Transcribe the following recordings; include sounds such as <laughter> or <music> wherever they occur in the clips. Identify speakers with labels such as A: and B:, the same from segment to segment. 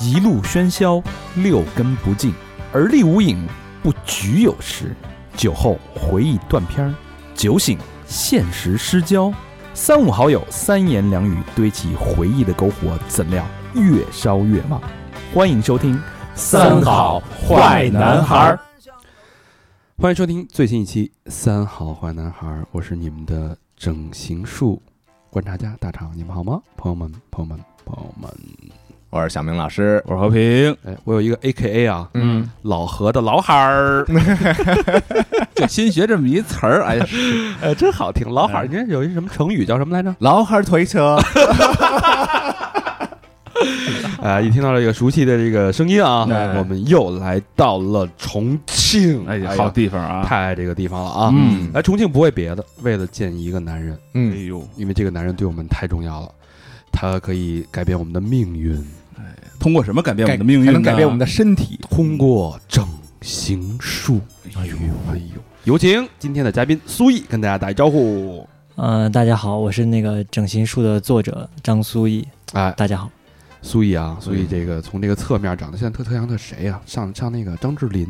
A: 一路喧嚣，六根不净，而立无影，不局有时。酒后回忆断片儿，酒醒现实失焦。三五好友三言两语堆起回忆的篝火，怎料越烧越旺。欢迎收听《
B: 三好坏男孩儿》。
C: 欢迎收听最新一期《三好坏男孩儿》，我是你们的整形术观察家大厂，你们好吗？朋友们，朋友们，朋友们，
B: 我是小明老师，
D: 我是和平，
C: 哎，我有一个 A K A 啊，
B: 嗯，
C: 老何的老海
D: <laughs>
C: 儿，
D: 就新学这么一词儿， <laughs> 哎，
C: 哎，真好听，老海儿，你看有一什么成语叫什么来着？
B: 老汉儿推车，
C: 啊，一听到这个熟悉的这个声音啊，
B: 哎
C: 我们又来到了重庆，
D: 哎呀，
C: 呀
D: 好地方啊，
C: 太爱这个地方了啊！
D: 嗯
C: 来重庆不为别的，为了见一个男人，
D: 哎
B: 嗯，
D: 呦，
C: 因为这个男人对我们太重要了，他可以改变我们的命运，
D: 通过什么改变我
B: <laughs> 改
D: 们的命运
B: 还
D: 呢？
B: 能改变我们的啊身体。
C: 通过整形术。
D: 哎呦，
C: 哎呦，有请今天的嘉宾苏毅跟大家打一招呼。
E: 呃，大家好，我是那个整形术的作者张苏毅。
D: 啊
C: 哎，
E: 大家好，
C: 苏毅
D: 嗯
C: 啊，苏毅这个从这个侧面长得现在特特像特谁呀、上上那个张智霖，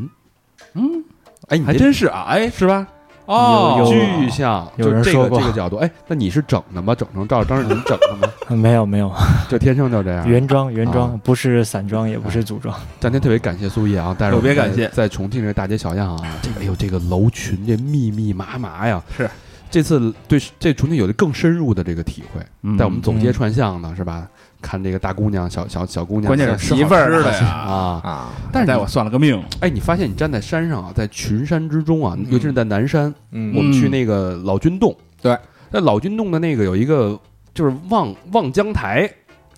D: 嗯，
C: 哎，你
D: 还
C: 这
D: 真是啊，哎，
C: 是吧？
D: 哦，
E: 有
C: 巨像，
E: 有
C: 就
E: 人
C: 这
E: 说
C: 个
E: 过
C: 这个角度，哎，那你是整的吗？整成照着张智霖整的吗？
E: <laughs> 呃 <laughs> 没有没有，
C: 就天生就这样。
E: 原装原装，不是散装，也不是组装。
C: 当天特别感谢苏毅啊，带着我
D: 特
C: 们
D: 别感谢
C: 在重庆这大街小
D: <laughs>
C: 巷啊，这个哎呦这个楼群这密密麻麻呀，
D: 是
C: 这次对这重庆有了更深入的这个体会，
D: 嗯
C: 带我们走街串巷呢，是吧？看这个大姑娘、小小小姑娘，
D: 关键是
C: 小
D: 媳妇儿嗯的呀
C: 啊。
B: 啊，
C: 但是
D: 带
C: 你
D: 我算了个命，
C: 哎，你发现你站在山上啊，在群山之中啊
B: 嗯，
C: 尤其是在南山，我
B: 嗯
C: 们去那个老君洞，
B: 对，
C: 在老君洞的那个有一个就是望望江台，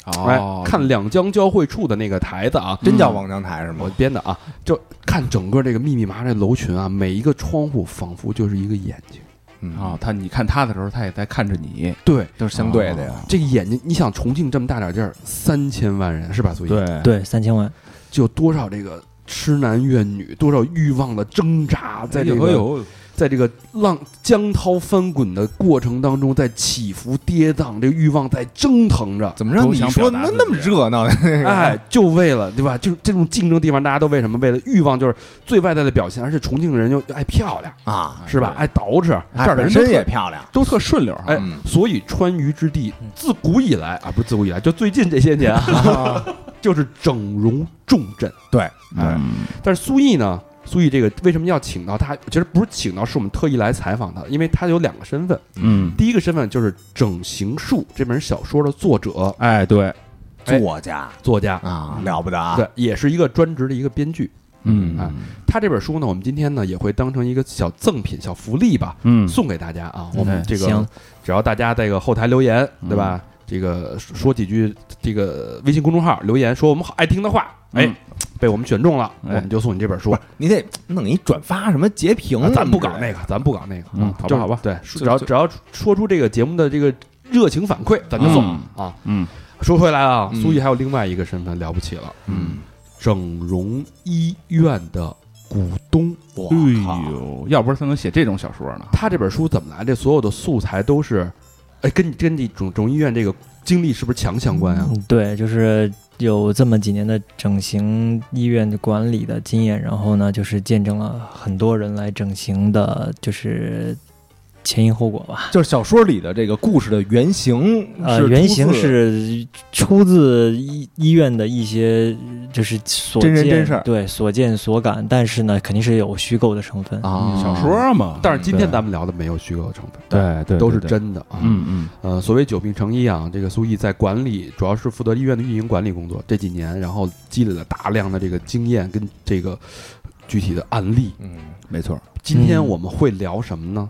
D: 哦
C: 哎，，看两江交汇处的那个台子啊，
B: 真叫望江台是吗
C: 我？编的啊，就看整个这个密密麻麻的楼群啊，每一个窗户仿佛就是一个眼睛，
B: 嗯
D: 啊，他你看他的时候，他也在看着你，哦
C: 对，
B: 都是相对的呀。
C: 这个眼睛，你想重庆这么大点地儿，三千万人是吧？所以
D: 对，
B: 哦
E: 对，三千万。
C: 就有多少这个痴男怨女，多少欲望的挣扎，在这
D: 哎
C: 个
D: 呦，
C: 在这个浪江涛翻滚的过程当中，在起伏跌宕，这个欲望在蒸腾着。
B: 怎么让你说那那么热闹呢？
C: 哎，就为了对吧？就是这种竞争地方，大家都为什么？为了欲望，就是最外在的表现。而且重庆人又又爱漂亮，
B: 啊，
C: 是吧？
D: 对
C: 爱捯饬，这
B: 哎
C: 儿
B: 本
C: 的人都
B: 身
C: 特
B: 也漂亮。
D: 都特顺溜啊，
C: 哎
B: 嗯
C: 所以川渝之地
E: 嗯
C: 自古以来啊，不是自古以来，就最近这些年啊， <laughs> 就是整容重镇。
B: 对，
C: 哎，但是苏毅呢，苏毅这个为什么要请到他？其实不是请到，是我们特意来采访他，因为他有两个身份。
D: 嗯，
C: 第一个身份就是《整形术》这本小说的作者、
D: 哎，对，
C: 哎
B: 作家
C: 作家，
B: 啊，了不得啊！
C: 对，也是一个专职的一个编剧。哎
D: 嗯，
C: 他这本书呢，我们今天呢也会当成一个小赠品、小福利吧，
D: 嗯，
C: 送给大家啊。我们
D: 嗯
C: 这个
E: 哎行
C: 只要大家这个后台留言，对吧？这个说说几句，这个微信公众号留言说我们好爱听的话，哎，
D: 嗯
C: 被我们选中了，
D: 哎
C: 我们就送你这本书
B: 不。是，你得弄一转发什么截屏，
C: 啊咱不搞那个，咱不搞那个，
D: 嗯
C: 啊
D: 好吧
C: 就是
D: 好吧
C: 对，只要只要说出这个节目的这个热情反馈，咱就送
D: 嗯
C: 啊。
D: 嗯，
C: 说回来啊，
B: 嗯
C: 苏毅还有另外一个身份了不起了，
D: 嗯，
C: 整容医院的股东。
B: 嗯
C: 我靠
D: 哎！呦，要不是他能写这种小说呢，
C: 他这本书怎么来？这所有的素材都是，哎，跟你跟你整整容医院这个经历是不是强相关啊？
E: 嗯对，就是有这么几年的整形医院管理的经验，然后呢，就是见证了很多人来整形的，就是前因后果吧。
B: 就是小说里的这个故事的原型
E: 呃，
B: 是
E: 原型
B: 出自
E: 是出自医医院的一些，就是所
B: 真
E: 见
B: 人真事儿
E: 对所见所感，但是呢，肯定是有虚构的成分。
B: 啊
D: 小说嘛，
C: 但是今天
D: 对
C: 咱们聊的没有虚构的成分，
D: 对对
C: 都是，真的啊。
D: 嗯嗯，
C: 呃，所谓久病成医啊，这个苏毅在管理，主要是负责医院的运营管理工作这几年，然后积累了大量的这个经验跟这个具体的案例。
B: 嗯
D: 没错，
C: 今
D: 嗯
C: 天我们会聊什么呢？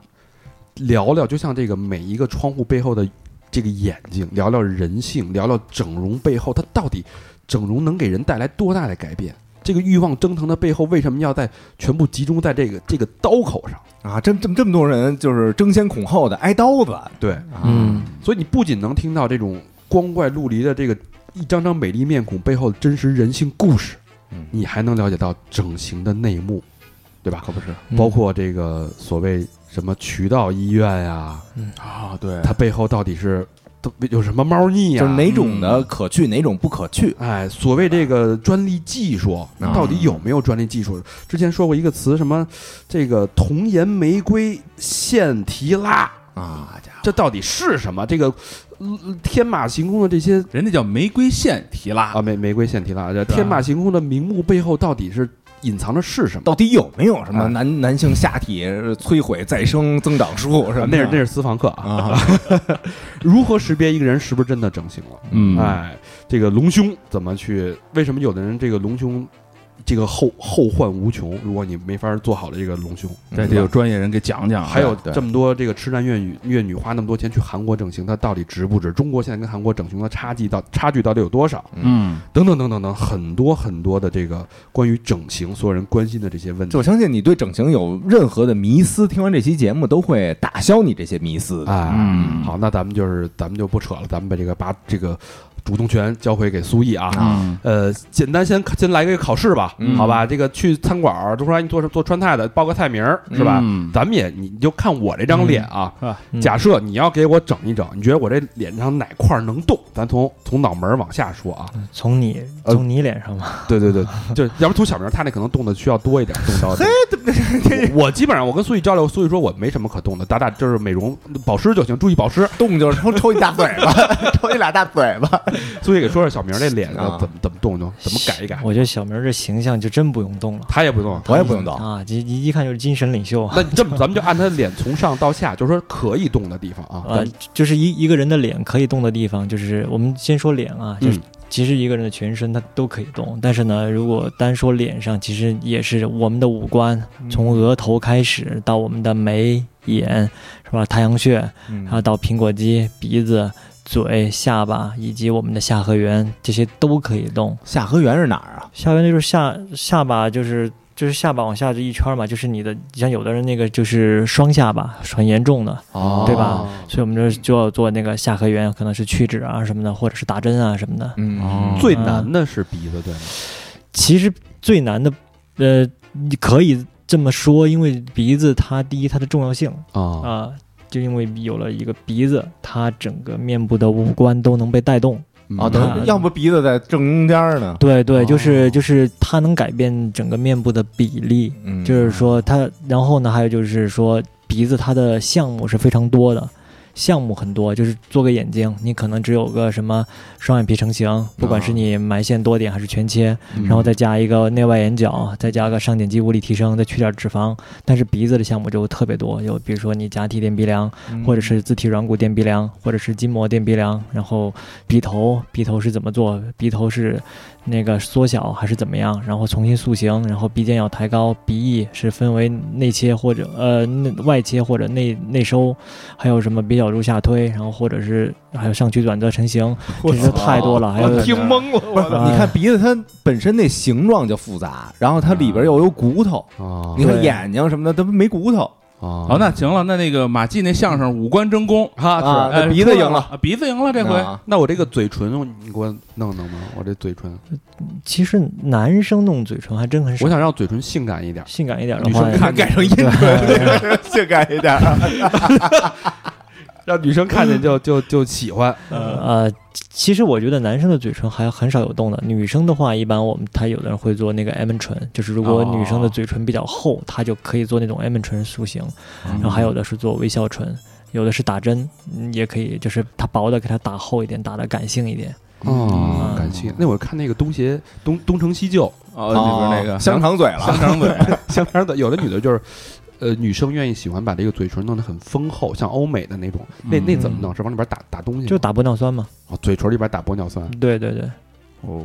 C: 聊聊就像这个每一个窗户背后的这个眼睛，聊聊人性，聊聊整容背后它到底整容能给人带来多大的改变？这个欲望蒸腾的背后，为什么要在全部集中在这个这个刀口上？
B: 啊，这这么这么多人就是争先恐后的挨刀子，
C: 对，
E: 嗯，
C: 所以你不仅能听到这种光怪陆离的这个一张张美丽面孔背后的真实人性故事，
B: 嗯
C: 你还能了解到整形的内幕，对吧？
D: 可不是
E: 嗯
C: 包括这个所谓什么渠道医院呀、
D: 啊，对，
C: 它背后到底是都有什么猫腻呀、
B: 哎就是哪种的可去，哪种不可去。
C: 哎，所谓这个专利技术，
B: 嗯
C: 到底有没有专利技术？之前说过一个词，什么这个童颜玫瑰腺提拉，
B: 啊，家伙，
C: 这到底是什么？这个、呃天马行空的这些
D: 人家叫玫瑰线提拉
C: 啊，玫玫瑰腺提拉，这天马行空的名目背后到底是隐藏的是什么？
B: 到底有没有什么
C: 哎
B: 男男性下体摧毁再生增长术什
C: 啊
B: 么的？
C: 那是那是私房课啊！
B: 啊，
C: 如何识别一个人是不是真的整形了？
B: 嗯
C: 哎，这个隆胸怎么去？为什么有的人这个隆胸，这个后后患无穷？如果你没法做好的这个隆胸，
D: 这就有专业人给讲讲啊。
C: 还有
D: 对
C: 这么多这个痴男怨女怨女花那么多钱去韩国整形，它到底值不值？中国现在跟韩国整形的差距到差距到底有多少？
D: 嗯，
C: 等等等等等，很多很多的这个关于整形所有人关心的这些问题
B: 就我相信你对整形有任何的迷思，听完这期节目都会打消你这些迷思的。
C: 啊。
D: 嗯
C: 好，那咱们就是咱们就不扯了，咱们把这个把这个主动权交回给苏毅啊。
D: 嗯
C: 呃，简单先先来个考试吧，
B: 嗯
C: 好吧？这个去餐馆儿，都说哎你做什做川菜的，报个菜名儿是吧？
D: 嗯
C: 咱们也你就看我这张脸啊，
E: 嗯
C: 假设你要给我整一整，你觉得我这脸上哪块儿能动？咱从从脑门儿往下说
D: 嗯
C: 啊，
E: 从你
C: 呃
E: 从你脸上嘛，
C: 对
D: <laughs>
C: 对对，就要不从小明儿他那可能动的需要多一点，动刀的。我我基本上我跟苏毅交流，苏毅说我没什么可动的，打打就是美容保湿就行，注意保湿。
B: 动就是抽抽一大嘴巴， <laughs> 抽一俩大嘴巴。
C: 苏毅给说说小明儿这脸要
B: 啊
C: 怎么怎么动动，怎么改一改，
E: 我觉得小明儿这形象就真不用动了。
C: 他也不动。
B: 我也不用动，
E: 啊，这一一看就是精神领
C: <laughs>
E: 袖啊。
C: 那你这么，咱们就按他的脸从上到下，就是说可以动的地方啊。
E: 呃，就是一一个人的脸可以动的地方，就是我们先说脸啊，就是
C: 嗯
E: 其实一个人的全身他都可以动，但是呢，如果单说脸上，其实也是我们的五官，
C: 嗯
E: 从额头开始到我们的眉、眼，是吧？太阳穴，
B: 嗯
C: 嗯
E: 然后到苹果肌、鼻子、嘴、下巴以及我们的下颌缘，这些都可以动。
B: 下河源是哪儿啊？
E: 下颌缘就是下下巴，就是就是下巴往下这一圈儿嘛，就是你的，像有的人那个就是双下巴，很严重的，
C: 哦
E: 对吧？所以我们这就要做那个下颌缘，可能是去脂啊什么的，或者是打针啊什么的。
B: 嗯，
C: 最难的是鼻子，对吗？
E: 其实最难的，呃，你可以这么说，因为鼻子它第一它的重要性啊、
C: 啊，
E: 就因为有了一个鼻子，它整个面部的五官都能被带动。
C: 嗯
B: 啊，
E: 对
B: 等于要不鼻子在正中间呢，
E: 对对，就
C: 哦
E: 是就是它能改变整个面部的比例，
B: 嗯
E: 就是说它，然后呢，还有就是说鼻子它的项目是非常多的，项目很多，就是做个眼睛，你可能只有个什么双眼皮成型，不管是你埋线多点还是全切，
C: 嗯
E: 然后再加一个内外眼角，再加个上睑肌无力提升，再去点脂肪。但是鼻子的项目就特别多，有比如说你假体垫鼻梁，
C: 嗯
E: 或者是自体软骨垫鼻梁，或者是筋膜垫鼻梁，然后鼻头，鼻头是怎么做？鼻头是那个缩小还是怎么样？然后重新塑形，然后鼻尖要抬高，鼻翼是分为内切或者呃内外切或者内内收，还有什么鼻角柱下推，然后或者是还有上曲转折成型，这些太多了，还有
B: 我听
D: 懵了，
B: 不是，
E: 哎
B: 你看鼻子它本身那形状就复杂，然后它里边又有骨头，
C: 啊
B: 你看
E: 对
B: 眼睛什么的，它没骨头
C: 啊
D: 好，那行了，那那个马季那相声五官争功，
B: 啊，
D: 哎
B: 那鼻子赢
D: 出来
B: 了，
D: 啊鼻子赢了这回。
B: 啊
C: 那我这个嘴唇，你给我弄弄吗？我这嘴唇，
E: 其实男生弄嘴唇还真很少
C: 我。想让嘴唇性感一点。
E: 性感一点的
C: 女
E: 话
C: 生，看
B: 改成阴
C: <laughs>
B: 唇，性感一点啊。
C: 让女生看见就就就喜欢，
E: 呃，其实我觉得男生的嘴唇还很少有动的，女生的话，一般我们她有的人会做那个 M 唇，就是如果
C: 哦
E: 女生的嘴唇比较厚，她就可以做那种 M 唇塑形，然后还有的是做微笑唇，有的是打针，嗯也可以，就是它薄的给它打厚一点，打的感性一点。
C: 哦
E: 嗯
C: 感性。那我看那个东邪东东成西就，
D: <laughs>
B: 呃
D: 哦，里边那
C: 啊
D: 个
B: 香肠嘴了，
D: 香肠嘴，
C: <laughs> 相反的，有的女的就是，呃，女生愿意喜欢把这个嘴唇弄得很丰厚，像欧美的那种。
D: 嗯
C: 那那怎么弄？是往里边打打东西吗？
E: 就打玻尿酸嘛，
C: 哦嘴唇里边打玻尿酸。
E: 对对对，
C: 哦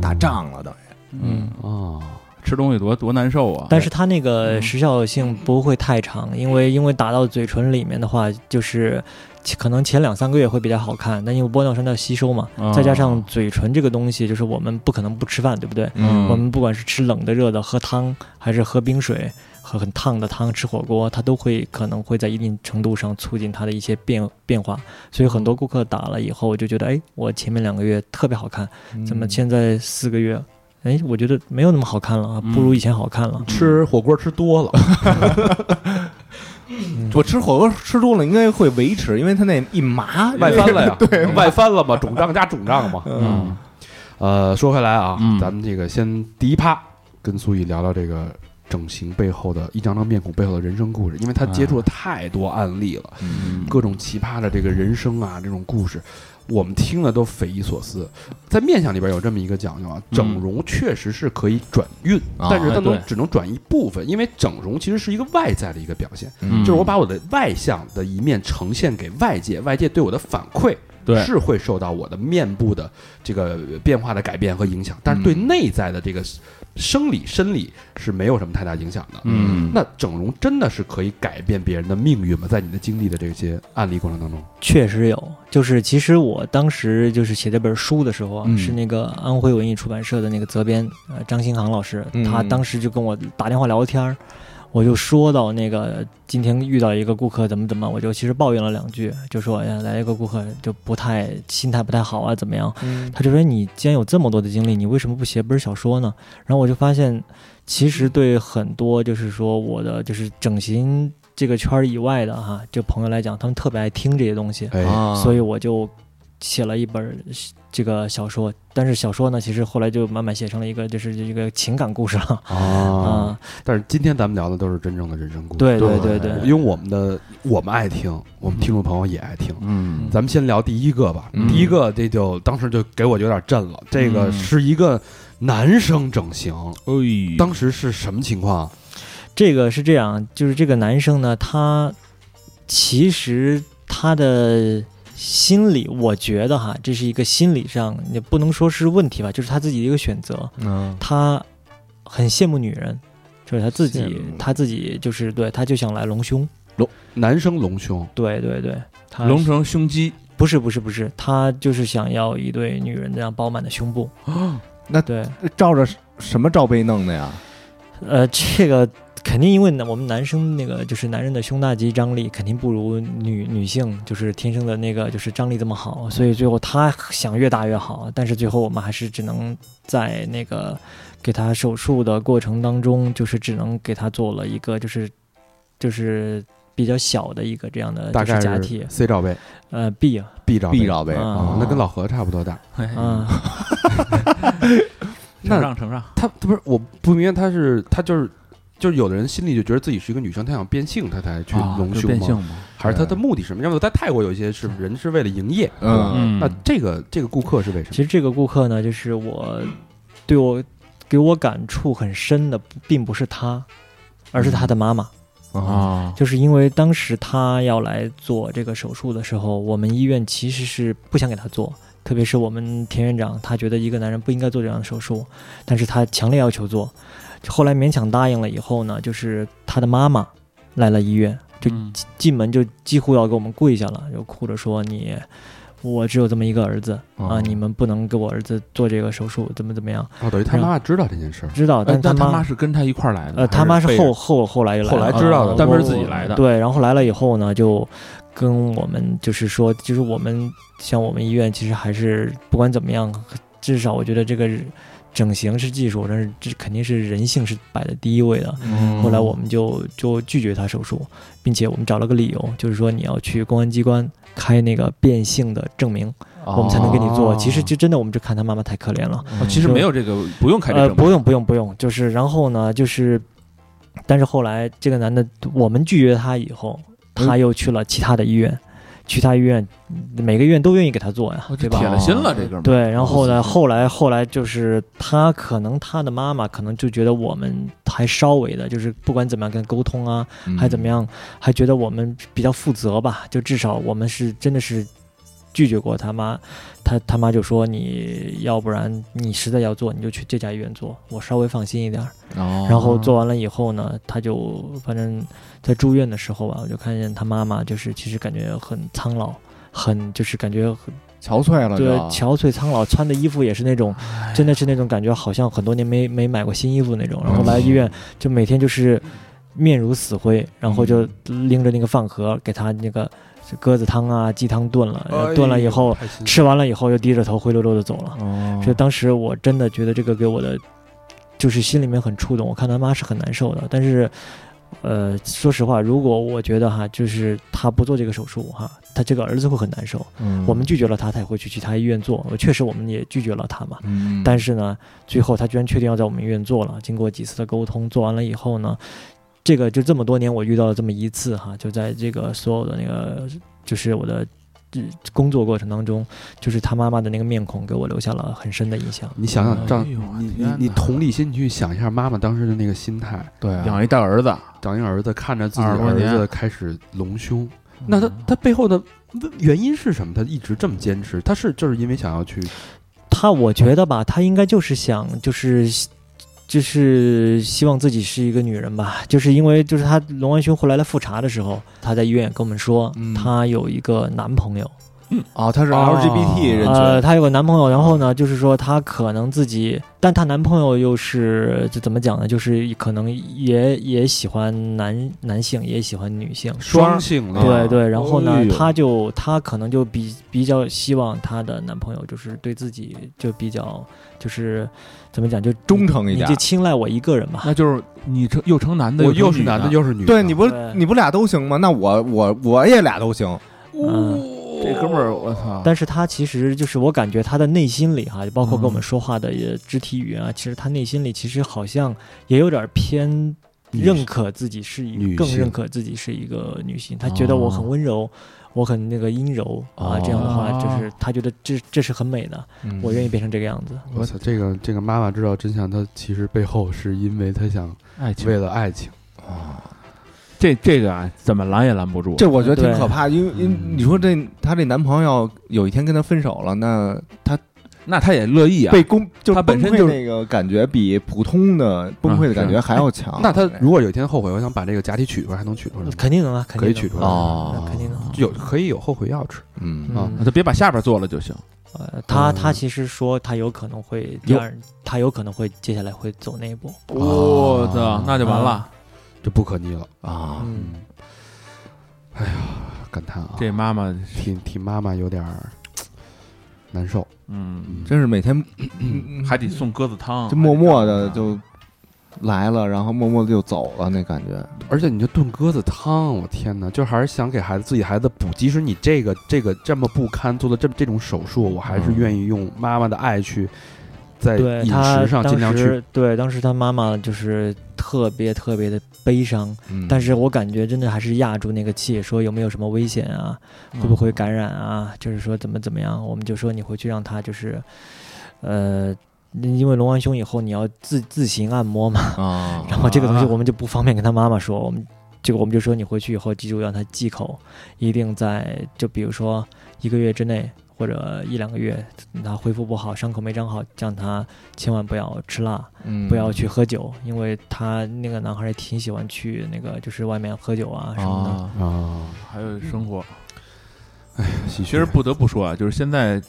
B: 打仗了等于。
D: 嗯，
C: 哦，
D: 吃东西多多难受啊！
E: 但是它那个
D: 嗯
E: 时效性不会太长，因为因为打到嘴唇里面的话，就是其可能前两三个月会比较好看，但因为玻尿酸它要吸收嘛，
D: 啊
E: 再加上嘴唇这个东西，就是我们不可能不吃饭，对不对？
D: 嗯
E: 我们不管是吃冷的、热的，喝汤还是喝冰水，喝很烫的汤，吃火锅，它都会可能会在一定程度上促进它的一些变变化。所以很多顾客打了以后就觉得，哎，我前面两个月特别好看，怎嗯
D: 嗯
E: 么现在四个月，哎，我觉得
D: 嗯
E: 没有那么好看了，不如以前好看了。
C: 吃火锅吃多了，
B: 我吃火锅吃多了应该会维持，因为它那一麻
C: <laughs> <laughs> 外翻了呀，对，外翻了嘛，肿胀加肿胀嘛。
D: 嗯，
C: 呃，说回来啊，
D: 嗯
C: 咱们这个先第一趴跟苏毅聊聊这个整形背后的一张张面孔背后的人生故事，因为他接触了太多案例了，各种奇葩的这个人生啊，这种故事。我们听了都匪夷所思，在面相里边有这么一个讲究啊，整容确实是可以转运，
B: 啊
C: 但是它能
D: 嗯对
C: 只能转一部分，因为整容其实是一个外在的一个表现，
D: 嗯
C: 就是我把我的外向的一面呈现给外界，外界对我的反馈
D: 对
C: 是会受到我的面部的这个变化的改变和影响，但是对
D: 嗯
C: 内在的这个生理生理是没有什么太大影响的。
D: 嗯
C: 那整容真的是可以改变别人的命运吗？在你的经历的这些案例过程当中，
E: 确实有，就是其实我当时就是写这本书的时候啊，
D: 嗯
E: 是那个安徽文艺出版社的那个责编呃张新航老师，
B: 嗯
E: 他当时就跟我打电话聊天儿，我就说到那个今天遇到一个顾客怎么怎么，我就其实抱怨了两句，就说哎呀来一个顾客就不太心态不太好啊怎么样，他就说你既然有这么多的经历，你为什么不写本小说呢？然后我就发现，其
C: 嗯
E: 实对很多就是说我的就是整形这个圈儿以外的哈，就朋友来讲，他们特别爱听这些东西，
C: 哎，
B: 啊，
E: 所以我就写了一本儿这个小说。但是小说呢，其实后来就慢慢写成了一个就是一个情感故事了
C: 啊
E: 啊，，
C: 但是今天咱们聊的都是真正的人生故事，
E: 对对对对
C: 因为我们的我们爱听，我们听众朋友也爱听。
D: 嗯
C: 咱们先聊第一个吧，
B: 嗯
C: 第一个这就当时就给我就有点震
E: 嗯
C: 了。这个是一个男生整形，
D: 哎
C: 当时是什么情况？
E: 这个是这样，就是这个男生呢，他其实他的心理，我觉得哈，这是一个心理上也不能说是问题吧，就是他自己的一个选择，
B: 嗯
E: 他很羡慕女人，就是他自己
B: 羡慕，
E: 他自己就是对，他就想来隆胸，
C: 男生隆胸，
E: 对对对，他
D: 隆成胸肌，
E: 不是不是不是，他就是想要一对女人这样饱满的胸部，
B: 哦那
E: 对，
B: 照着什么罩杯弄的呀？
E: 呃，这个肯定因为呢，我们男生那个就是男人的胸大肌张力肯定不如女女性就是天生的那个就是张力这么好，所以最后他想越大越好，但是最后我们还是只能在那个给他手术的过程当中，就是只能给他做了一个就是就是比较小的一个这样的
C: 大
E: 就是
C: 概
E: 假
C: 是
E: 体，
C: C 罩杯、
E: 呃 B 啊，
C: B 罩杯、
B: B 罩杯
E: 啊
C: 啊，那跟老何差不多大。
E: 嗯，
D: 承让承让，
C: 他他不是，我不明白他是他就是就是有的人心里就觉得自己是一个女生，他想变性，他才去
D: 啊
C: 隆
D: 就
C: 胸
D: 变
C: 吗？
D: 性吗？
C: 还是他的目的是什么？要不在泰国有一些是人是为了营业，
B: 嗯
C: 那这个这个顾客是为什
E: 其实这个顾客呢，就是我对我给我感触很深的，并不是他，而是他的妈妈。
D: 啊，
E: 就是因为当时他要来做这个手术的时候，我们医院其实是不想给他做，特别是我们田院长，他觉得一个男人不应该做这样的手术，但是他强烈要求做。后来勉强答应了以后呢，就是他的妈妈来了医院，就
D: 嗯
E: 进门就几乎要给我们跪下了，就哭着说你。我只有这么一个儿子啊！
B: 哦
E: 你们不能给我儿子做这个手术，怎么怎么样？
C: 么？哦，等于
E: 啊
C: 他妈妈知道这件事儿，
E: 知道，但
D: 哎
E: 是
D: 但他
E: 妈
D: 妈是跟他一块儿来的，
E: 呃，他妈
D: 还
E: 是
D: 被
E: 后后后来就来
D: 后
E: 了
D: 来
E: 啊
D: 知道的
E: 我
D: 单门自己来的
E: 对，然后来了以后呢，就跟我们就是说，就是我们像我们医院，其实还是不管怎么样，至少我觉得这个整形是技术，但是这肯定是人性是摆在第一位的。
D: 嗯
E: 后来我们就就拒绝他手术，并且我们找了个理由，就是说你要去公安机关开那个变性的证明，我们才能给你做。其实就真的，我们就看他妈妈太可怜了。
D: 哦其实没有这个，不用开这个
E: 呃，
D: 证明，
E: 不用不用不用，就是然后呢，就是，但是后来这个男的，我们拒绝他以后，
D: 嗯
E: 他又去了其他的医院，去他医院，每个医院都愿意给他做呀，
D: 哦这
E: 对吧
D: 铁？了心了，这哥们儿
E: 对，然后呢，后来后来就是他可能他的妈妈可能就觉得我们还稍微的，就是不管怎么样跟他沟通啊，还
B: 嗯
E: 怎么样，还觉得我们比较负责吧，就至少我们是真的是拒绝过他妈，他他妈就说你要不然你实在要做你就去这家医院做，我稍微放心一点儿。
B: 哦
E: 然后做完了以后呢，他就反正在住院的时候吧，我就看见他妈妈就是其实感觉很苍老，很就是感觉很
B: 憔悴了就，
E: 对憔悴苍老，穿的衣服也是那种真的是那种感觉，好像很多年没没买过新衣服那种。然后来医院就每天就是面如死灰，然后就拎着那个饭盒给他那个鸽子汤啊、鸡汤炖了，
C: 哎
D: 哎
E: 呃炖了以后
C: 太心
E: 吃完了以后又低着头灰溜溜的走了。
B: 哦
E: 所以当时我真的觉得这个给我的就是心里面很触动，我看他妈是很难受的，但是。呃，说实话，如果我觉得哈，就是他不做这个手术哈，他这个儿子会很难受。
B: 嗯
E: 我们拒绝了他，他也会去其他医院做。确实，我们也拒绝了他嘛。
B: 嗯
E: 但是呢，最后他居然确定要在我们医院做了。经过几次的沟通，做完了以后呢，这个就这么多年我遇到了这么一次哈，就在这个所有的那个就是我的呃工作过程当中，就是他妈妈的那个面孔给我留下了很深的印象。
C: 你想想，
D: 哎
C: 张，
D: 呦我
C: 你
D: 天
C: 你
D: 哪
C: 你同理心，你去想一下妈妈当时的那个心态。
B: 对啊
D: 养一大儿子，
C: 长一儿子看着自己
D: 二十多
C: 儿
D: 年
C: 子开始隆
E: 嗯
C: 胸，那他他背后的原因是什么？他一直这么坚持，他是就是因为想要去
E: 他我觉得吧，他应该就是想就是。就是希望自己是一个女人吧，就是因为就是他龙安兄回来了复查的时候，他在医院也跟我们说，
C: 嗯
E: 他有一个男朋友，
D: 啊
B: 哦，他是
C: 哦
B: LGBT 人
E: 呃，
B: 群，
E: 她有个男朋友，然后呢，就是说她可能自己，但她男朋友又是就怎么讲呢？就是可能也也喜欢男男性，也喜欢女性。
C: 双性恋。
E: 对对，然后
B: 哎
E: 呢，
B: 呦
E: 她就她可能就比比较希望她的男朋友就是对自己就比较就是怎么讲，就
B: 忠诚一
E: 你
B: 点
E: 就。青睐我一个人吧。
D: 那就是你成又成男的，啊
C: 我又
D: 成
C: 是
D: 女
C: 男的，又是女的，
B: 对，你不
E: 对
B: 你不俩都行吗？那我我我也俩都行。哦
E: 嗯，
D: 这哥们儿，我操！
E: 但是她其实就是我感觉她的内心里哈，包括
B: 嗯
E: 跟我们说话的也肢体语言啊，其实她内心里其实好像也有点偏
C: 女
E: 认
C: 性
E: 可自己是一
C: 女
E: 更
C: 性
E: 认可自己是一个女性，她觉得我
C: 哦
E: 很温柔，我很那个阴柔啊，这样的话就是她觉得这这是很美的，嗯
C: 嗯
E: 我愿意变成这个样子。
C: 我操，这个这个妈妈知道真相，她其实背后是因为她想
D: 爱情
C: 为了爱情，
D: 这这个啊，怎么拦也拦不住。
B: 这我觉得挺
E: 对
B: 可怕，因为因为
C: 嗯
B: 你说这她这男朋友有一天跟她分手了，那她
D: 那他也乐意啊，
B: 被攻就是
D: 她本身
B: 崩溃
D: 就是
B: 那个感觉比普通的崩溃的感觉还要强。哎
C: 那她如果有一天后悔，我想把这个假体取出来，还能取出来吗？
E: 哦肯定能啊，肯
C: 嗯可以
E: 定能
C: 取出来
B: 哦
E: 那肯定能。
C: 有可以有后悔药吃，
B: 嗯
E: 嗯
C: 啊
D: 那就别把下边做了就行。
E: 呃，她
C: 嗯
E: 她其实说她有可能会第二，她有可能会接下来会走那一步。
D: 我
E: 哦
D: 操，那就完了。
C: 这不可逆了。哎
B: 啊，
E: 嗯，
C: 感叹啊，
D: 这妈妈，
C: 替替妈妈有点儿难受。
D: 嗯，
B: 真是每天
D: 还得送鸽子汤，
B: 就默默的就来了，然后默默的就走了，那感觉。
C: 而且你就炖鸽子汤，我天哪！就还是想给孩子自己孩子补，即使你这个这个这么不堪，做了这这种手术，我还是
B: 嗯
C: 愿意用妈妈的爱去，在
E: 对
C: 饮
E: 她
C: 食上尽量
E: 当
C: 去。
E: 时对当时她妈妈就是特别特别的悲伤，
B: 嗯
E: 但是我感觉真的还是压住那个气，说有没有什么危险啊，
D: 嗯
E: 会不会感染啊，就是说怎么怎么样，我们就说你回去让他就是，呃。因为隆完胸以后，你要自自行按摩嘛，
B: 啊，
E: 然后这个东西
D: 啊
E: 我们就不方便跟他妈妈说，我们这个我们就说你回去以后记住让他忌口，一定在就比如说一个月之内或者一两个月，他恢复不好，伤口没长好，让他千万不要吃辣，
B: 嗯
E: 不要去喝酒，因为他那个男孩儿也挺喜欢去那个就是外面喝酒啊什么的。
D: 啊？
C: 啊，
D: 还有生活，
C: 其
D: 其实不得不说啊，就是现在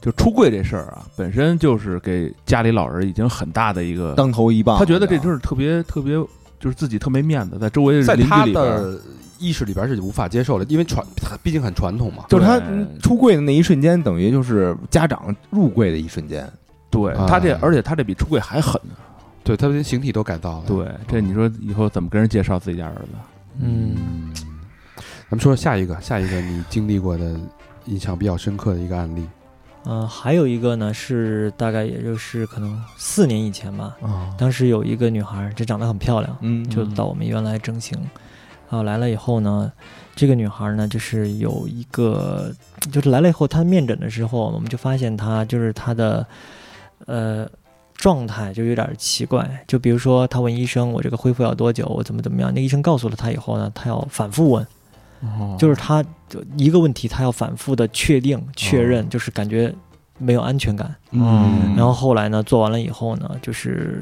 D: 就出柜这事儿啊，本身就是给家里老人已经很大的一个，
B: 当头一棒，
D: 他觉得这就是是特别特别，就是自己特没面子，在周围
C: 在
D: 邻居
C: 他
D: 里边儿，
C: 的意识里边是无法接受的，因为传毕竟很传统嘛。
B: 就是他
D: 对
B: 出柜的那一瞬间，等于就是家长入柜的一瞬间。
D: 对
E: 哎
C: 啊
D: 他这，而且他这比出柜还狠呢。
C: 对他连形体都改造了。，
D: 对，这你说以后怎么跟人介绍自己家儿子？
E: 嗯，
C: 咱们说下一个，下一个你经历过的印象比较深刻的一个案例，
E: 嗯、还有一个呢是大概也就是可能四年以前吧，
B: 啊，
E: 当时有一个女孩儿，这长得很漂亮，
B: 嗯，
E: 就到我们医院来整形。然后来了以后呢，这个女孩呢，就是有一个，就是来了以后，她面诊的时候，我们就发现她就是她的，呃，状态就有点奇怪。就比如说，她问医生我这个恢复要多久，我怎么怎么样，那个医生告诉了她以后呢，她要反复问，
D: 哦
E: 就是她就一个问题，她要反复的确定确认，就是感觉没有安全感。
D: 嗯
E: 然后后来呢，做完了以后呢，就是，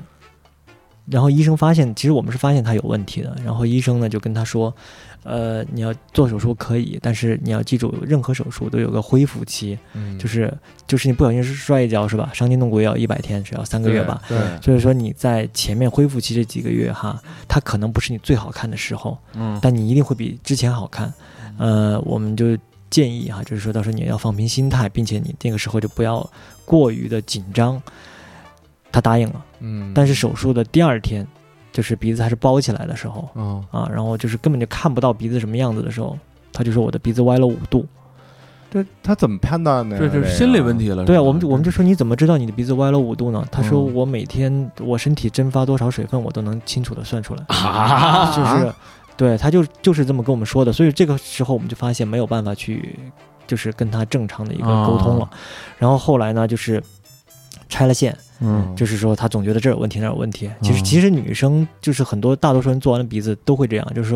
E: 然后医生发现，其实我们是发现他有问题的。然后医生呢就跟他说，呃，你要做手术可以，但是你要记住，任何手术都有个恢复期，
D: 嗯
E: 就是就是你不小心摔一跤是吧，伤筋动骨也要一百天，只要三个月吧。
D: 对，
E: 所以说你在前面恢复期这几个月哈，它可能不是你最好看的时候，
D: 嗯，
E: 但你一定会比之前好看。呃，我们就建议哈、就是说到时候你要放平心态，并且你那个时候就不要过于的紧张。他答应了，
B: 嗯，
E: 但是手术的第二天，就是鼻子还是包起来的时候
D: 哦，
E: 啊，然后就是根本就看不到鼻子什么样子的时候，他就说我的鼻子歪了五度。
B: 这他怎么判断的呀？
D: 这就是
B: 个
D: 心理问。题了。
E: 对啊，
D: 是吧
E: 我们就我们就说你怎么知道你的鼻子歪了五度呢？他说
D: 嗯
E: 我每天我身体蒸发多少水分，我都能清楚的算出来
B: 啊
E: 就是对，他就就是这么跟我们说的，所以这个时候我们就发现没有办法去就是跟他正常的一个
D: 啊
E: 沟通了。然后后来呢，就是拆了线，
D: 嗯，
E: 就是说他总觉得这儿有问题那儿有问题。其实
D: 哦
E: 其实女生就是很多大多数人做完了鼻子都会这样，就是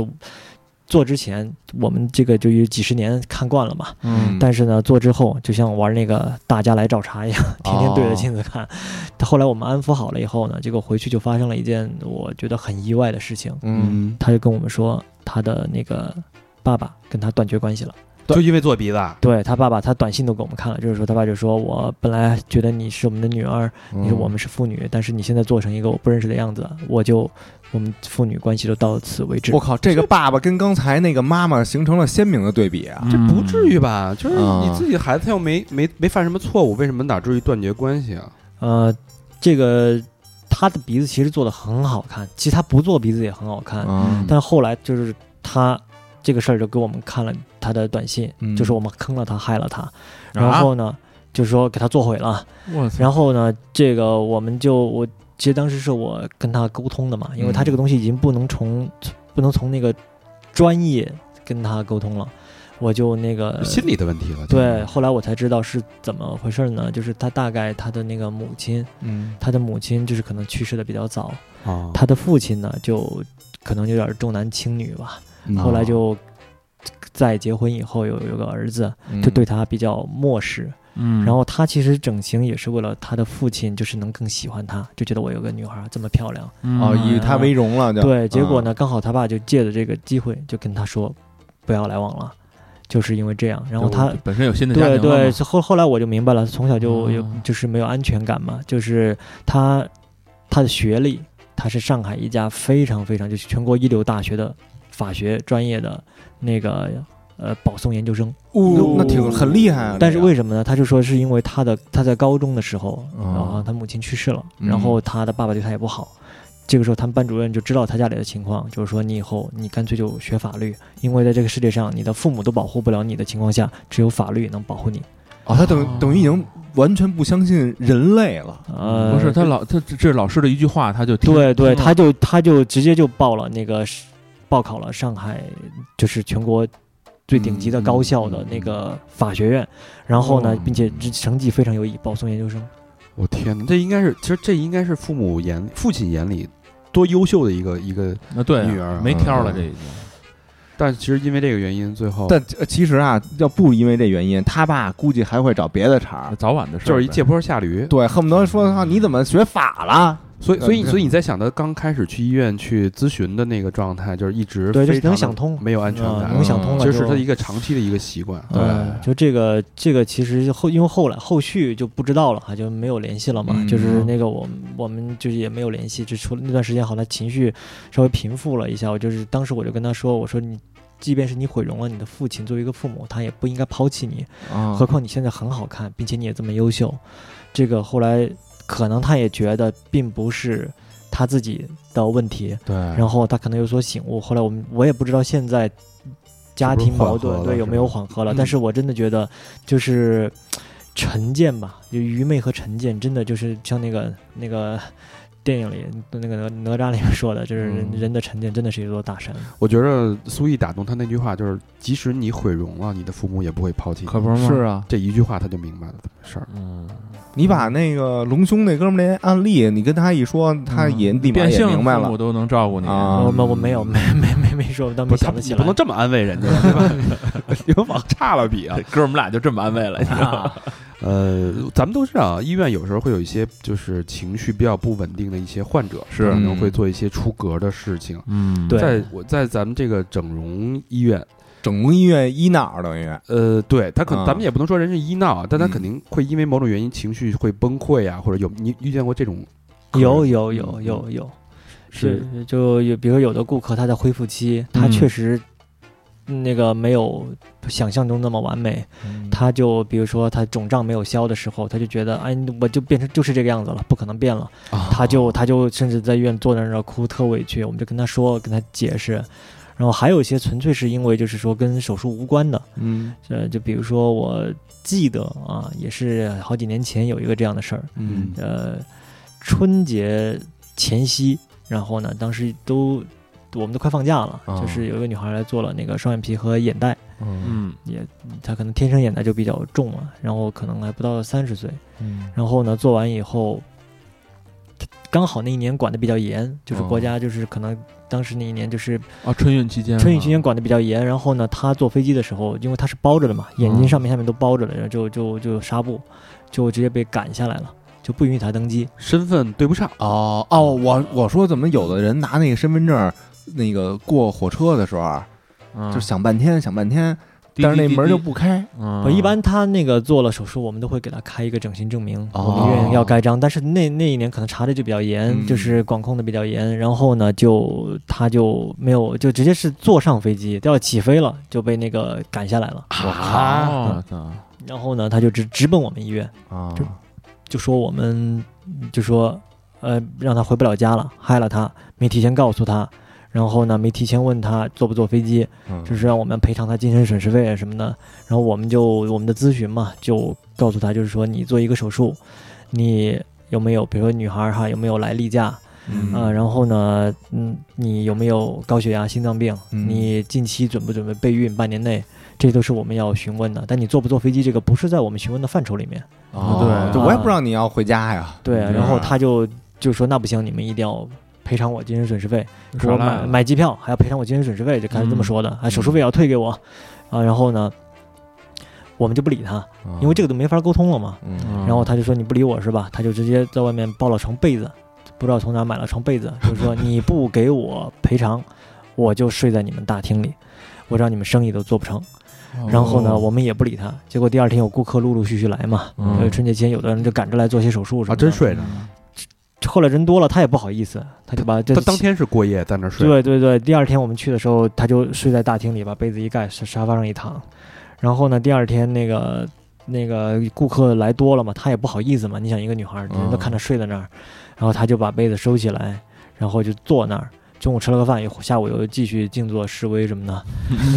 E: 做之前我们这个就有几十年看惯了嘛，
D: 嗯
E: 但是呢，做之后就像玩那个大家来找茬一样，
B: 哦
E: 天天对着镜子看。他后来我们安抚好了以后呢，结果回去就发生了一件我觉得很意外的事情。
B: 嗯，
E: 他就跟我们说，他的那个爸爸跟他断绝关系了。
B: 嗯
C: 就因为做鼻子啊，
E: 对他爸爸，他短信都给我们看了，就是说他爸就说我本来觉得你是我们的女儿，
B: 嗯
E: 你说我们是父女，但是你现在做成一个我不认识的样子，我就我们父女关系就到此为止
B: 我。靠，这个爸爸跟刚才那个妈妈形成了鲜明的对比啊！
E: 嗯
C: 这不至
D: 嗯
C: 于吧？就是
B: 啊
C: 你自己的孩子，他又没没没犯什么错误，为什么哪至于断绝关系啊？
E: 呃，这个他的鼻子其实做的很好看，其实他不做鼻子也很好看，
B: 啊，
E: 但后来就是他这个事儿就给我们看了他的短信，
B: 嗯
E: 就是我们坑了他，害了他，
D: 啊
E: 然后呢，就说给他做毁了，
D: 我操，
E: 然后呢，这个我们就我其实当时是我跟他沟通的嘛，因为他这个东西已经不能从不能从那个专业跟他沟通了，我就那个
C: 心理的问题了。
E: 呃对，，后来我才知道是怎么回事呢？就是他大概他的那个母亲，
B: 嗯
E: 他的母亲就是可能去世的比较早，
C: 啊，
E: 他的父亲呢就可能有点重男轻女吧，后
D: 哦
E: 来就在结婚以后有有个儿子，就对他比较漠视。
D: 嗯，
E: 然后他其实整形也是为了他的父亲，就是能更喜欢他，就觉得我有个女孩这么漂亮。
B: 哦，
D: 嗯
B: 以他为荣了，就
E: 对，结果呢，刚好他爸就借着这个机会就跟他说，不要来往了，就是因为这样。然后他
D: 本身有新的家庭
E: 对
D: 了
E: 对，
D: 嘛
E: 后后来我就明白了，从小就有、
D: 哦
E: 就是没有安全感嘛，就是他他的学历，他是上海一家非常非常就是全国一流大学的法学专业的那个呃保送研究生，
B: 哦，那挺很厉害啊。
E: 但是
B: 这个
E: 为什么呢？他就说是因为他的他在高中的时候，然后
B: 哦
E: 他母亲去世了，
B: 嗯
E: 然后他的爸爸对他也不好。这个时候，他们班主任就知道他家里的情况，就是说你以后你干脆就学法律，因为在这个世界上，你的父母都保护不了你的情况下，只有法律能保护你。
B: 哦，他等等于已经完全不相信人类了。
E: 呃，
D: 嗯不是他老他这这是老师的一句话，他就听
E: 对
B: 嗯
E: 对，
D: 听
E: 他
D: 了
E: 就他就直接就报了那个是报考了上海，就是全国最顶级的
B: 嗯
E: 高校的那个法学院，然后呢
B: 哦，
E: 并且这成绩非常优异，保送研究生。
C: 我天哪，这应该是，其实这应该是父母眼里、父亲眼里多优秀的一个一个，
D: 那对啊
C: 女儿
D: 没挑了
B: 嗯
D: 这已经，
C: 但其实因为这个原因，最后
B: 但呃其实啊，要不因为这原因，他爸估计还会找别的茬儿
E: 嗯
D: 那。早晚的事儿呗，
C: 就是一借坡下驴。
B: 对，恨不得说啊，你怎么学法了？
C: 所以，所以，
B: 嗯
C: 所以你在想他刚开始去医院去咨询的那个状态，就是一直
E: 对就是
C: 非常
E: 能
C: 地
E: 想通
C: 没有安全
E: 啊
C: 感，
E: 能想通了
C: 其
E: 就，
C: 实是他一个长期的一个习惯。啊
E: 嗯，就这个这个其实后因为后来后续就不知道了哈，就没有联系了嘛。
B: 嗯
E: 就是那个我们我们就是也没有联系，就除了那段时间好像情绪稍微平复了一下，我就是当时我就跟他说，我说你。即便是你毁容了你的父亲，作为一个父母，他也不应该抛弃你。
C: 嗯
B: 啊
E: 何况你现在很好看，并且你也这么优秀。这个后来可能他也觉得并不是他自己的问题，
B: 对，
C: 哎
E: 然后他可能有所醒悟。后来我们我也不知道现在家庭矛
C: 是不是缓
E: 盾
C: 和了
E: 对有没有
C: 是吧
E: 缓和了，
C: 嗯
E: 但是我真的觉得就是成见吧，就愚昧和成见，真的就是像那个那个。电影里那个哪哪吒里面说的，就是人、
B: 嗯
E: 人的成见真的是一座大山。
C: 我觉得苏毅打动他那句话就是：即使你毁容了，你的父母也不会抛弃你。
D: 可不是吗？
B: 是啊，
C: 这一句话他就明白了怎么回事儿。
D: 嗯，
B: 你把那个隆胸那哥们儿那案例，你跟他一说，他也
D: 嗯
B: 立马
D: 变
B: 也
D: 性
B: 明白
D: 父
B: 了
D: 母。都能照顾你
B: 啊
E: 我我我没有没没没没说，我倒没
C: 不是他
E: 想得
C: 你
E: 起
C: 不
E: 来
C: 能。这么安慰人家，对吧？ <laughs>
D: 你们往差了
E: <laughs>
D: 比啊， <laughs> 哥们儿俩就这么安慰了，你知道吗？
C: 呃，咱们都知道，医院有时候会有一些就是情绪比较不稳定的一些患者，
D: <laughs> 是
C: 可能
B: 嗯
C: 会做一些出格的事情。
D: 嗯，
E: 对
C: 在我在咱们这个整容医院，
B: 整容医院医闹等于
C: 呃，对他可
B: 啊
C: 咱们也不能说人是医闹啊，但他
B: 嗯
C: 肯定会因为某种原因情绪会崩溃啊，或者有你遇见过这种客人吗？
E: 有有有有有，
C: 是
E: 就就比如有的顾客他在恢复期，他
D: 嗯
E: 确实那个没有想象中那么完美，
D: 嗯
E: 他就比如说他肿胀没有消的时候，他就觉得哎，我就变成就是这个样子了，不可能变了。他就他就甚至在医院坐在那儿哭，特委屈。我们就跟他说，跟他解释。然后还有一些纯粹是因为就是说跟手术无关的，
C: 嗯
E: 呃，就比如说我记得啊，也是好几年前有一个这样的事儿，
C: 嗯
E: 呃，春节前夕，然后呢，当时都我们都快放假了，
B: 哦
E: 就是有一个女孩来做了那个双眼皮和眼袋，
B: 嗯
D: 嗯
E: 也她可能天生眼袋就比较重嘛，然后可能还不到三十岁，
B: 嗯
E: 然后呢，做完以后，刚好那一年管的比较严，就是
B: 哦
E: 国家就是可能当时那一年就是
D: 啊，春运期间，啊
E: 春运期间，管的比较严，然后呢，他坐飞机的时候，因为他是包着的嘛，眼睛上面下面都包着的，然后就就就纱布，就直接被赶下来了，就不允许他登机。
C: 身份对不上，
B: 哦哦，我我说怎么有的人拿那个身份证儿那个过火车的时候啊，
D: 嗯
B: 就想半天想半天，
D: 滴滴
B: 但是那门就
D: 滴滴
B: 不开。
D: 嗯
E: 我一般他那个做了手术，我们都会给他开一个整形证明，
B: 哦
E: 我们医院要盖章。但是那那一年可能查的就比较严，
B: 嗯
E: 就是管控的比较严，然后呢，就他就没有，就直接是坐上飞机，都要起飞了，就被那个赶下来了。
D: 啊，我操
E: 然后呢，他就直直奔我们医院，
B: 啊
E: 就就说我们就说呃让他回不了家了，害了他，没提前告诉他，然后呢没提前问他坐不坐飞机，就
B: 嗯
E: 是让我们赔偿他精神损失费啊什么的。然后我们就我们的咨询嘛，就告诉他就是说你做一个手术，你有没有比如说女孩儿哈有没有来例假啊、
B: 嗯
E: 呃然后呢嗯你有没有高血压、心脏病，
B: 嗯
E: 你近期准不准备备孕半年内。这都是我们要询问的，但你坐不坐飞机，这个不是在我们询问的范畴里面。
B: 哦
D: 对
B: 就我也不知道你要回家呀。
E: 对，啊
D: 嗯
E: 然后他就就说那不行，你们一定要赔偿我精神损失费，给
D: 耍
E: 我
D: 赖
E: 买
D: 了
E: 买机票，还要赔偿我精神损失费，就开始这么说的，啊，手术费也要退给我，啊，然后呢，我们就不理他，
D: 啊
E: 因为这
B: 个，
E: 个都没法沟通了嘛。
B: 嗯
D: 嗯
E: 然后他就说你不理我是吧？他就直接在外面抱了床被子，不知道从哪买了床被子，就是说你不给我赔偿，我就睡在你们大厅里，我让你们生意都做不成。然后呢，
D: 哦
E: 我们也不理他，结果第二天有顾客陆陆续续来嘛，
B: 嗯
E: 呃春节前有的人就赶着来做些手术什
C: 啊，
E: 么的。
C: 真睡着，
E: 后来人多了，他也不好意思，他就把这
C: 他当天是过夜在那儿睡，
E: 对对对，第二天我们去的时候，他就睡在大厅里，把被子一盖，沙沙发上一躺。然后呢，第二天那个那个顾客来多了嘛，他也不好意思嘛，你想一个女孩儿，
C: 嗯
E: 人都看她睡在那儿，然后他就把被子收起来，然后就坐那儿。中午吃了个饭以后，下午又继续静坐示威
C: <laughs>
E: 什么的，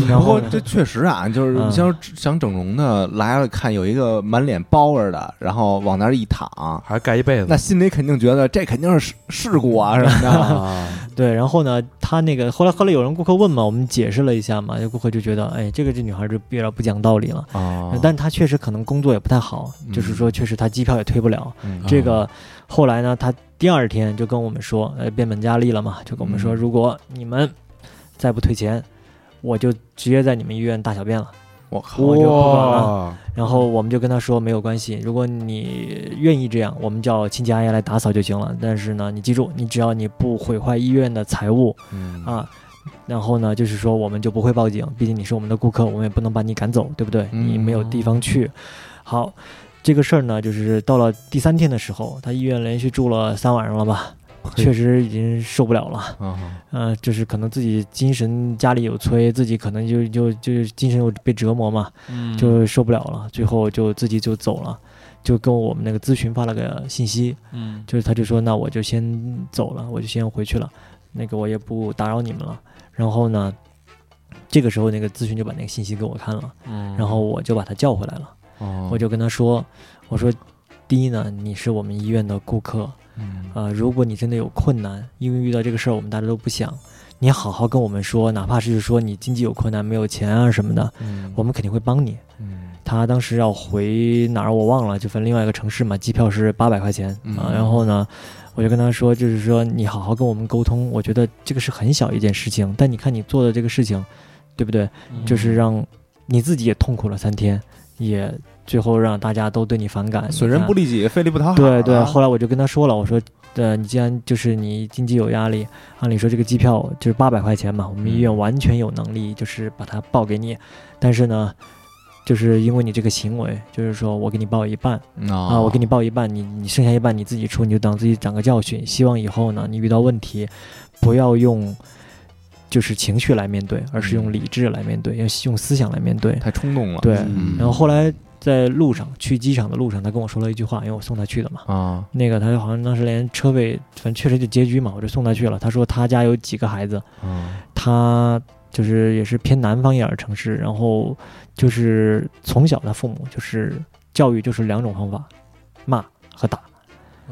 E: 然
B: 不
E: 后
B: 过
E: 呢
B: 这确实啊，就是
E: 嗯
B: 你像想整容的来了，看有一个满脸包着的，然后往那儿一躺，
C: 还盖一被子
B: 那，心里肯定觉得这肯定是事事故啊什么的。
C: 啊，
E: 对，然后呢，他那个后来后来有人顾客问嘛，我们解释了一下嘛，有顾客就觉得，哎，这个这女孩儿就有点不讲道理了。
B: 哦
E: 但他确实可能工作也不太好，就是
B: 嗯
E: 说确实他机票也退不了。
B: 嗯
E: 这个后来呢，他第二天就跟我们说，呃，变本加厉了嘛，就跟我们说，
B: 嗯
E: 如果你们再不退钱，我就直接在你们医院大小便了。
B: 我靠，
E: 我就不管了
C: 哇，
E: 然
B: 嗯
E: 后我们就跟他说没有关系，如果你愿意这样，我们叫亲戚阿姨来打扫就行了。但是呢，你记住，你只要你不毁坏医院的财物
B: 嗯
E: 啊，然后呢，就是说我们就不会报警，毕竟你是我们的顾客，我们也不能把你赶走，对不对？
B: 嗯
E: 你没有地方去。好，这个事儿呢，就是到了第三天的时候，他医院连续住了三晚上了吧，确实已经受不了了。
B: 啊
E: 嗯、就是可能自己精神家里有催，自己可能就就就精神有被折磨嘛，
D: 嗯
E: 就受不了了，最后就自己就走了。就跟我们那个咨询发了个信息，
D: 嗯
E: 就是他就说，那我就先走了，我就先回去了，那个我也不打扰你们了。然后呢，这个时候那个咨询就把那个信息给我看了，
D: 嗯
E: 然后我就把他叫回来了，
B: 哦
E: 我就跟他说，我说，第一呢，你是我们医院的顾客，
B: 嗯
E: 呃，如果你真的有困难，因为遇到这个事儿，我们大家都不想，你好好跟我们说，哪怕是说你经济有困难，没有钱啊什么的，
B: 嗯
E: 我们肯定会帮你。
B: 嗯
E: 他当时要回哪儿我忘了，就反正另外一个城市嘛，机票是八百块钱
B: 嗯
E: 啊、然后呢，我就跟他说，就是说你好好跟我们沟通，我觉得这个是很小一件事情，但你看你做的这个事情，对不对？
B: 嗯
E: 就是让你自己也痛苦了三天，也最后让大家都对你反感，
B: 损人
E: 你看
B: 不利己，费力不讨好啊。
E: 对对，后来我就跟他说了，我说，呃，你既然就是你经济有压力，按理说这个机票就是八百块钱嘛，我们医
B: 嗯
E: 院完全有能力就是把它报给你，但是呢，就是因为你这个行为，就是说我给你报一半啊，
B: 啊
E: 我给你报一半，你你剩下一半你自己出，你就当自己长个教训。希望以后呢，你遇到问题，不要用。就是情绪来面对，而是用理智来面对，要用思想来面对。
B: 太冲嗯动了。
E: 对，
C: 嗯
E: 然后后来在路上去机场的路上，他跟我说了一句话，因为我送他去的嘛。
B: 啊，
E: 那个他好像当时连车位，反正确实就拮据嘛，我就送他去了。他说他家有几个孩子，
B: 啊
E: 他就是也是偏南方一点的城市，然后就是从小他父母就是教育就是两种方法，骂和打。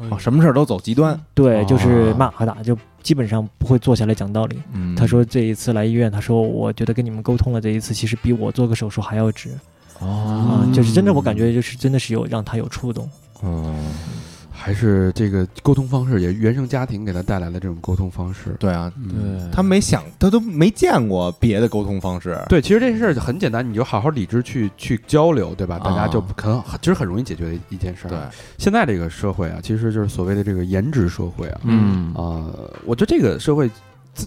D: 嗯
B: 哦，什么事儿都走极端。
E: 对，就是
B: 哦
E: 骂和打，就基本上不会坐下来讲道理。
B: 嗯
E: 他说这一次来医院，他说我觉得跟你们沟通了，这一次其实比我做个手术还要值
B: 哦，
E: 啊、就是真的，我感觉就是真的是有让他有触动。
B: 嗯，
C: 还是这个沟通方式，也原生家庭给他带来的这种沟通方式。
B: 对啊，
C: 嗯，
D: 对
B: 他没想，他都没见过别的沟通方式。
C: <laughs> 对，其实这事儿很简单，你就好好理智去去交流，对吧？大家就
B: 啊
C: 很其实很容易解决的一件事儿。
B: 对，
C: 现在这个社会啊，其实就是所谓的这个颜值社会啊。
D: 嗯
C: 啊、我觉得这个社会，自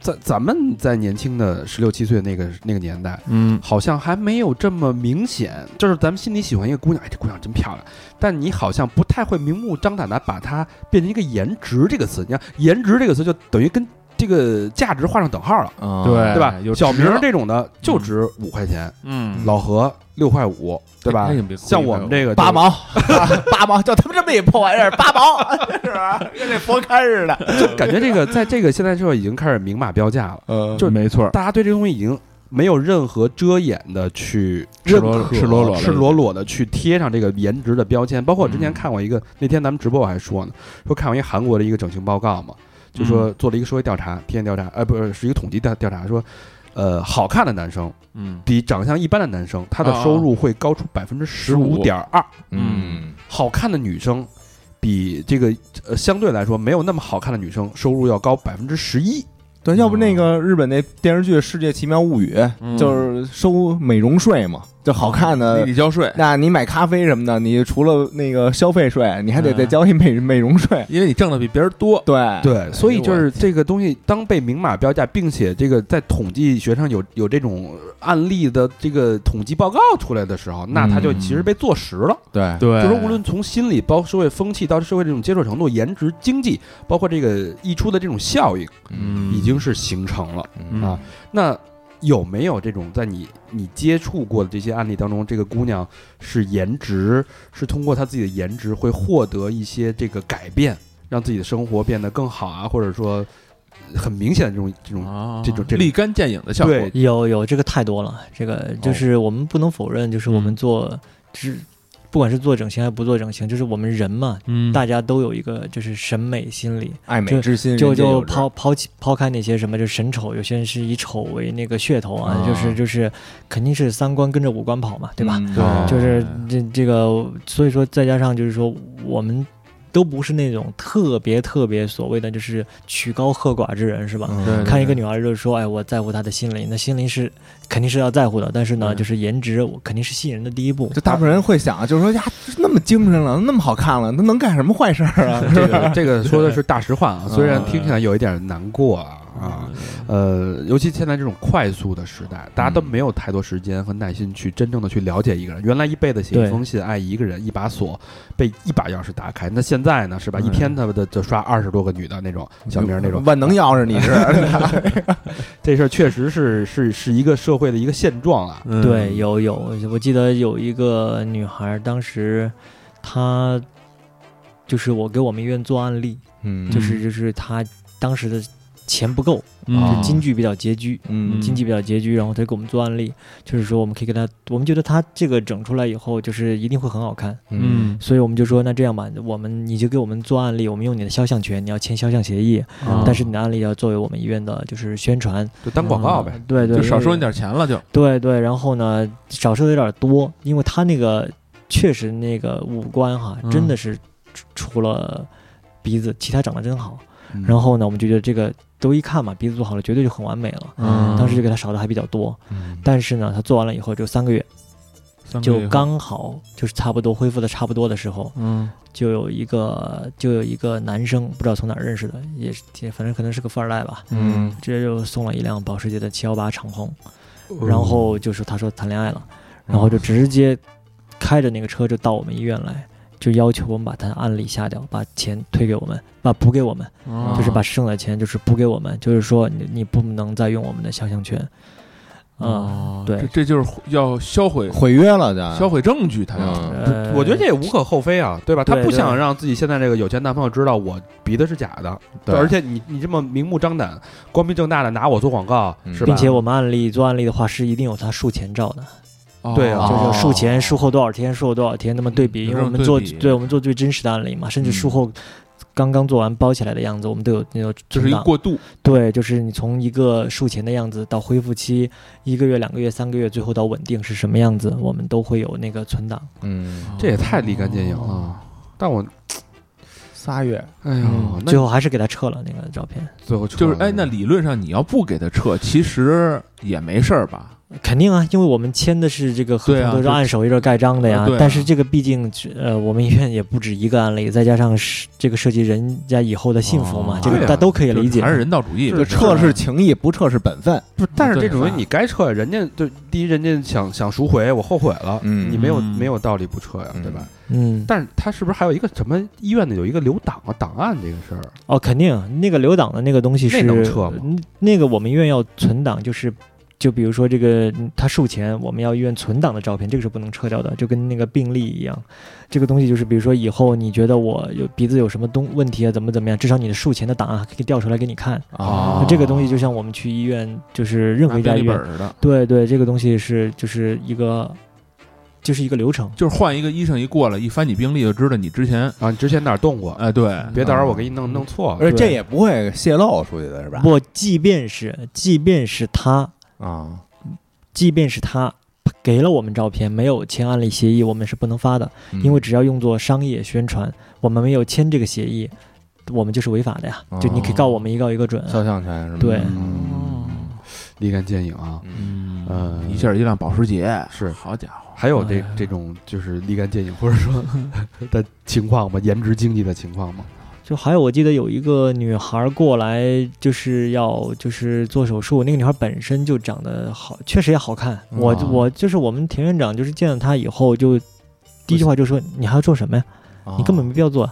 C: 咱咱们在年轻的十六七岁那个那个年代，
D: 嗯
C: 好像还没有这么明显。就是咱们心里喜欢一个姑娘，哎，这姑娘真漂亮，但你好像不太会明目张胆的把它变成一个颜值这个词。你看，颜值这个词就等于跟这个价值画上等号了，
B: 啊，
D: 对
C: 对吧？
D: 哎有
C: 小
D: 值
C: 明
D: 了
C: 这种的就值五块钱，
D: 嗯，哎
C: 老何六块五，对吧
D: 那？你别哭
C: 像我们这个就
B: 八毛， <laughs> 八毛，就他们这么一破玩意儿，八毛， <laughs> 是吧？跟那佛龛似的。
C: 感觉这个在这个现代社会已经开始明码标价了，
B: 呃
D: 就没错儿，
C: 大家对这东西已经没有任何遮掩的去
D: 赤
C: 认
D: 裸
C: 可
D: 赤裸裸的
C: 赤裸裸的去贴上这个颜值的标签。包括我之前
D: 嗯
C: 看过一个，那天咱们直播我还说呢，说看过一韩国的一个整形报告嘛，就说
D: 嗯
C: 做了一个社会调查，体验调查，呃，不是是一个统计调调查，说，呃，好看的男生
D: 嗯
C: 比长相一般的男生，他的
D: 啊啊
C: 收入会高出百分之十五点二。
B: 嗯，
C: 好看的女生比这个呃相对来说没有那么好看的女生收入要高百分之十一。
B: 对，要不那个日本那电视剧《世界奇妙物语》
D: 嗯
B: 就是收美容税嘛，就好看
D: 你
B: 的。
D: 得交税，
B: 那你买咖啡什么的，你除了那个消费税，你还得再交一美美容税。
D: 因为你挣的比别人多，
B: 嗯对
C: 对，所以就
B: 哎呦
C: 是这个东西，当被明码标价，并且这个在统计学上有有这种案例的这个统计报告出来的时候，那它就其实被坐实了。
B: 我对
D: 对
C: 就说无论从心理、包括社会风气到社会这种接受程度、颜值、经济，包括这个溢出的这种效应，
D: 嗯
C: 已经是形成了。
B: 嗯
C: 啊那有没有这种在你你接触过的这些案例当中，这个姑娘是颜值是通过她自己的颜值会获得一些这个改变，让自己的生活变得更好啊，或者说很明显的这种这种
D: 啊
C: 这种这种
D: 立竿见影的效果，
C: 对
E: 有有这个太多了，这
B: 哦
E: 个就是我们不能否认，就是我
B: 嗯
E: 们做、就是不管是做整形还是不做整形，就是我们人嘛，
D: 嗯
E: 大家都有一个就是审美心理，
B: 爱美之心，
E: 就
B: 人皆
E: 就
B: 有之
E: 抛抛弃抛开那些什么，就是审丑，有些人是以丑为那个噱头啊，
B: 啊
E: 就是就是肯定是三观跟着五官跑嘛，对吧？
B: 嗯
C: 对
E: 就是这这个，所以说再加上就是说我们。都不是那种特别特别所谓的就是曲高和寡之人，是吧？
B: 嗯
D: 对对
E: 看一个女孩就是说，哎，我在乎她的心灵，那心灵是肯定是要在乎的，但是呢，
D: 嗯
E: 就是颜值我肯定是吸引人的第一步。
B: 就大部分人会想，啊就是说呀，那么精神了，那么好看了，他能干什么坏事儿啊？
E: <laughs>
C: 这个这个说的是大实话啊，虽然
B: 嗯
C: 听起来有一点难过啊
E: 嗯
C: 啊，呃，尤其现在这种快速的时代，大家都
E: 嗯
C: 没有太多时间和耐心去真正的去了解一个人。原来一辈子写一
E: 对
C: 封信，爱一个人，一把锁被一把钥匙打开，那现在呢，是吧？一天
E: 嗯
C: 他妈的就刷二十多个女的那种小明儿那种，
B: 万能钥匙，你是 <laughs>
C: 这事儿确实是是是一个社会的一个现状啊。
D: 嗯
E: 对，有有，我记得有一个女孩，当时她就是我给我们医院做案例，
B: 嗯
E: 就是就是她当时的钱不够，
D: 嗯
E: 就经济比较拮据，
B: 啊嗯
E: 经济比较拮据，然后她给我们做案例，就是说我们可以给她，我们觉得她这个整出来以后，就是一定会很好看，
D: 嗯
E: 所以我们就说那这样吧，我们你就给我们做案例，我们用你的肖像权，你要签肖像协议，
D: 啊
E: 嗯但是你的案例要作为我们医院的就是宣传
C: 就当广告呗。
E: 嗯对对，
D: 就少
E: 因为
D: 收你点钱了，就
E: 对对，然后呢，少说的有点多，因为他那个确实那个五官哈，
D: 嗯
E: 真的是除除了鼻子，其他长得真好。
C: 嗯
E: 然后呢，我们就觉得这个都一看嘛，鼻子做好了，绝对就很完美了。
D: 嗯
E: 当时就给他少的还比较多，但是呢，他做完了以后就三个月，
D: 三个月以
E: 就
D: 后
E: 刚好就是差不多恢复的差不多的时候，
D: 嗯
E: 就有一个就有一个男生，不知道从哪儿认识的，也是也反正可能是个富二代吧，
D: 嗯
E: 直接就送了一辆保时捷的718敞篷。然后就是他说谈恋爱了，然后就直接开着那个车就到我们医院来，就要求我们把它按理下掉，把钱退给我们，把补给我们，
D: 啊
E: 就是把剩的钱就是补给我们，就是说你你不能再用我们的肖像权，啊、
D: 哦
E: 对
D: 这这就是要销毁
B: 嗯毁约了的，
D: 销毁证据，他要
B: 嗯，
E: 呃
C: 我觉得这也无可厚非啊，对吧？他
E: 对
C: 不
E: 对
C: 想让自己现在这个有钱男朋友知道我鼻的是假的，
B: 对
C: 而且你你这么明目张胆、光明正大的拿我做广告，
B: 嗯
C: 是吧？
E: 并且我们案例做案例的话是一定有他术前照的，
C: 对啊
E: 就
B: 哦
E: 是术前术后多少天，术后多少天，那么对比，
D: 有
E: 因
D: 这
E: 为我
D: 种
E: 们做
D: 对比
E: 对我们做最真实的案例嘛，甚至
B: 嗯
E: 术后刚刚做完包起来的样子，我们都有那种
D: 就是一个
E: 存档
D: 过渡，
E: 对，就是你从一个术前的样子到恢复期一个月、两个月、三个月，最后到稳定是什么样子，我们都会有那个存档。
B: 嗯，
C: 这也太立竿见影了
D: 哦。
C: 但我，
B: 仨月，
C: 哎呀，那
E: 最后还是给他撤了那个照片，
C: 最后
D: 就是哎，那理论上你要不给他撤，其实也没事儿吧？
E: 肯定啊，因为我们签的是这个合
D: 对啊
E: 同，都是
D: 就
E: 按手一阵盖章的呀。
D: 啊对啊
E: 但是这个毕竟呃，我们医院也不止一个案例，再加上是这个涉及人家以后的幸福嘛，
D: 哦
E: 这个
C: 对啊
E: 大家都可以
D: 就
E: 理解。
D: 还是人道主义，
B: 就撤是情谊，不撤是本分，
C: 不，但是这种
D: 对
C: 人你该撤，人家就第一，人家想想赎回，我后悔了，
B: 嗯
C: 你没有
D: 嗯
C: 没有道理不撤呀，对吧？
E: 嗯，
C: 但是他是不是还有一个什么医院的有一个留档啊档案这个事儿？
E: 哦，肯定那个留档的那个东西
C: 那
E: 是
C: 能撤吗
E: 嗯那个我们医院要存档，就是就比如说这个嗯他术前我们要医院存档的照片，这个是不能撤掉的，就跟那个病历一样。这个东西就是比如说以后你觉得我有鼻子有什么东问题啊，怎么怎么样，至少你的术前的档案还可以调出来给你看。
C: 哦
B: 啊
E: 那这个东西就像我们去医院，就是任何
D: 拿
E: 一家
D: 病
E: 医
D: 历本
E: 院，
D: 儿似的，
E: 对对，这个东西是就是一个就是一个流程。
D: 就是换一个医生一过来一翻你病历就知道你之前
C: 啊，你之前哪儿动过？
D: 哎对
C: 别到时候我给你弄弄错了。
B: 而且这也不会泄露出去的是吧？
E: 不，即便是即便是他
B: 啊，
E: 即便是他给了我们照片，没有签案例协议，我们是不能发的，
B: 嗯
E: 因为只要用作商业宣传，我们没有签这个协议，我们就是违法的呀。
B: 哦
E: 就你可以告我们一告一个准啊。
B: 肖像权是吗？
E: 对
C: 嗯，立竿见影啊！
B: 嗯，
D: 嗯
C: 呃
D: 一下一辆保时捷，
C: 是
D: 好家伙，
C: 还有这
E: 哎
C: 这种就是立竿见影，或者说的情况吗？颜值经济的情况吗？
E: 就还有我记得有一个女孩过来，就是要就是做手术，那个女孩本身就长得好，确实也好看。我
B: 哦
E: 我就是我们田院长，就是见到她以后就第一句话就说：“你还要做什么呀？”
B: 啊
E: 你根本没必要做。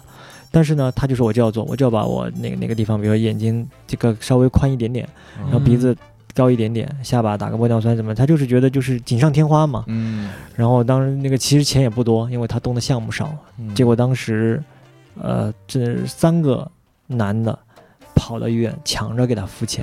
E: 但是呢，他就说我就要做，我就要把我哪个哪个地方，比如说眼睛这个稍微宽一点点，然后鼻子高一点点，下巴打个玻尿酸什么，他就是觉得就是锦上添花嘛。
B: 嗯，
E: 然后当时那个其实钱也不多，因为他动的项目少。
B: 嗯
E: 结果当时，呃，这三个男的跑到医院抢着给他
B: <laughs>
E: 付钱，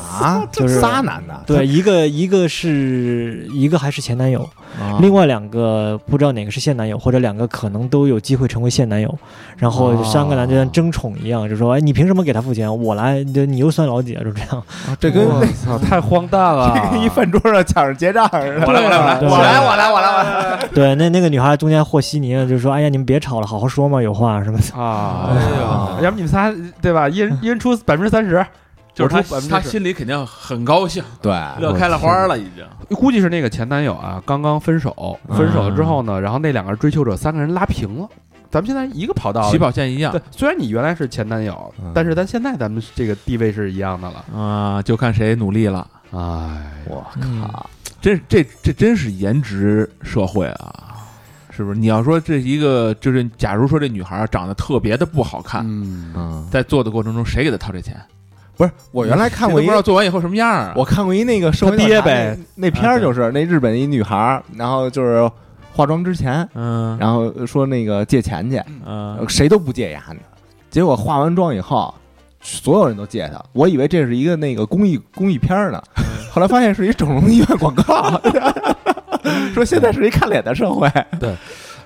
B: 啊，
E: 就是
B: 仨男的，
E: 对，一个一个是一个还是前男友，
B: 啊，
E: 另外两个不知道哪个是现男友，或者两个可能都有机会成为现男友，然后三个男就
B: 啊
E: 像争宠一样，就说：“哎，你凭什么给他付钱？我来，就你又算老几啊？”就这样。
B: 这跟 <laughs>
C: 我操，太荒诞了！
B: 这啊 <laughs> 跟一饭桌上抢着结账似的，
C: 我来我来我来
E: 对我来
B: 我来我来我来，
E: <laughs> 对，那那个女孩中间和稀泥了，就说：“哎呀，你们别吵了，好好说嘛，有话什么的。
C: 啊！
B: 哎
C: 呀
B: 呀，
C: 要不你们仨对吧？一人一人出百分之三十，
D: 就是
C: 我
D: 他
C: 出百分之
D: 他
C: 十
D: 心里肯定很高兴，
B: <laughs> 对，
D: 乐开了花了已经。
C: 估计是那个前男友啊，刚刚分手，分手了之后呢，然后那两个追求者三个人拉平了。咱们现在一个跑道
D: 起，跑线一样
C: 对，虽然你原来是前男友
B: 嗯，
C: 但是咱现在咱们这个地位是一样的了。
D: 啊，就看谁努力了。
C: 哎，
B: 我靠，
D: 这这这真是颜值社会啊，是不是？你要说这一个，就是假如说这女孩长得特别的不好看，
C: 嗯，
B: 嗯，
D: 在做的过程中，谁给她掏这钱？
B: 不是，我原来看过
D: 谁
B: 一
D: 都不知道做完以后什么样啊？
B: 我看过一那个社会调查那，那片儿就是那日本一女孩儿，然后就是化妆之前，
D: 嗯
B: 然后呃说那个借钱去，
D: 嗯
B: 谁都不借丫的，结果化完妆以后。所有人都借她，我以为这是一个那个公益公益片儿呢，
D: 嗯
B: <laughs> 后来发现是一整容医院广告， <laughs> 说现在是一看脸的社会。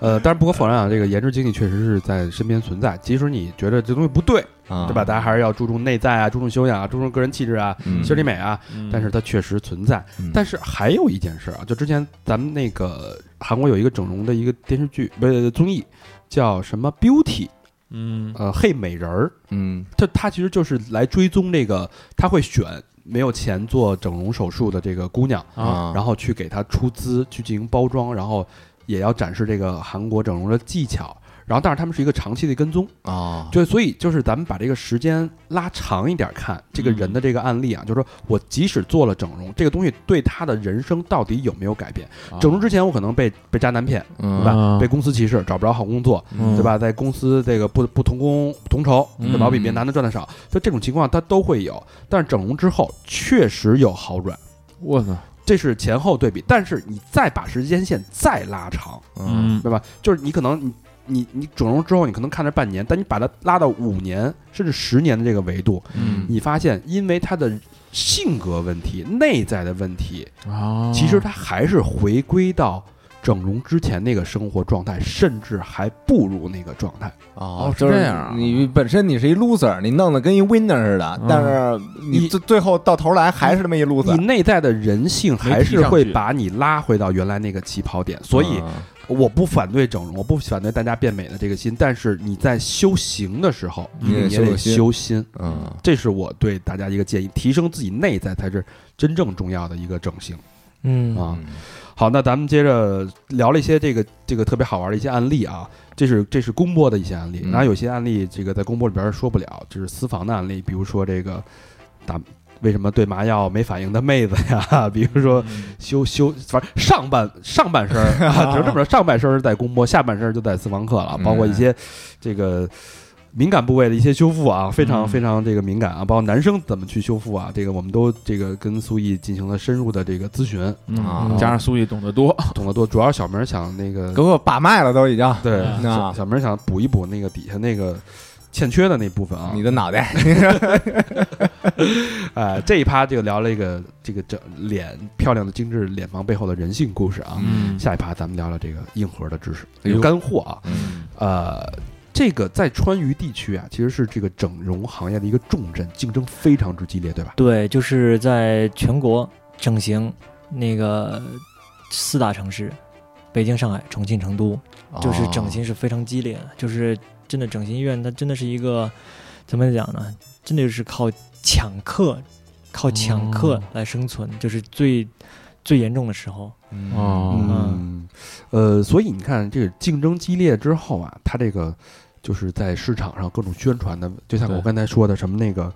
C: 呃，但是不可否认啊，这个颜值经济确实是在身边存在。即使你觉得这东西不对，
B: 啊
C: <laughs> 对吧？大家还是要注重内在啊，注重修养啊，注重个人气质啊，
B: 嗯
C: 修理美啊。
D: 嗯
C: 但是它确实存在。但是还有一件事啊，就之前咱们那个韩国有一个整容的一个电视剧，不是综艺，叫什么 Beauty，
D: 嗯
C: 呃，嘿美人儿。
B: 嗯
C: 它它其实就是来追踪这个，他会选没有钱做整容手术的这个姑娘，
D: 啊，
B: 嗯
C: 然后去给她出资去进行包装，然后也要展示这个韩国整容的技巧。然后但是他们是一个长期的跟踪，
B: 啊，
C: 就所以就是咱们把这个时间拉长一点看这个人的这个案
D: 嗯
C: 例啊，就是说我即使做了整容，这个东西对他的人生到底有没有改变？整容之前我可能被被渣男骗，对
B: 嗯
C: 吧
D: 啊嗯？
C: 被公司歧视，找不着好工作，
D: 嗯
C: 对吧？在公司这个不不同工同酬，
D: 嗯
C: 对吧？我比别的男的赚的少，就这种情况他都会有。但是整容之后确实有好转，
D: 我操，
C: 这是前后对比。但是你再把时间线再拉长，
B: 嗯，
C: 对吧？就是你可能你你你整容之后，你可能看着半年，但你把它拉到五年甚至十年的这个维度，
D: 嗯
C: 你发现因为他的性格问题、内在的问题，
D: 啊，
C: 其实他还是回归到。整容之前那个生活状态，甚至还不如那个状态。
B: 哦
D: 哦，
B: 就是
D: 这样啊
B: 你本身你是一 loser，你弄得跟一 winner 似的
D: 嗯，
B: 但是你
C: 你
B: 最最后到头来还是那么一
C: 你
B: loser。
C: 内在的人性还是会把你拉回到原来那个起跑点，所以我不反对整容，我不反对大家变美的这个心，但是你在修行的时候，
B: 你得
C: 你也
B: 修
C: 得
B: 心
C: 修心，
B: 嗯，
C: 这是我对大家一个建议，提升自己内在才是真正重要的一个整形
E: 嗯
C: 啊。好，那咱们接着聊了一些这个这个特别好玩的一些案例啊，这是这是公播的一些案例，
B: 嗯
C: 然后有些案例这个在公播里边说不了，就是私房的案例，比如说这个打为什么对麻药没反应的妹子呀， <laughs> 比如说
D: 嗯
C: 修修，反正上半上半身
B: <laughs>
C: 儿，啊只能这么说，上半身儿在公播，下半身儿就在私房课了，
B: 嗯
C: 包括一些这个。敏感部位的一些修复啊，非常
D: 嗯
C: 非常这个敏感啊，包括男生怎么去修复啊，这个我们都这个跟苏毅进行了深入的这个咨询，
D: 嗯
B: 啊
D: 加上苏毅懂得多，
C: 懂得多，主要是小明想那个
B: 给我把脉了都已经，
C: 对
D: 啊
C: 小小明想补一补那个底下那个欠缺的那部分啊
B: 你。的脑袋，
C: 哎，这一趴就聊了一个这个整脸漂亮的精致脸庞背后的人性故事啊。
D: 嗯
C: 下一趴咱们聊聊这个硬核的知识，
B: 哎呦
C: 干货啊。
B: 嗯
C: 呃，这个在川渝地区啊，其实是这个整容行业的一个重镇，竞争非常之激烈，对吧？
E: 对，就是在全国整形那个四大城市，北京、上海、重庆、成都，
D: 啊哦
E: 就是整形是非常激烈的，就是真的整形医院它真的是一个怎么讲呢？真的就是靠抢客，靠抢客
D: 哦
E: 来生存，就是最最严重的时候。
D: 哦
C: 嗯，呃，所以你看，这个竞争激烈之后啊，它这个就是在市场上各种宣传的，就像
D: 对
C: 我刚才说的，什么那个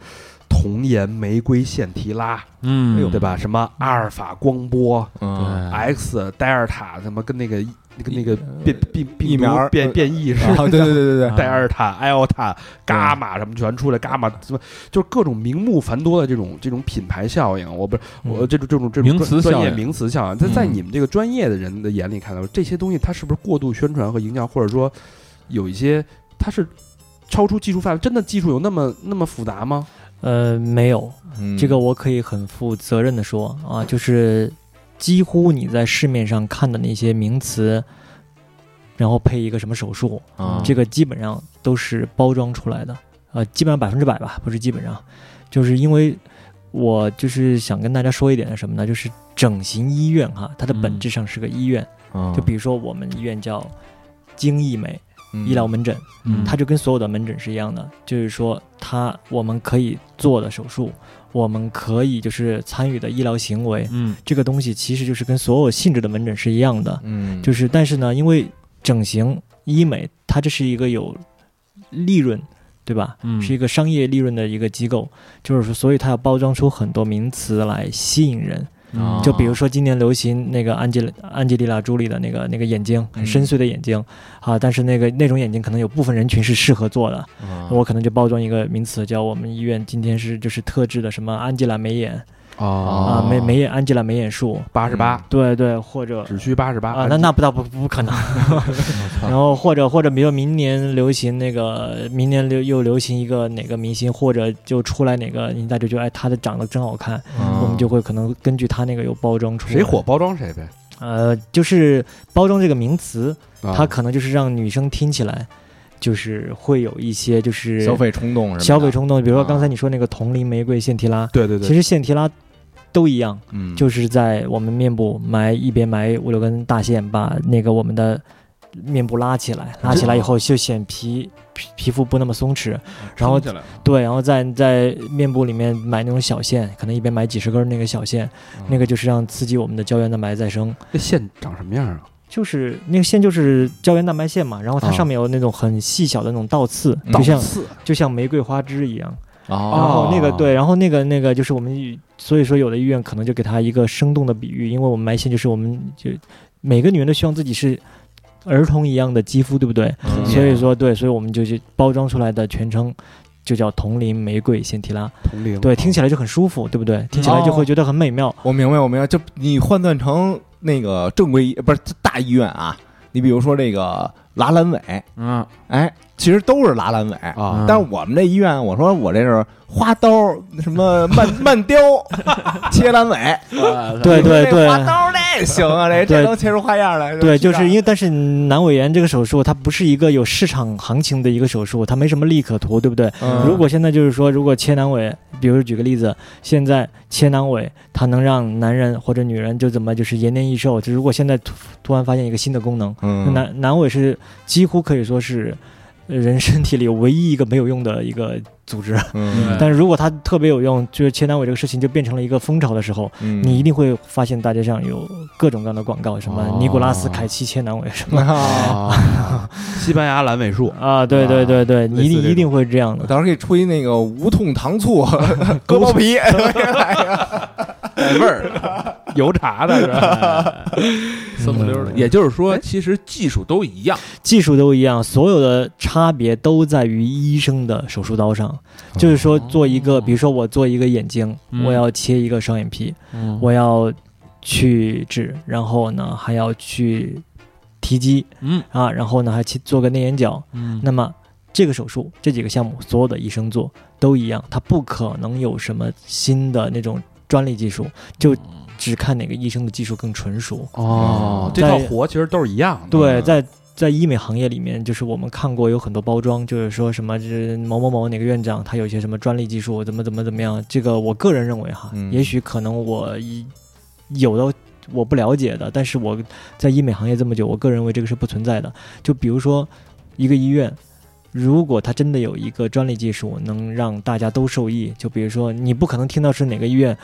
C: 童颜玫瑰线提拉，
D: 嗯
C: 对？吧？什么阿尔法光波、
B: 嗯，
C: X 德尔塔，什么跟那个那个那个
B: 呃
C: 变病
B: 疫
C: 病毒
B: 苗儿
C: 变
B: 呃
C: 变异似
B: <laughs> 啊，
C: 的。
B: 对对对对对，
C: 戴尔塔、艾奥塔、伽马什么全出来，伽马什么就是各种名目繁多的这种这种品牌效应，我不是我
E: 嗯
C: 这种这种这种
D: 名词
C: 专专
D: 效
C: 业
D: 应
C: 名词效应，在在
D: 嗯
C: 你们这个专业的人的眼里看来，这些东西它是不是过度宣传和营销，或者说有一些它是超出技术范围？真的技术有那么那么复杂吗？
E: 呃，没有，
B: 嗯
E: 这个我可以很负责任的说啊，就是几乎你在市面上看的那些名词，然后配一个什么手术，
D: 嗯
B: 啊
E: 这个基本上都是包装出来的，呃，基本上百分之百吧，不是基本上，就是因为我就是想跟大家说一点什么呢？就是整形医院哈，它的本
D: 嗯
E: 质上是个医院，就比如说我们医院叫精益美
B: 嗯
E: 医疗门诊，
D: 嗯
E: 它就跟所有的门诊是一样的，就是说它我们可以做的手术，我们可以就是参与的医疗行为，
D: 嗯
E: 这个东西其实就是跟所有性质的门诊是一样的，
B: 嗯
E: 就是但是呢，因为整形医美它这是一个有利润，对吧？
D: 嗯
E: 是一个商业利润的一个机构，就是说，所以它要包装出很多名词来吸引人。
D: 啊
E: 就
C: 哦
E: 比如说今年流行那个安吉安吉丽娜·朱莉的那个那个眼睛，很深邃的眼睛、
C: 嗯
E: 啊，但是那个那种眼睛可能有部分人群是适合做的，
B: 啊
C: 哦
E: 我可能就包装一个名词，叫我们医院今天是就是特制的什么安吉拉眉眼、
B: 哦
E: 啊，眉眉眼安吉拉眉眼术，
C: 八十八，
E: 对对，或者
C: 只需八十八
E: 啊，那那不大不不可能。
C: <laughs>
E: 然后或者或者，比如明年流行那个，明年流又流行一个哪个明星，或者就出来哪个，你大家就觉得哎，他的长得真好看，
D: 嗯
E: 我们就会可能根据他那个有包装出来。
C: 哦谁火？包装谁呗。
E: 呃，就是包装这个名词，
C: 啊
E: 它可能就是让女生听起来，就是会有一些就是
B: 消费冲动是吧？
E: 消费冲动。比如说刚才
B: 啊
E: 你说那个同龄玫瑰线提拉，
C: 对对对，
E: 其实线提拉都一样，
B: 嗯
E: 就是在我们面部埋一边埋五六根大线，把那个我们的面部拉起
B: <laughs>
E: 来，拉起来以后就显皮皮皮肤不那么松弛，然后
D: 嗯撑起来了
E: 对，然后再在面部里面埋那种小线，可能一边
B: 嗯
E: 埋几十根那个小线，那个就是让刺激我们的胶原蛋白再生，
C: 这线长什么样啊？
E: 就是那个线就是胶原蛋白线嘛，然后它
C: 啊
E: 上面有那种很细小的那种倒刺，
B: 嗯
E: 就像
C: 刺
E: 就像玫瑰花枝一样。然
B: 哦，
E: 后那个对，然后那个那个就是我们与，所以说有的医院可能就给他一个生动的比喻，因为我们埋线就是我们就每个女人都希望自己是儿童一样的肌肤，对不对？
B: 嗯
E: 所以说对，所以我们就是包装出来的全称就叫同林玫瑰腺提拉，
C: 同龄，
E: 对，听起来就很舒服，对不对？听起来就会觉得很美妙。
B: 我明白，我明白，就你换算成那个正规医，不是大医院啊，你比如说这个拉阑尾，
D: 嗯
B: 哎，其实都是拉阑尾。
E: 嗯
C: 啊，
B: 但是我们这医院，我说我这是花刀，什
E: <laughs>
B: 么慢慢雕，切阑尾，
D: <laughs> 啊
E: 对对
B: 这
E: 对
B: 花刀那行啊，这这
E: 对
B: 能切出花样来。
E: 对，就是因
B: 为
E: 为但是阑尾炎这个手术，它不是一个有市场行情的一个手术，它没什么利可图，对不对？
B: 嗯
E: 如果现在就是说，如果切阑尾，比如举个例子，现在切阑尾，它能让男人或者女人就怎么就是延年益寿。就如果现在突突然发现一个新的功能，那
B: 嗯，
E: 阑阑尾是几乎可以说是呃人身体里唯一一个没有用的一个组织。
B: 嗯
E: 但是如果它特别有用，就是切阑尾这个事情就变成了一个风潮的时候，
B: 嗯
E: 你一定会发现大街上有各种各样的广告，什么
C: 哦
E: 尼古拉斯凯奇切阑尾什么。
B: 啊，
C: 啊，西班牙阑尾术，
E: 啊，对对对对，你
C: 类
E: 一
C: 似这
E: 定
C: 种
E: 一定会这样
B: 我
E: 的。
B: 到时候可以出一那个无痛糖
E: <laughs>
B: 醋割包皮，
C: 带味儿，油炸的是吧？
D: 酸不溜儿的。也就是
E: 哎
D: 说，其实技术都一样，
E: 技术都一样，所有的差别都在于医生的手术刀
C: 哦
E: 上。
C: 啊
E: 就是说，做一个，比如说我做一个眼睛，
D: 嗯
E: 我要切一个双眼皮，
C: 嗯
E: 我要去治，然后呢还要去提肌
D: 嗯
E: 啊，然后呢还去做个内眼角。
D: 嗯
E: 那么这个手术这几个项目，所有的医生做都一样，他不可能有什么新的那种专利技术，就只看哪个医生的技术更纯熟。
C: 哦，这套活其实都是一样的，
E: 对，
C: 嗯
E: 在在医美行业里面，就是我们看过有很多包装，就是说什么就是某某某哪个院长他有一些什么专利技术，怎么怎么怎么样。这个我个人认为哈，
B: 嗯
E: 也许可能我一有的我不了解的，但是我在医美行业这么久，我个人认为这个是不存在的。就比如说一个医院。如果他真的有一个专利技术能让大家都受益，就比如说你不可能听到是哪个医院，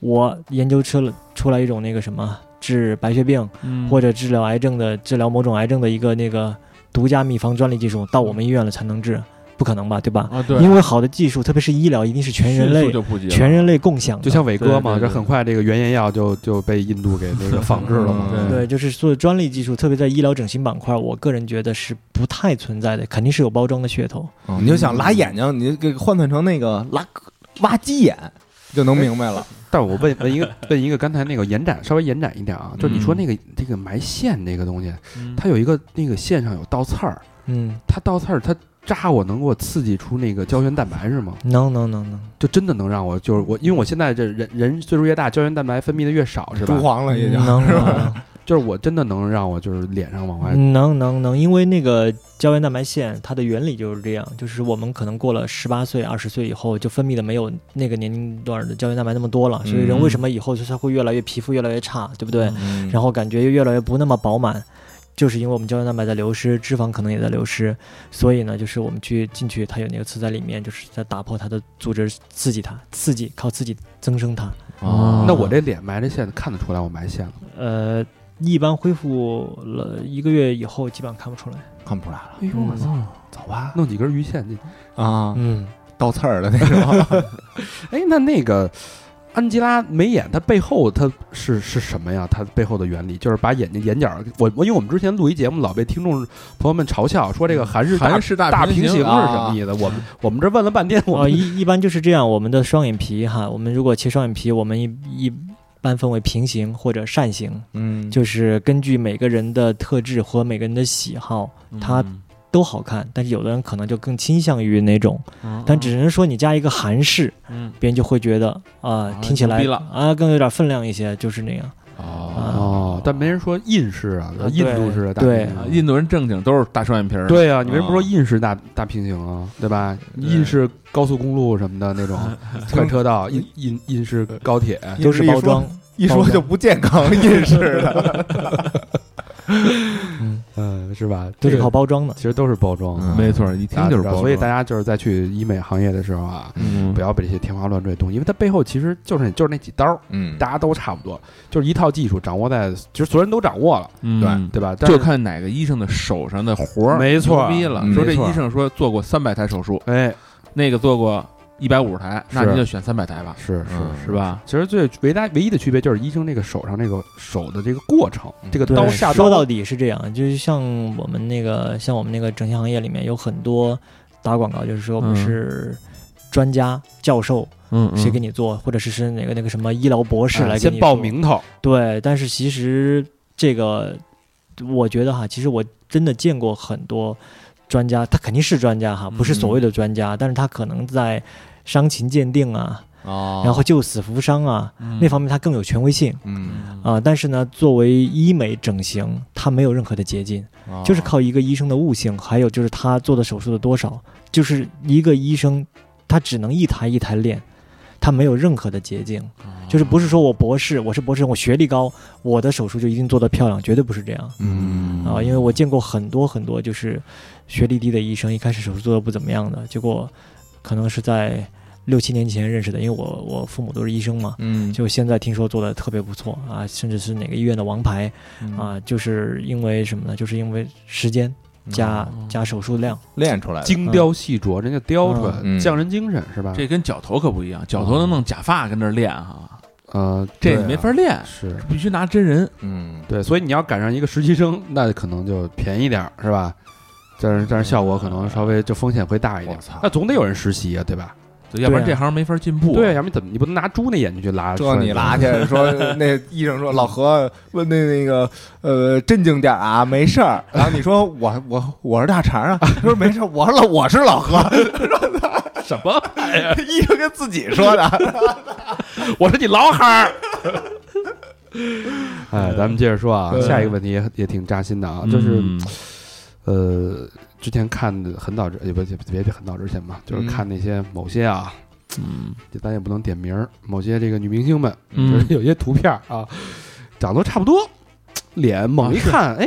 E: 我研究出了出来一种那个什么治白血病，
D: 嗯
E: 或者治疗癌症的治疗某种癌症的一个那个独家秘方专利技术到我们医院了才能治，不可能吧？对吧？
D: 啊，对，
E: 因为好的技术，特别是医疗，一定是全人
D: 迅
E: 类
D: 速就普及了，
E: 全人类共享的，
C: 就像伟哥
D: 对
C: 嘛，
D: 对
C: 这
D: 对
C: 很快这个原研药就就被印度给
D: <laughs>
C: 那个仿制了嘛。
B: 嗯
E: 对，就是所有专利技术，特别在医疗整形板块，我个人觉得是不太存在的，肯定是有包装的噱头。
D: 嗯
B: 你就想拉眼睛，你就给换算成那个拉挖鸡眼，就能明白
E: 嗯
B: 了。
C: 但我问问一个 <laughs> 问一个，刚才那个延展稍微延展一点啊，就是你说那个这个埋线那个东西，
D: 嗯，
C: 它有一个那个线上有倒刺儿，
E: 嗯，
C: 它倒刺儿它扎我能给我刺激出那个胶原蛋白是吗？
E: 能能能能，
C: 就真的能让我就是我，因为我现在这人人岁数越大，胶原蛋白分泌的越少是
B: 珠
C: 吧？
B: 黄了也就
E: 能。能
C: 就是我真的能让我就是脸上往外
E: 能能能能，因为那个胶原蛋白线它的原理就是这样，就是我们可能过了十八岁、二十岁以后，就分泌的没有那个年龄段的胶原蛋白那么多了，所以人为什么以后就才会越来越皮肤越来越差，对不对？
B: 嗯
E: 然后感觉又越来越不那么饱满，就是因为我们胶原蛋白在流失，脂肪可能也在流失，所以呢，就是我们去进去，它有那个刺在里面，就是在打破它的组织，刺激它，刺激靠刺激增生它，
B: 啊
D: 哦
C: 那我这脸埋着线看得出来我埋线了吗，
E: 呃。一般恢复了一个月以后，基本上看不出来。
B: 看不出来了
C: 哎呦我操，
D: 嗯
B: 走吧
C: 弄几根鱼线进去。
B: 啊，
E: 嗯，
B: 倒刺儿的那种。
C: 哎，那那个安吉拉眉眼，它背后它是是什么呀？它背后的原理就是把眼睛眼角儿，我我因为我们之前录一节目，老被听众朋友们嘲笑说这个韩式大
D: 韩式大
C: 大
D: 平
C: 平行是什
B: 啊
C: 么意思？我们我们这问了半天，我
E: 哦，
C: 们
E: 一一般就是这样。我们的双眼皮哈，我们如果切双眼皮，我们一一般分为平行或者扇形，
B: 嗯
E: 就是根据每个人的特质和每个人的喜好它都好看。但是有的人可能就更倾向于哪种，
D: 哦
E: 但只能说你加一个韩式，
D: 嗯
E: 别人就会觉得啊、
D: 啊
E: 听起来
D: 牛逼了
E: 啊更有点分量一些，就是那样。
C: 哦，但没人说印式啊，
E: 啊
C: 印度式的大
E: 对
C: 平行
D: 啊印度人正经都是大双眼皮儿，
C: 对啊，你为什么说印式大大平行啊？对吧？印式高速公路什么的那种快车道，印印印式高铁，
E: 都是包装， <laughs> 嗯
B: 一说就不健康，印式的。
C: 嗯，是吧？
E: 都
C: 这
E: 是
C: 个
E: 靠包装的。
C: 其实都是包装，
B: 嗯
D: 没错，一听
C: 大家
D: 就是
C: 知
D: 包
C: 道
D: 装。
C: 所以大家就是在去医美行业的时候啊，
D: 嗯
C: 不要被这些天花乱坠的东西，因为它背后其实就是就是那几刀儿，
B: 嗯，
C: 大家都差不多，就是一套技术掌握在，其实所有人都掌握了，
D: 嗯
C: 对吧？但
D: 就是看哪个医生的手上的活儿，
C: 没错
D: 牛逼了。
B: 嗯
D: 说这
C: 没错
D: 医生说做过三百台手术，
C: 哎，
D: 那个做过一百五十台，那
C: 是
D: 您就选三百台吧，
C: 是是
B: 嗯
D: 是吧？
C: 其实最唯大唯一的区别就是医生这个手上这个手的这个过程，
B: 嗯
C: 这个
E: 对
C: 呃刀下
E: 说
C: 刀
E: 到底是这样，就是像我们那个，像我们那个整形行业里面有很多打广告，就是说我们
D: 嗯
E: 是专家、教授，
D: 嗯
E: 谁给你做，或者是是哪个那个什么医疗博士
C: 哎
E: 来给
C: 先
E: 你
C: 报
E: 做
C: 名头，
D: 哎
E: 对，但是其实这个，我觉得哈，其实我真的见过很多专家，他肯定是专家哈，
C: 嗯
E: 不是所谓的专家，但是他可能在伤情鉴定啊，
B: 哦
E: 然后救死扶伤啊、
C: 嗯
E: 那方面他更有权威性
B: 嗯，
E: 啊、但是呢，作为医美整形，他没有任何的捷径，
B: 哦
E: 啊就是靠一个医生的悟性，还有就是他做的手术的多少，就是一个医生他只能一台一台练，他没有任何的捷径，
B: 哦
E: 就是不是说我博士，我是博士，我学历高，我的手术就一定做得漂亮，绝对不是这样
B: 嗯
E: 啊，因为我见过很多很多就是学历低的医生，一开始手术做的不怎么样的，结果可能是在六七年前认识的，因为我我父母都是医生嘛。
B: 嗯
E: 就现在听说做的特别不错啊，甚至是哪个医院的王牌
B: 嗯
E: 啊，就是因为什么呢？就是因为时间
B: 嗯
E: 加
B: 哦
E: 加手术量，
B: 练出来的，
C: 精雕细琢，人家雕出来
B: 嗯
C: 的，匠人精神是吧？
D: 嗯这跟绞头可不一样，绞
E: 哦
D: 头能弄假发跟那儿练哈，
C: 呃，
D: 这
C: 对
D: 你
C: 啊
D: 没法练，
C: 是。
D: 必须拿真人。
B: 嗯，
C: 对，所以你要赶上一个实习生，那可能就便宜点儿，是吧？但是但是效果可能稍微就风险会大一点
B: 我操，
C: 那总得有人实习啊，对吧？
D: 对要不然
E: 对
D: 这
E: 啊
D: 行没法进步。 <laughs>
C: 对，，要不然怎么你不能拿猪那眼睛去拉？
B: 这你拉去说，那医生 <laughs> 说老何问那那个呃镇静点啊，没事儿。然后你说我我我是大肠啊，他说没事儿，我是老我是老何， <laughs>
C: 什么？
B: 医生跟自己说的，
C: 我说你老憨儿。哎，咱们接着说啊，
D: 对
C: 下一个问题也也挺扎心的啊，就是
B: 嗯
C: 呃，之前看的很早之，也不别别别很早之前吧，就是
B: 嗯
C: 看那些某些啊，
D: 嗯
C: 就咱也不能点名儿，某些这个女明星们，就
D: 嗯
C: 是有些图片儿啊，长得都差不多，脸猛一看，哎，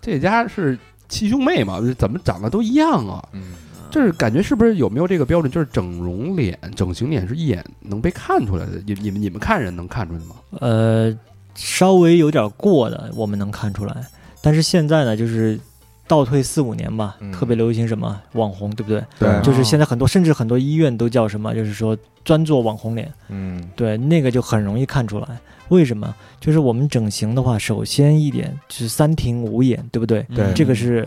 C: 这家是七兄妹嘛，怎么长得都一样啊？
B: 嗯
C: 就是感觉是不是有没有这个标准？就是整容脸、整形脸是一眼能被看出来的。你你们你们看人能看出来吗？
E: 呃，稍微有点过的，我们能看出来。但是现在呢，就是倒退四五年吧，
B: 嗯
E: 特别流行什么网红，对不对？
B: 对
E: 就是现在很多，甚至很多医院都叫什么，就是说专做网红脸，
B: 嗯
E: 对，那个就很容易看出来。为什么？就是我们整形的话，首先一点就是三庭五眼，对不对？
C: 嗯
D: 对
E: 这个是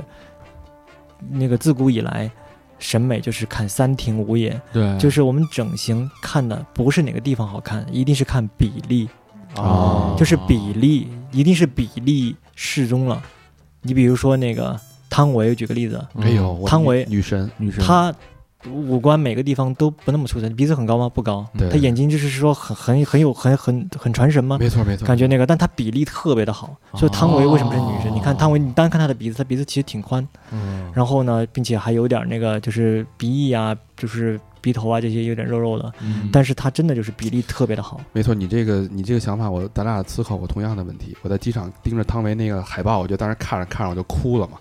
E: 那个自古以来审美就是看三庭五眼，
D: 对，
C: 嗯
E: 就是我们整形看的不是哪个地方好看，一定是看比例，
B: 哦
E: 就是比例，一定是比例适中了。你比如说那个汤唯，举个例子，
D: 嗯
C: 哎呦，我
E: 汤
C: 女
E: 唯
C: 女神，
D: 女生
E: 她五官每个地方都不那么出彩，鼻子很高吗？不高。
C: 对
E: 她眼睛就是说很很很有很很很传神吗？
C: 没错没错，
E: 感觉那个，但她比例特别的好，所以汤唯为什么是女
C: 哦
E: 神？你看汤唯，你单看她的鼻子，她鼻子其实挺宽，
B: 嗯
E: 然后呢，并且还有点那个就是鼻翼啊，就是鼻头啊这些有点肉肉的，
D: 嗯
E: 但是她真的就是比例特别的好。
C: 没错，你这个你这个想法，我咱俩思考过同样的问题。我在机场盯着汤唯那个海报，我就当时看着看着我就哭了嘛，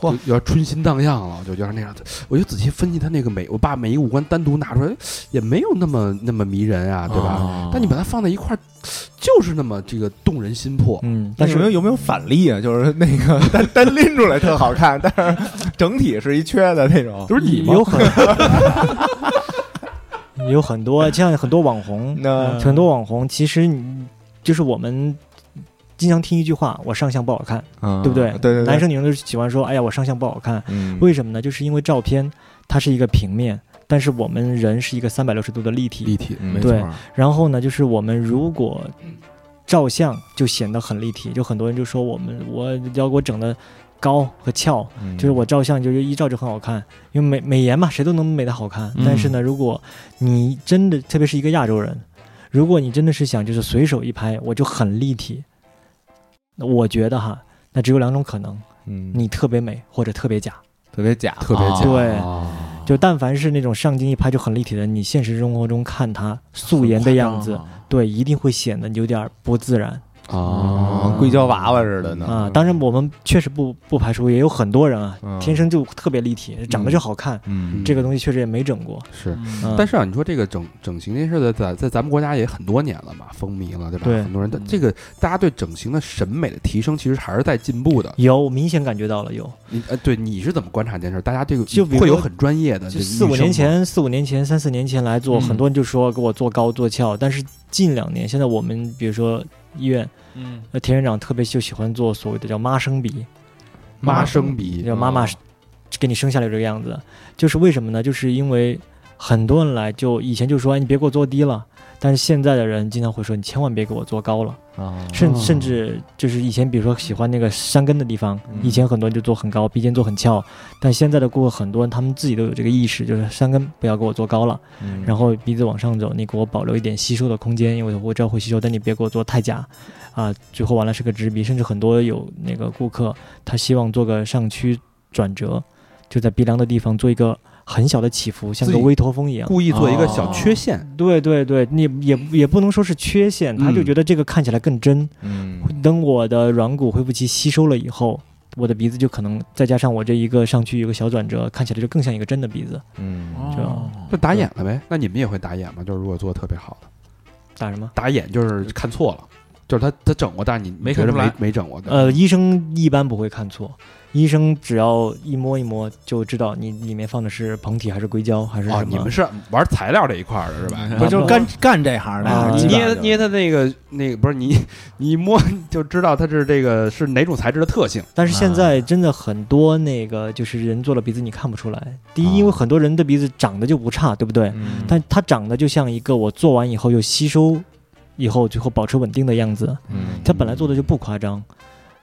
B: 嚯
C: 就有点春心荡漾了，我就有点那样子。我就仔细分析他那个美，我把每一个五官单独拿出来，也没有那么那么迷人啊，对吧？
D: 哦
C: 但你把它放在一块儿，就是那么这个动人心魄。
E: 嗯，但
B: 但是有没有
E: 是
B: 有没有反例啊？就是那个单单拎出来特好看，但是整体是一缺的那种。
C: 不是你吗？
E: 有很 <laughs> 有很多，像很多网红，
B: 那
E: 很多网红其实你就是我们经常听一句话：“我上相不好看”，
B: 对
E: 对不对？
B: 嗯对对，
E: 男生女生都喜欢说：“哎呀，我上相不好看。”
B: 嗯
E: 为什么呢？就是因为照片它是一个平面，但是我们人是一个三百六十度的立体。
C: 立体，
B: 嗯
D: 没
E: 对
D: 错，
E: 然后呢，就是我们如果照相就显得很立体，就很多人就说我们我要给我整的高和翘，
B: 嗯
E: 就是我照相就是一照就很好看，因为美美颜嘛，谁都能美得好看
D: 嗯。
E: 但是呢，如果你真的，特别是一个亚洲人，如果你真的是想就是随手一拍，我就很立体，那我觉得哈，那只有两种可能，
B: 嗯
E: 你特别美或者特别假。
B: 特别假，
C: 特别假。
E: 对
C: 啊
E: 就但凡是那种上镜一拍就很立体的，你现实生活中看他素颜的样子，
D: 很夸张啊，
E: 对，一定会显得有点儿不自然。
C: 啊
B: 啊，硅胶娃娃似的
C: 嗯
B: 呢。
E: 嗯啊。当然，我们确实不不排除也有很多人啊
B: 嗯，
E: 天生就特别立体，长得就好看。
B: 嗯
E: 这个东西确实也没整过，
C: 是。
E: 嗯
C: 但是啊，你说这个整整形这件事在在在咱们国家也很多年了嘛，风靡了，对吧？
E: 对
C: 很多人的这个大家对整形的审美的提升，其实还是在进步的。
E: 有我明显感觉到了有。
C: 你呃，对，你是怎么观察这件事？大家对
E: 就比如
C: 会有
E: 说
C: 很专业的
E: 就
C: 这
E: 四
C: 女
E: 五
C: 生
E: 年
C: 吗
E: 前、四五年前、三四年前来做，
D: 嗯
E: 很多人就说给我做高做翘，但是近两年，现在我们比如说医院，
D: 嗯，
E: 呃，田院长特别就喜欢做所谓的叫妈生鼻，
C: 妈生鼻
E: 叫妈妈给你生下来这个样子，就是为什么呢？就是因为很多人来就以前就说，哎，你别给我做低了。但是现在的人经常会说，你千万别给我做高了，
B: 啊
E: 甚
C: 哦
E: 甚至就是以前，比如说喜欢那个山根的地方，
B: 嗯
E: 以前很多人就做很高，鼻尖做很翘，但现在的顾客很多人他们自己都有这个意识，就是山根不要给我做高了，
B: 嗯
E: 然后鼻子往上走，你给我保留一点吸收的空间，因为我知道会吸收，但你别给我做太假，啊，最后完了是个直鼻，甚至很多有那个顾客他希望做个上屈转折，就在鼻梁的地方做一个很小的起伏，像
C: 自
E: 个
C: 己
E: 微驼峰一样。
C: 故意做一个小缺陷，
E: 对对对，你也也不能说是缺陷，他就
C: 嗯
E: 觉得这个看起来更真。
B: 嗯
E: 等我的软骨恢复期吸收了以后，我的鼻子就可能再加上我这一个上去有个小转折，看起来就更像一个真的鼻子。
B: 嗯
E: 哦
C: 就打眼了呗。那你们也会打眼吗？就是如果做的特别好的，
E: 打什么？
C: 打眼就是看错了，就是他他整过，但是你
D: 没
C: 觉
D: 看
C: 得
D: 出来
C: 没没整过的。
E: 呃，医生一般不会看错，医生只要一摸一摸就知道你里面放的是膨体还是硅胶还是
C: 哦，
E: 什
C: 你
E: 么。
C: 们是玩材料这一块儿的是吧？
B: 不就是干干这行
E: 啊
B: 的？
C: 你
E: 基
C: 捏捏它那个那个不是你你一摸就知道它是这个是哪种材质的特性。
E: 但是现
C: 啊
E: 在真的很多那个就是人做了鼻子你看不出来。第
C: 啊
E: 一，因为很多人的鼻子长得就不差，对不对？
B: 嗯
E: 但它长得就像一个我做完以后又吸收，以后最后保持稳定的样子。
B: 嗯
E: 它本来做的就不夸张，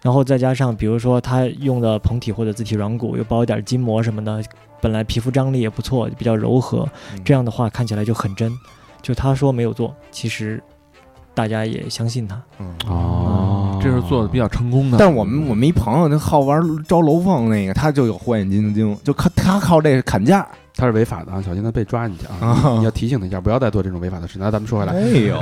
E: 然后再加上比如说它用的膨体或者自体软骨，又包一点筋膜什么的，本来皮肤张力也不错，比较柔和，这样的话看起来就很真。就他说没有做，其实大家也相信他。
B: 嗯
C: 哦
D: 这是做的比较成功的。
B: 但是我们我们一朋友，他好玩招楼凤那个，他就有火眼金睛，就靠他靠这个砍价。
C: 它是违法的啊，小心它被抓进去啊！
B: 啊
C: 你要提醒他一下，不要再做这种违法的事。那咱们说回来，
B: 哎呦，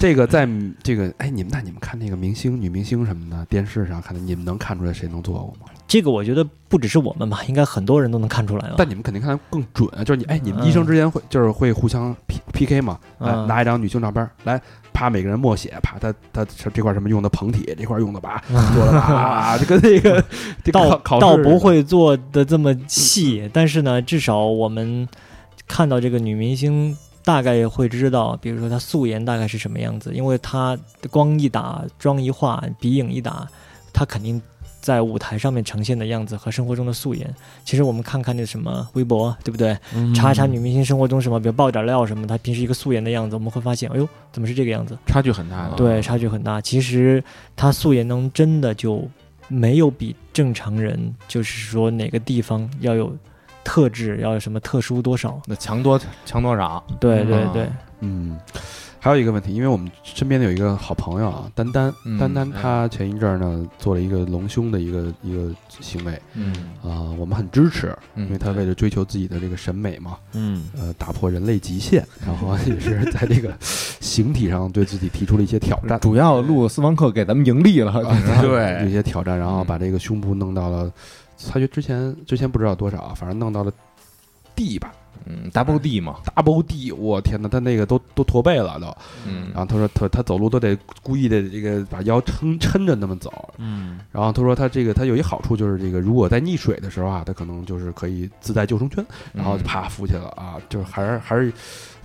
C: 这个在这个哎，你们那你们看那个明星、女明星什么的，电视上看的，你们能看出来谁能做过吗？
E: 这个我觉得不只是我们吧，应该很多人都能看出来啊吧
C: 但。你们肯定看得更准啊，就是你哎，你们医生之间会就是会互相 P P K 嘛，来
E: 嗯
C: 拿一张女性照片来，啪每个人默写，啪他他这块什么用的膨体，这块用的吧，做了吧，啊这跟那个这
E: 嗯 <laughs> 倒
C: 考考试
E: 倒
C: 似的
E: 不会做的这么细，但是呢，至少我们看到这个女明星，大概会知道，比如说她素颜大概是什么样子，因为她光一打、妆一化、鼻影一打，她肯定在舞台上面呈现的样子和生活中的素颜。其实我们看看那什么微博，对不对？
D: 嗯
E: 查一查女明星生活中什么，比如爆点料什么，她平时一个素颜的样子，我们会发现，哎呦，怎么是这个样子？
D: 差距很大的，
E: 对，差距很大。其实她素颜能真的就没有比正常人，就是说哪个地方要有特质，要有什么特殊多少？
B: 那强多强多少？
E: 对对
D: 嗯
E: 对，
C: 嗯，还有一个问题，因为我们身边的有一个好朋友啊，丹丹，
B: 嗯
C: 丹丹
E: 哎
C: 她前一阵儿呢做了一个隆胸的一个一个行为
B: 嗯
C: 啊、我们很支持，因为
B: 嗯，
C: 她为了追求自己的这个审美嘛，
D: 嗯，
C: 呃，打破人类极限，然后也是在这个形体上对自己提出了一些挑
B: <laughs>
C: 战，
B: 主要录私房课给咱们盈利了。
C: 有一
D: 对，
C: 些挑战，然后把这个胸部弄到了，她就之前之前不知道多少，啊反正弄到了 D 吧
B: 嗯，double D 嘛，
C: ，double D，我天哪，她那个都都驼背了都。
B: <laughs> 嗯
C: 然，后他说他他走路都得故意的这个把腰撑撑着那么走。
D: 嗯，
C: 然后他说他这个他有一好处就是这个如果在溺水的时候啊，他可能就是可以自带救生圈，
B: 嗯
C: 然后啪浮起来了啊，就是还是还是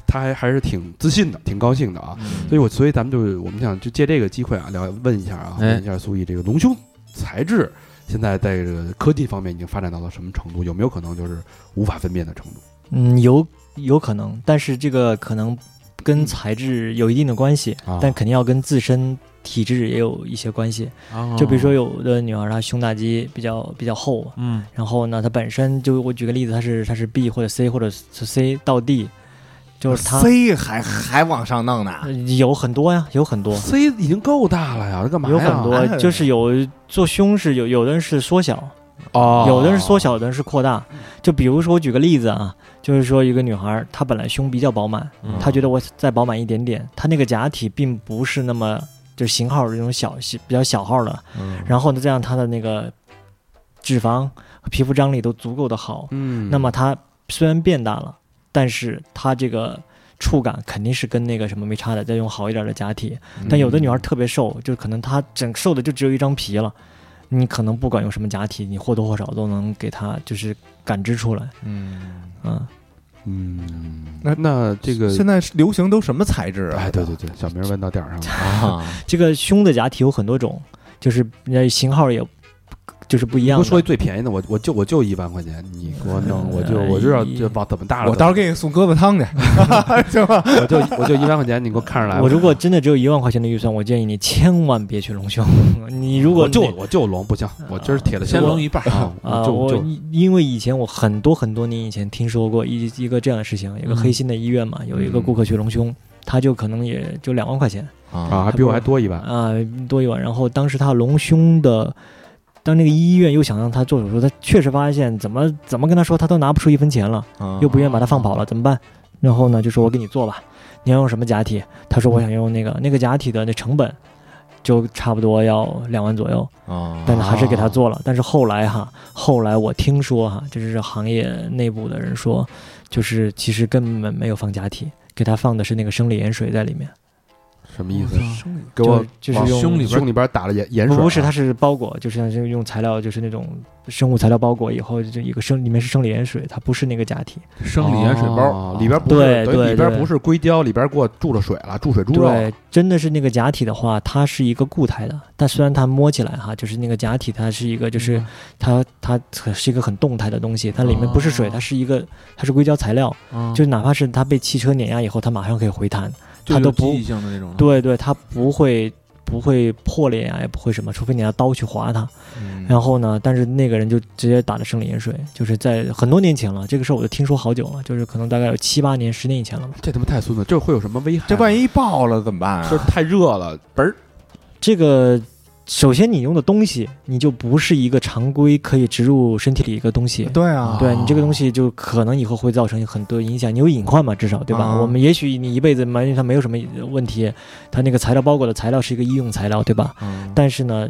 C: 他还还是挺自信的，挺高兴的啊。所以我所以咱们就我们想就借这个机会啊，聊问一下啊，
D: 哎
C: 问一下苏毅这个隆胸材质。现在在这个科技方面已经发展到了什么程度？有没有可能就是无法分辨的程度？
E: 嗯，有有可能，但是这个可能跟材质有一定的关系，
C: 啊
E: 但肯定要跟自身体质也有一些关系。就比如
D: 哦
E: 说，有的女孩她胸大肌比较比较厚嘛，
D: 嗯
E: 然后呢，她本身就我举个例子，她是她是 B 或者 C 或者是 C 到 D，就是她
B: C 还还往上弄呢，
E: 呃有很多呀，有很多。
C: C 已经够大了呀，那干嘛呀？
E: 有很
B: 哎
E: 多
B: 呀
E: 就是有做胸是有有的人是缩小，
C: 哦，
E: 有的人是缩小，有的人是扩大。就比如说我举个例子啊，就是说一个女孩儿她本来胸比较饱满，
D: 嗯
E: 她觉得我再饱满一点点，她那个假体并不是那么就是型号这种小小比较小号的，然后呢，再让它的那个脂肪和皮肤张力都足够的好，
C: 嗯
E: 那么它虽然变大了，但是它这个触感肯定是跟那个什么没差的。再用好一点的假体，
C: 嗯
E: 但有的女孩特别瘦，就是可能她整瘦的就只有一张皮了，你可能不管用什么假体，你或多或少都能给她就是感知出来。
B: 嗯，
E: 嗯，
C: 嗯，那
B: 那
C: 那这个，
B: 现在流行都什么材质啊？
C: 哎，对对对，小明问到点儿上了，
B: 啊，
E: 这个胸的假体有很多种，就是呃型号也就是不一
C: 你给
E: 样
C: 我
E: 的。
C: 说最便宜的，我我就我就一万块钱，你给我弄，我就嗯我就要就往怎么大了，
B: 我到时候给你送胳膊汤去， <laughs> 行吧？
C: 我就 <laughs> 我就一万块钱，你给我看着来吧。
E: 我如果真的只有一万块钱的预算，我建议你千万别去隆胸。 <laughs> 你如
C: 我
E: 果
C: 就
E: 那
C: 我就龙不行，我今儿铁了心
D: 先
C: 了
D: 扔一半儿，
C: 啊，
E: 啊、
C: 我就
E: 我
C: 就
E: 因为以前我很多很多年以前听说过一一个这样的事情，有个黑心的医院嘛，有一个顾客去隆胸，他就可能也就两万块钱
C: 啊，还比我还多一万，
E: 啊、多一万，然后当时他隆胸的。当那个医院又想让他做手术，他确实发现怎么怎么跟他说，他都拿不出一分钱了。
B: 啊
E: 又不愿意把他放跑了，怎么办？然后呢，就说我给你做吧，你要用什么假体？他说我想用那个，那个假体的那成本就差不多要两万左右，
B: 啊，
E: 但还是给他做了。但是后来哈，后来我听说哈，这是行业内部的人说，就是其实根本没有放假体，给他放的是那个生理盐水在里面，
C: 什么意思？嗯给
E: 就
C: 我
E: 就是
C: 往
E: 用
D: 胸里边
C: 胸里边打了盐盐
E: 不
C: 水啊，
E: 不是，它是包裹，就是像是用材料，就是那种生物材料包裹以后，就一个生里面是生理盐水，它不是那个假体。
D: 生理盐水包
C: 哦里边不是
E: 对
C: 等于
E: 对
C: 里边
E: 对
C: 不是硅胶，里边给我注了水了，注水猪肉了
E: 对，真的是那个假体的话，它是一个固态的，但虽然它摸起来哈，就是那个假体，它是一个
C: 嗯
E: 就是它它是一个很动态的东西，它里面不是水，
D: 哦
E: 它是一个它是硅胶材料，
D: 啊
E: 就是哪怕是它被汽车碾压以后，它马上可以回弹，
D: 就
E: 它
D: 有
E: 都
D: 记
E: 不
D: 忆性的那种的，
E: 对对，它不会不会破裂啊，也不会什么，除非你拿刀去划它。然后呢，但是那个人就直接打了生理盐水，就是在很多年前了，这个事儿我就听说好久了，就是可能大概有七八年、十年以前了吧。
C: 这他妈太孙子，这会有什么危害？
B: 这万一爆了怎么办啊
C: 就是？太热了，嘣儿，
E: 这个首先你用的东西，你就不是一个常规可以植入身体里一个东西。
B: 对 <laughs> 啊，
E: 对你这个东西就可能以后会造成很多影响，你有隐患嘛，至少对吧？
B: 啊
E: 我们也许你一辈子埋怨它没有什么问题，它那个材料包裹的材料是一个医用材料，对吧？
B: 嗯
E: 但是呢，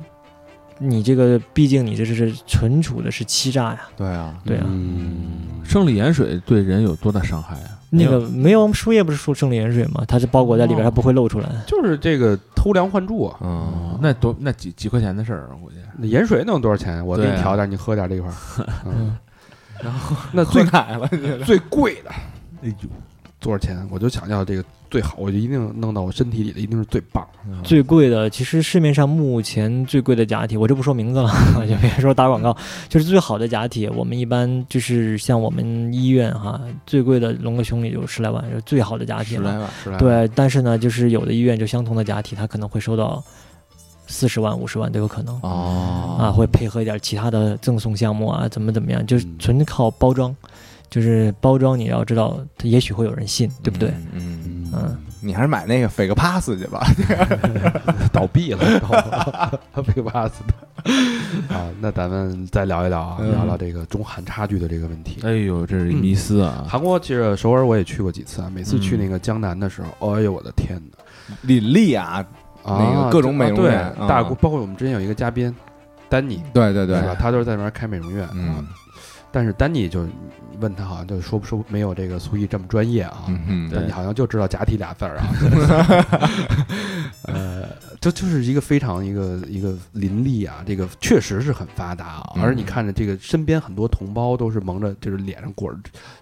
E: 你这个毕竟你这是存储的是欺诈呀，
B: 对啊，
E: 对啊，
C: 嗯，
D: 生理盐水对人有多大伤害啊？
E: 那个没有我们输液不是说生理盐水嘛，它是包裹在里边，
C: 哦
E: 它不会漏出来。
C: 就是这个偷梁换柱啊。
D: 哦
B: 嗯，，
D: 那多那几几块钱的事儿，我估计。
C: 那盐水能有多少钱？我给
D: 对
C: 你
D: 啊
C: 调点儿，你喝点儿这一 <laughs> 块儿。嗯
E: 嗯，
C: 然后那
B: 最
C: 最
B: 奶了，
C: 最贵的
D: 哎呦，
C: 多少钱？我就想要这个最好，我就一定弄到我身体里的，一定是最棒的。
E: 最贵的，其实市面上目前最贵的假体，我就不说名字了， <laughs> 就别说打广告，就是最好的假体，我们一般就是像我们医院哈，最贵的隆个胸也就十来万，是最好的假体
D: 十
E: 了。
D: 来万，
C: 是吧？
E: 对，但是呢，就是有的医院就相同的假体，它可能会收到四十万、五十万都有可能。
B: 哦
E: 啊，会配合一点其他的赠送项目啊，怎么怎么样，就是纯靠包装，就是包装，你要知道，它也许会有人信，对不对？
B: 嗯，
C: 嗯，
E: 嗯
B: 你还是买那个 fake pass 去吧。 <laughs>
C: 倒闭了，倒了被挖死的啊！那咱们再聊一聊啊，
B: 嗯
C: 聊聊这个中韩差距的这个问题。
D: 哎呦，这是一迷思啊！
C: 韩国其实首尔我也去过几次啊，每次去那
B: 嗯
C: 个江南的时候，哎呦我的天哪！
B: 李丽啊，
C: 啊，
B: 那个各种美容院
C: 啊对
B: 嗯
C: 大姑，包括我们之前有一个嘉宾丹尼，
B: 对对
C: 是吧？他就是在那边开美容院，啊
B: 嗯。
C: 但是丹尼就问他，好像就说不说没有这个苏毅这么专业啊。
B: 嗯
C: 丹尼好像就知道“假体”俩字儿啊。
D: <laughs>
C: <laughs> 呃，这就是一个非常一个一个林立啊，这个确实是很发达啊。
B: 嗯
C: 而你看着这个身边很多同胞都是蒙着，就是脸上裹着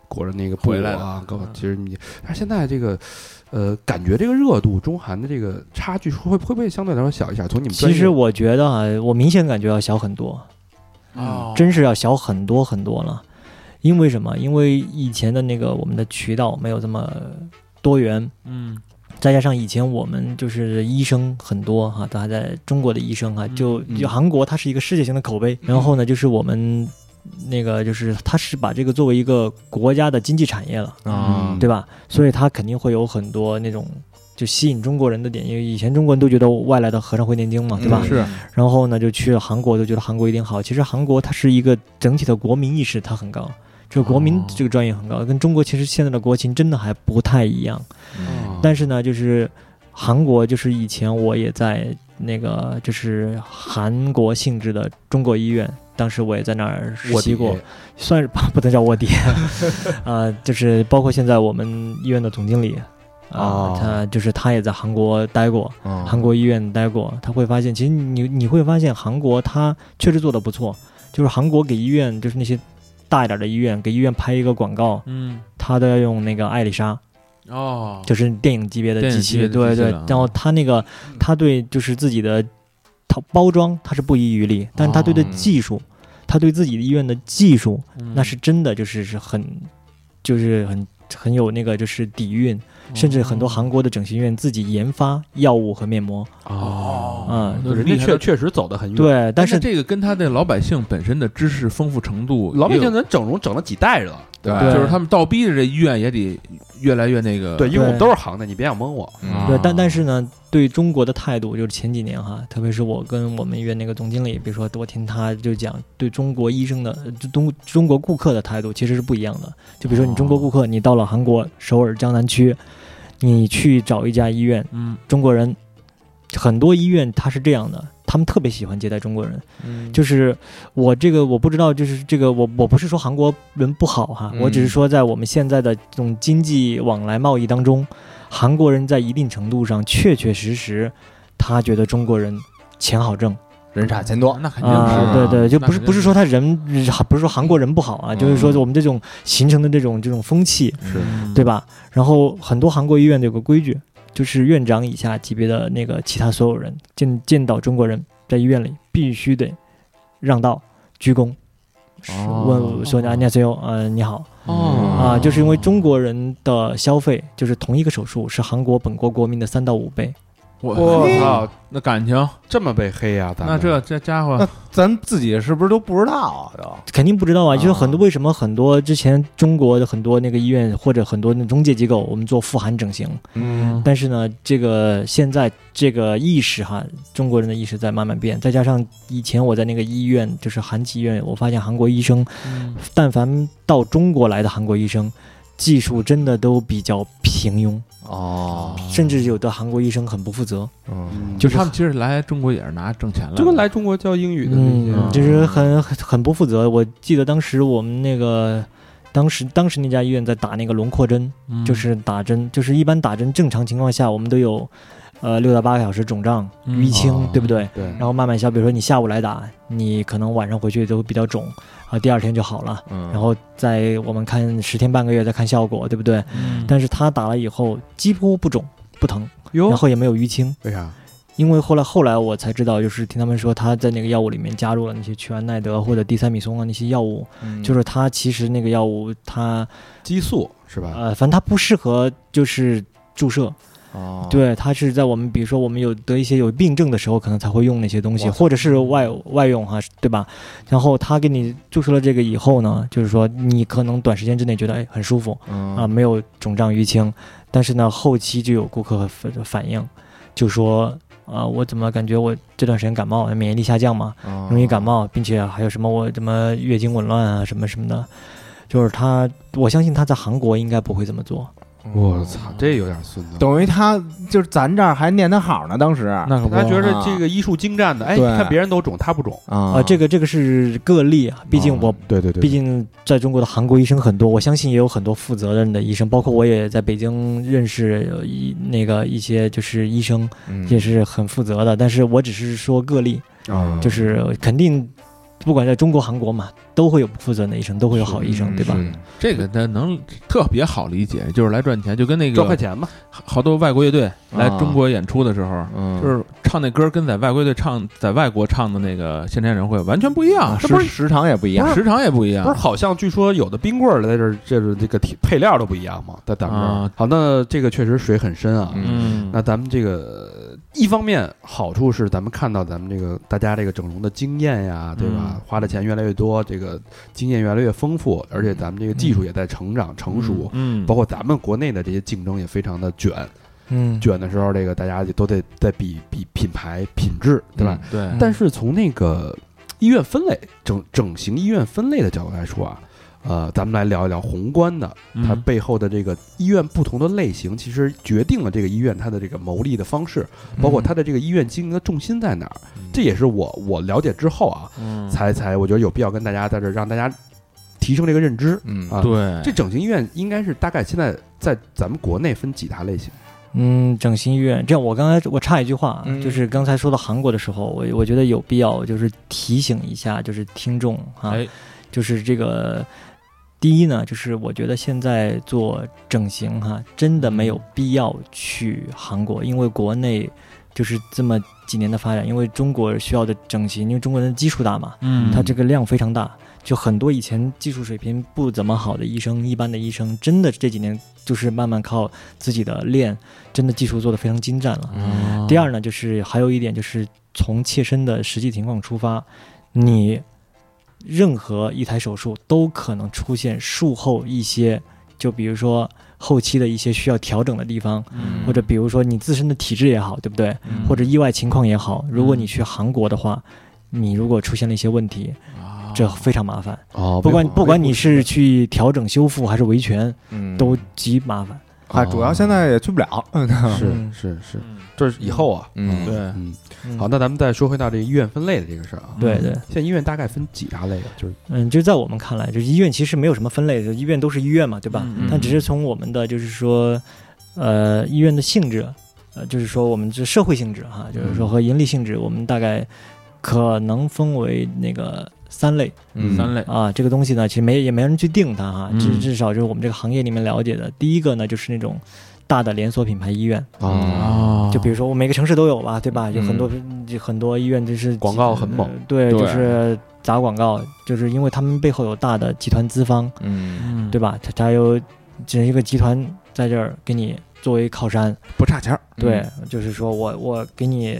C: 裹着那个布
D: 回来的
C: 啊。搞
D: 嗯
C: 其实你，但是现在这个。呃，感觉这个热度，中韩的这个差距会会不会相对来说小一点？从你们专
E: 其
C: 业
E: 实我觉得啊，我明显感觉要小很多，
D: 哦
E: 真是要小很多很多了。因为什么？因为以前的那个我们的渠道没有这么多元，
D: 嗯，
E: 再加上以前我们就是医生很多哈、他还在中国的医生啊，
D: 嗯
E: 就
C: 嗯
E: 就韩国它是一个世界性的口碑。然后呢，就是我们那个就是它是把这个作为一个国家的经济产业
D: 嗯
E: 了，
B: 啊，
E: 对吧？所以它肯定会有很多那种就吸引中国人的点，因为以前中国人都觉得外来的和尚会念经嘛，
D: 嗯
E: 对吧？
B: 是
E: 然后呢，就去了韩国，就觉得韩国一定好。其实韩国它是一个整体的国民意识，它很高，就国民这个专业很高，跟中国其实现在的国情真的还不太一样。
C: 哦
E: 但是呢，就是韩国就是以前我也在那个就是韩国性质的中国医院，当时我也在那儿实
C: 卧
E: 习
C: 底
E: 过，算是不能叫卧
C: <laughs>
E: 底，啊、就是包括现在我们医院的总经理。啊、
B: 哦
E: 他就是他也在韩国待过，
B: 嗯
E: 韩国医院待过，他会发现，其实你你会发现韩国他确实做的不错，就是韩国给医院就是那些大一点的医院给医院拍一个广告，
D: 嗯，
E: 他都要用那个艾丽莎，
D: 哦，
E: 就是电影级别的
D: 电影
E: 机
D: 级
E: 器，
D: 别的
E: 对
D: 机器
E: 对
D: 了啊。
E: 然后他那个他对就是自己的他包装他是不遗余力，但是他对的
B: 哦
E: 技术，他对自己的医院的技术，
D: 嗯
E: 那是真的就是是很就是很很有那个就是底蕴，
D: 哦
E: 甚至很多韩国的整形医院自己研发药物和面膜，
C: 哦，
E: 嗯，
D: 那
C: 人
D: 厉
C: 家
D: 害
C: 确
D: 的
C: 确实走得
D: 嗯
C: 很远。，
E: 对，但是
D: 那这个跟他的老百姓本身的知识丰富程度也有，
C: 老百姓咱整容整了几代人了，
B: 对
E: 对
D: 就是他们倒逼着这医院也得越来越那个，
C: 对，因为我们
E: 对
C: 都是行的，你别想蒙我。
B: 嗯
E: 对，但但是呢，对中国的态度，就是前几年哈，特别是我跟我们医院那个总经理，比如说我听他就讲，对中国医生的呃就中中国顾客的态度其实是不一样的。就比如说你中国顾客，你到了韩国首尔江南区，你去找一家医院，
D: 嗯，
E: 中国人很多医院他是这样的，他们特别喜欢接待中国人。
D: 嗯，
E: 就是我这个我不知道，就是这个我我不是说韩国人不好哈，
B: 嗯
E: 我只是说在我们现在的这种经济往来贸易当中，韩国人在一定程度上确确实实，他觉得中国人。钱好挣
B: 人傻钱多，
D: 那肯定是
E: 啊、
D: 啊，
E: 对对，就
D: 那
E: 不是
D: 肯定
E: 不是说他人，不是说韩国人不好啊，就是说我们这种形成的这种这种风气，
B: 是
D: 嗯
E: 对吧？然后很多韩国医院都有个规矩，就是院长以下级别的那个其他所有人见见到中国人在医院里必须得让道、鞠躬，
D: 哦
E: 问说你安尼하呃你好
D: 哦
E: 啊，就是因为中国人的消费，就是同一个手术是韩国本国国民的三到五倍，
D: 我
C: 我操，
D: 那感情，
C: 这么被黑呀？咱们
D: 那这这家伙，
B: 咱自己是不是都不知道啊？都
E: 肯定不知道
D: 哦
E: 啊。就是很多
B: 啊
E: 为什么很多之前中国的很多那个医院或者很多那中介机构，我们做富含整形，
B: 嗯
E: 但是呢，这个现在这个意识哈，中国人的意识在慢慢变，再加上以前我在那个医院，就是韩籍医院，我发现韩国医生，
D: 嗯
E: 但凡到中国来的韩国医生，技术真的都比较平庸，
B: 哦，
D: 嗯
E: 甚至有的韩国医生很不负责，
B: 嗯
C: 嗯
D: 就是他们其实来中国也是拿挣钱来的，
C: 这个来中国教英语的
E: 嗯，
C: 那些，
E: 就是很很很不负责。我记得当时我们那个。当时，当时那家医院在打那个轮廓针，
D: 嗯
E: 就是打针，就是一般打针，正常情况下我们都有，呃，六到八个小时肿胀、
D: 嗯
E: 淤青，
B: 哦
E: 对不对？
C: 对
E: 然后慢慢消，比如说你下午来打，你可能晚上回去都比较肿，啊、第二天就好了。
B: 嗯
E: 然后在我们看十天半个月再看效果，对不对？
D: 嗯
E: 但是他打了以后几乎不肿不疼，然
C: 哟，
E: 后也没有淤青，
C: 为啥？
E: 因为后来后来我才知道，就是听他们说他在那个药物里面加入了那些曲安奈德或者地塞米松啊那些药物，
B: 嗯
E: 就是他其实那个药物它
C: 激素是吧？
E: 呃反正它不适合就是注射，
B: 哦，
E: 对，它是在我们比如说我们有得一些有病症的时候，可能才会用那些东西，
B: 哇嗯
E: 或者是外外用哈，对吧？然后他给你注射了这个以后呢，就是说你可能短时间之内觉得哎很舒服
B: 嗯
E: 啊，没有肿胀淤青，但是呢后期就有顾客反反应，就说啊、我怎么感觉我这段时间感冒，免疫力下降嘛，
B: 嗯
E: 容易感，冒，并且还有什么我怎么月经紊乱啊什么什么的，就是他我相信他在韩国应该不会这么做，
C: 我操，这有点孙子。
B: 等于他就是咱这儿还念他好呢，当时
E: 嗯
B: 啊
D: 那可不
C: 他觉得这个医术精湛的，哎，你
B: 对
C: 看别人都肿，他不肿。
E: 啊，这个这个是个例啊，毕
B: 哦
E: 竟我
C: 对对对
E: 毕竟在中国的韩国医生很多，我相信也有很多负责任的医生，包括我也在北京认识有一那个一些就是医生
B: 嗯
E: 也是很负责的，但是我只是说个例，
B: 嗯
C: 啊
E: 就是肯定不管在中国、韩国嘛，都会有不负责任的医生，都会有好医生，
B: 嗯
E: 对吧？
B: 是
D: 这个他能特别好理解，就是来赚钱，就跟那
C: 赚快
D: 个
C: 钱嘛。
E: 啊
D: 好多外国乐队来
B: 啊
D: 中国演出的时候，
B: 嗯，
D: 就是唱那歌跟在外国乐队唱在外国唱的那个现场演唱会完全不一
E: 啊
D: 样，这不
B: 时
D: 是
B: 时长也啊不一样，
D: 时长也不一样
C: 不是，，好像据说有的冰棍儿在这儿，这是这个体配料都不一样嘛，在咱们这儿
D: 啊。
C: 好，那这个确实水很深啊。
B: 嗯
D: 嗯，
C: 那咱们这个一方面好处是咱们看到咱们这个大家这个整容的经验呀，对吧？
D: 嗯
C: 花的钱越来越多，这个经验越来越丰富，而且咱们这个技术也在成长、成熟。
D: 嗯，
C: 包括咱们国内的这些竞争也非常的卷，
E: 嗯，
C: 卷的时候，这个大家就都得在比比品牌、品质，对吧？
D: 对，
E: 嗯
C: 但是从那个医院分类整整形医院分类的角度来说啊，呃，咱们来聊一聊宏观的，它
D: 嗯
C: 背后的这个医院不同的类型，其实决定了这个医院它的这个牟利的方式，包
E: 嗯
C: 括它的这个医院经营的重心在哪儿。这也是我我了解之后啊，
D: 嗯
C: 才才我觉得有必要跟大家在这儿让大家提升这个认知。
B: 嗯
C: 啊
D: 对
C: 这整形医院应该是大概现在在咱们国内分几大类型？
E: 嗯，整形医院。这样，我刚才我插一句话啊，
B: 嗯
E: 就是刚才说到韩国的时候，我我觉得有必要就是提醒一下，就是听众啊，
D: 哎
E: 就是这个第一呢，就是我觉得现在做整形哈、真的没有必要去韩国，因为国内就是这么几年的发展，因为中国需要的整形，因为中国人的基数大嘛，
D: 嗯
E: 它这个量非常大，就很多以前技术水平不怎么好的医生，一般的医生，真的这几年就是慢慢靠自己的练，真的技术做得非常精湛了。
D: 嗯
E: 第二呢，就是还有一点就是从切身的实际情况出发，你任何一台手术都可能出现术后一些，就比如说后期的一些需要调整的地方，
D: 嗯
E: 或者比如说你自身的体质也好，对不对？
D: 嗯
E: 或者意外情况也好，如果
D: 嗯
E: 你去韩国的话，你如果出现了一些问题，
D: 啊
E: 这非常麻烦。
C: 哦
E: 不管不管你是去调整修复还是维权，
B: 嗯
E: 都极麻烦。
B: 啊，主要现在也去不了。嗯
C: 是
E: 嗯
C: 是是，
D: 嗯
C: 这是以后啊，
B: 嗯
D: 对
C: 嗯，
E: 嗯
C: 好，那咱们再说回到这个医院分类的这个事儿啊。
E: 对
D: 嗯
E: 对，
C: 现在医院大概分几大类啊？就是
E: 嗯，就在我们看来，就是医院其实没有什么分类，就医院都是医院嘛，对吧？
D: 嗯
E: 但只是从我们的就是说，呃，医院的性质，呃，就是说我们这社会性质哈，就是说和盈利性质，我们大概可能分为那个三类。
B: 嗯
D: 三类
E: 啊，这个东西呢，其实没也没人去定它哈，
D: 嗯
E: 至至少就是我们这个行业里面了解的。第一个呢，就是那种大的连锁品牌医院，
B: 啊
C: 哦
D: 啊
E: 就比如说我每个城市都有吧，对吧？有很
B: 嗯
E: 多、就很多医院就是
C: 广告很猛
E: 呃对，
D: 对
E: 就是砸广告，就是因为他们背后有大的集团资方，
B: 嗯，
D: 嗯
E: 对吧？它它有只是一个集团在这儿给你作为靠山，
D: 不差钱儿，
E: 对，
B: 嗯
E: 就是说我我给你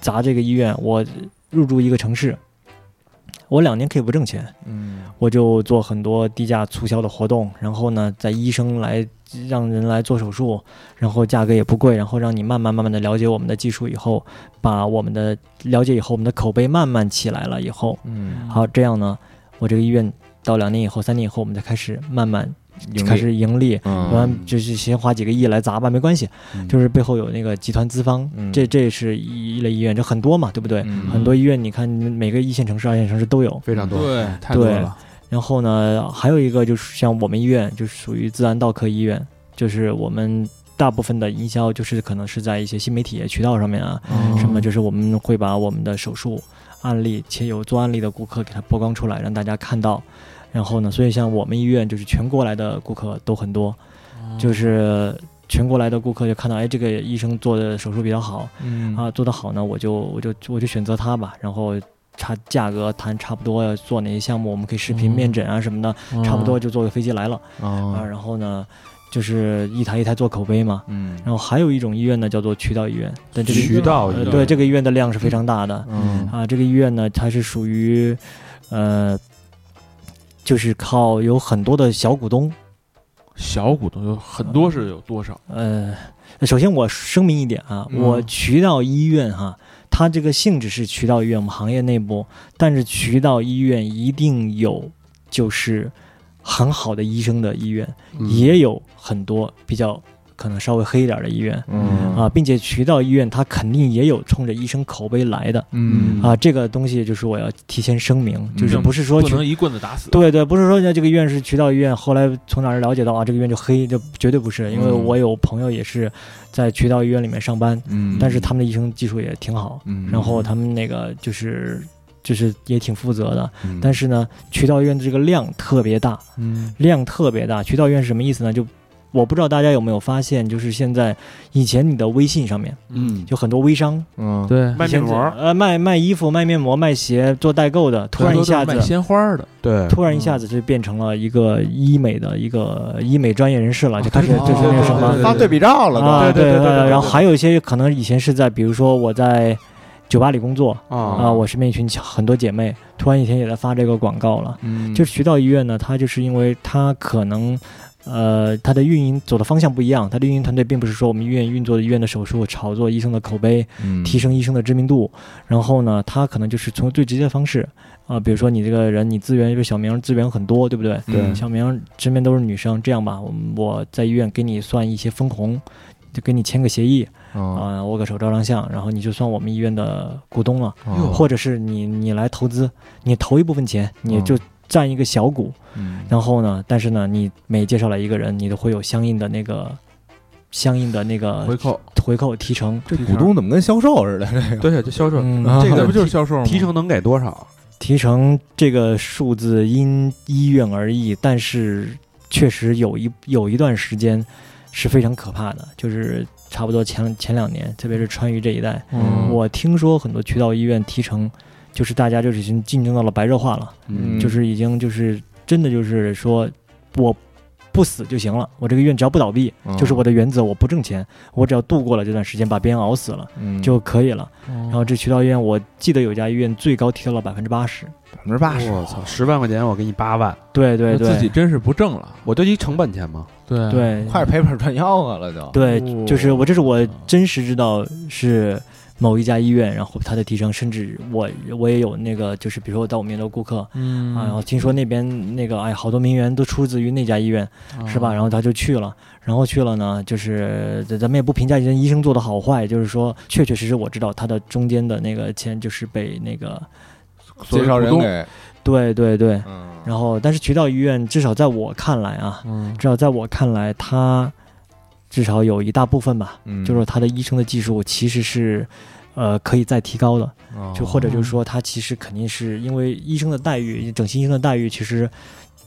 E: 砸这个医院，我入驻一个城市，我两年可以不挣钱。
B: 嗯
E: 我就做很多低价促销的活动，然后呢，在医生来让人来做手术，然后价格也不贵，然后让你慢慢慢慢的了解我们的技术以后，把我们的了解以后，我们的口碑慢慢起来了以后，
B: 嗯，
E: 好，这样呢，我这个医院到两年以后、三年以后，我们再开始慢慢
B: 盈利
E: 开始盈利，
B: 嗯
E: 完、就是先花几个亿来砸吧，没关系，嗯就是背后有那个集团资方，
B: 嗯
E: 这这是一一类医院，这很多嘛，对不对？
B: 嗯
E: 很多医院，你看每个一线城市、二线城市都有，
C: 非常多。
D: 对，太多
E: 对
D: 了，
E: 然后呢，还有一个就是像我们医院，就是属于自然道科医院，就是我们大部分的营销就是可能是在一些新媒体渠道上面啊，
D: 嗯
E: 什么就是我们会把我们的手术案例且有做案例的顾客给它曝光出来，让大家看到。然后呢，所以像我们医院就是全国来的顾客都很多，
D: 哦
E: 就是全国来的顾客就看到，哎，这个医生做的手术比较好，
B: 嗯
E: 啊，做得好呢，我就我就我就选择它吧，然后差价格谈差不多要做哪些项目，我们可以视频
D: 嗯
E: 面诊啊什么的，差不多就坐个飞机来了啊，
B: 啊
E: 然后呢，就是一台一台做口碑嘛。
B: 嗯
E: 然后还有一种医院呢，叫做渠道医院，但这个
C: 渠道
D: 嗯
E: 呃
C: 医
E: 对
C: 院
E: 这个医院的量是非常大的
B: 嗯
E: 啊，这个医院呢，它是属于呃，就是靠有很多的小股东。
D: 小股东有很多是有多少？
E: 呃，首先我声明一点啊，
B: 嗯
E: 我渠道医院哈、它这个性质是渠道医院，我们行业内部，但是渠道医院一定有就是很好的医生的医院，
B: 嗯
E: 也有很多比较可能稍微黑一点的医院
B: 嗯
E: 啊，并且渠道医院它肯定也有冲着医生口碑来的
B: 嗯
E: 啊，这个东西就是我要提前声明，就是
D: 嗯
E: 不是说
D: 不
E: 渠
D: 能一棍子打死。
E: 对对，不是说这个医院是渠道医院，后来从哪儿了解到啊，这个医院就黑，这绝对不是，因为
B: 嗯
E: 我有朋友也是在渠道医院里面上班，
B: 嗯
E: 但是他们的医生技术也挺好，
B: 嗯
E: 然后他们那个就是就是也挺负责的，
C: 嗯
E: 但是呢，渠道医院的这个量特别大，
B: 嗯
E: 量特别大，渠道医院是什么意思呢？就我不知道大家有没有发现，就是现在以前你的微信上面
C: 嗯，
E: 有很多微商
B: 嗯
D: 对，
C: 卖面膜儿，
E: 呃，卖卖衣服、卖面膜、卖鞋、做代购的，突然一下子
D: 卖鲜花儿的，
C: 对，
E: 突然一下子就变成了一个医美的一个医美专业人士了，就开始
D: 对
E: 就是那个什
D: 对对
E: 么
B: 发对比照了
E: 啊，
B: 都，
E: 对
C: 对对对对
E: 然后还有一些可能以前是在，比如说我在酒吧里工作啊，
C: 啊
E: 我身边一群很多姐妹，突然一天也在发这个广告了。
B: 嗯
E: 就是渠道医院呢，它就是因为它可能呃，它的运营走的方向不一样，它的运营团队并不是说我们医院运作的医院的手术炒作医生的口碑，
B: 嗯
E: 提升医生的知名度。然后呢，他可能就是从最直接的方式啊、比如说你这个人，你资源，就小明资源很多，对不对？
C: 对
E: 小明身边都是女生，这样吧，我们我在医院给你算一些分红，就给你签个协议
B: 哦
E: 啊、握个手照张相，然后你就算我们医院的股东了，
C: 啊
B: 哦
E: 或者是你你来投资，你投一部分钱，你就占一个小股，
B: 嗯
E: 然后呢，但是呢，你每介绍来一个人，你都会有相应的那个。相应的那
D: 回
E: 个
D: 扣，
E: 回扣提成，
B: 这股东怎么跟销售似的？
E: 哎
B: 这个
C: 对，这销售
E: 嗯，
B: 啊
C: 这
E: <laughs>
C: 个
D: 这不就是销售吗？
C: 提成能给多少？
E: 提成这个数字因医院而异，但是确实有一有一段时间是非常可怕的，就是差不多前前两年，特别是川渝这一带，
B: 嗯
E: 我听说很多渠道医院提成，就是大家就是已经竞争到了白热化了，
B: 嗯
E: 就是已经就是真的就是说我。不死就行了，我这个医院只要不倒闭，
B: 嗯
E: <laughs>
B: 哦
E: 就是我的原则。我不挣钱，我只要度过了这段时间，把别人熬死了
B: 嗯
E: 就可以了。然后这渠道医院，我记得有家医院最高提到了百分之八十，
B: 百分之八十，
C: 我操，十万块钱我给你八万，
E: 对对对，
D: 自己真是不挣了。
C: 我就一成本钱嘛。
D: 对，
E: 对
B: 快赔本赚吆喝了就。
E: 对，就是我这是
D: 嗯
E: 我真实知道是某一家医院，然后它的提成，甚至我我也有那个，就是比如说到我面对顾客。
D: 嗯
E: 啊，然后听说那边那个，哎，好多名媛都出自于那家医院，
D: 啊
E: 是
D: 嗯
E: 吧？然后他就去了，然后去了呢，就是咱咱们也不评价人医生做的好坏，就是说，确确实实我知道他的中间的那个钱就是被那个，
B: 介绍人
D: 股东
B: 给，
E: 对对对，
B: 嗯，
E: 然后但是渠道医院至少在我看来啊，至少在我看来，他至少有一大部分吧，
B: 嗯
E: 就是他的医生的技术其实是，呃，可以再提高的，
B: 哦嗯
E: 就或者就是说他其实肯定是因为医生的待遇，整形医生的待遇其实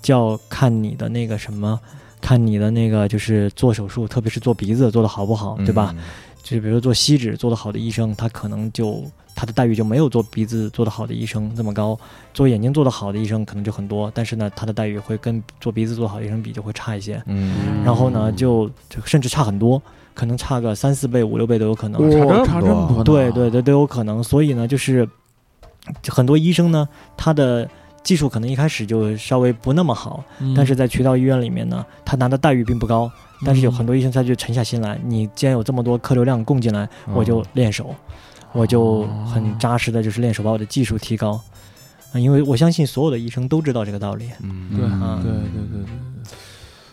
E: 就要看你的那个什么。看你的那个就是做手术，特别是做鼻子做的好不好，
B: 嗯
E: 对吧？？就是比如说做吸脂做得好的医生，他可能就他的待遇就没有做鼻子做得好的医生这么高，做眼睛做得好的医生可能就很多，但是呢，他的待遇会跟做鼻子做得好的医生比就会差一些。
B: 嗯，
E: 然后呢，
C: 嗯
E: 就就甚至差很多，可能差个三四倍、五六倍都有可能。
D: 哇
C: 差
D: 差
C: 这
D: 这哦
C: 么
D: 么
C: 多
D: 多呢，
E: 对对对，都有可能。所以呢，就是就很多医生呢，他的技术可能一开始就稍微不那么好，
D: 嗯，
E: 但是在渠道医院里面呢，他拿的待遇并不高。但是
C: 嗯
D: 嗯
E: 有很多医生他就沉下心来，你既然有这么多客流量供进来，我
C: 嗯
E: 就练手，我就
C: 哦
E: 很扎实的就是练手，把我的技术提高。啊因为我相信所有的医生都知道这个道理。
D: 对
C: 嗯，
D: 对啊
B: 嗯
D: 对对对对。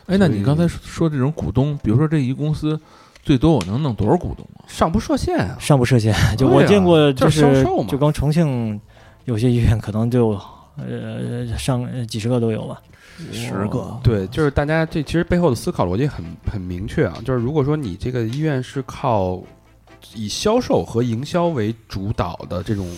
D: 哎，那你刚才说说这种股东，比如说这一公司最多我能弄多少股东啊？
C: 上不设限啊。
E: 上不设限， <laughs> 就
C: 对
E: 我
C: 啊
E: 见过，
C: <laughs> 就
E: 就是
C: 销
E: 是
C: 售嘛
E: 就光重庆有些医院可能就呃上呃几十个都有吧。
D: 十个，
C: 对，就是大家这其实背后的思考逻辑很很明确啊，就是如果说你这个医院是靠以销售和营销为主导的这种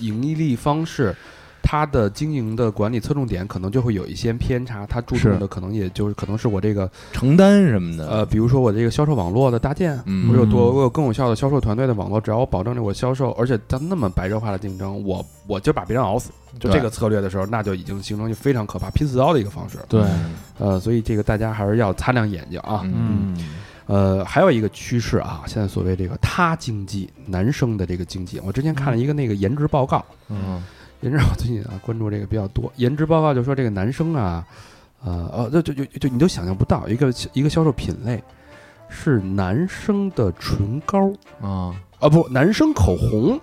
C: 盈利方式，它的经营的管理侧重点可能就会有一些偏差，它注重
B: 是
C: 的可能也就是可能是我这个
B: 承担什么的，
C: 呃，比如说我这个销售网络的搭建，
B: 嗯
C: 我有多
D: 嗯
C: 我有更有效的销售团队的网络，只要我保证着我销售，而且它那么白热化的竞争，我我就把别人熬死，就
B: 对
C: 这个策略的时候，那就已经形成就非常可怕拼死刀的一个方式。
D: 对，
C: 呃，所以这个大家还是要擦亮眼睛啊。
B: 嗯，
C: 呃，还有一个趋势啊，现在所谓这个他经济，男生的这个经济，我之前看了一个那个颜值报告，
B: 嗯
C: 颜值我 <laughs> 最近啊关注这个比较多，颜值报告就说这个男生啊，呃呃，就就就就你都想象不到一个一个销售品类是男生的唇膏
B: 啊，
C: 啊，不，男生口红。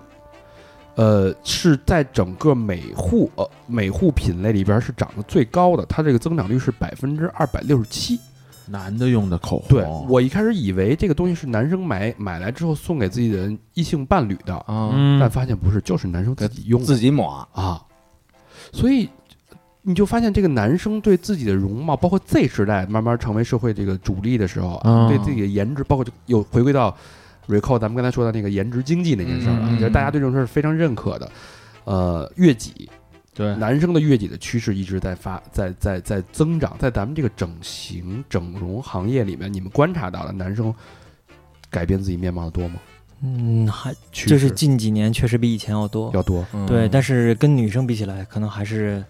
C: 呃，是在整个每户呃每户品类里边是涨得最高的，它这个增长率是百分之二百六十七。
D: 男的用的口红，
C: 对我一开始以为这个东西是男生买买来之后送给自己的异性伴侣的，
B: 啊，
D: 嗯，
C: 但发现不是，就是男生自己用的
B: 自己抹，
C: 啊。所以你就发现这个男生对自己的容貌，包括 Z 时代慢慢成为社会这个主力的时候，
D: 啊
C: 对自己的颜值，包括就又回归到 recall 咱们刚才说的那个颜值经济那件事儿啊，
D: 嗯嗯嗯
C: 就是大家对这种事儿是非常认可的。呃，悦己，
D: 对
C: 男生的悦己的趋势一直在发，在在在增长，在咱们这个整形整容行业里面，你们观察到了男生改变自己面貌的多吗？
E: 嗯，还
C: 趋势
E: 就是近几年确实比以前要多。
C: 要多，
D: 嗯
E: 对，但是跟女生比起来，可能还是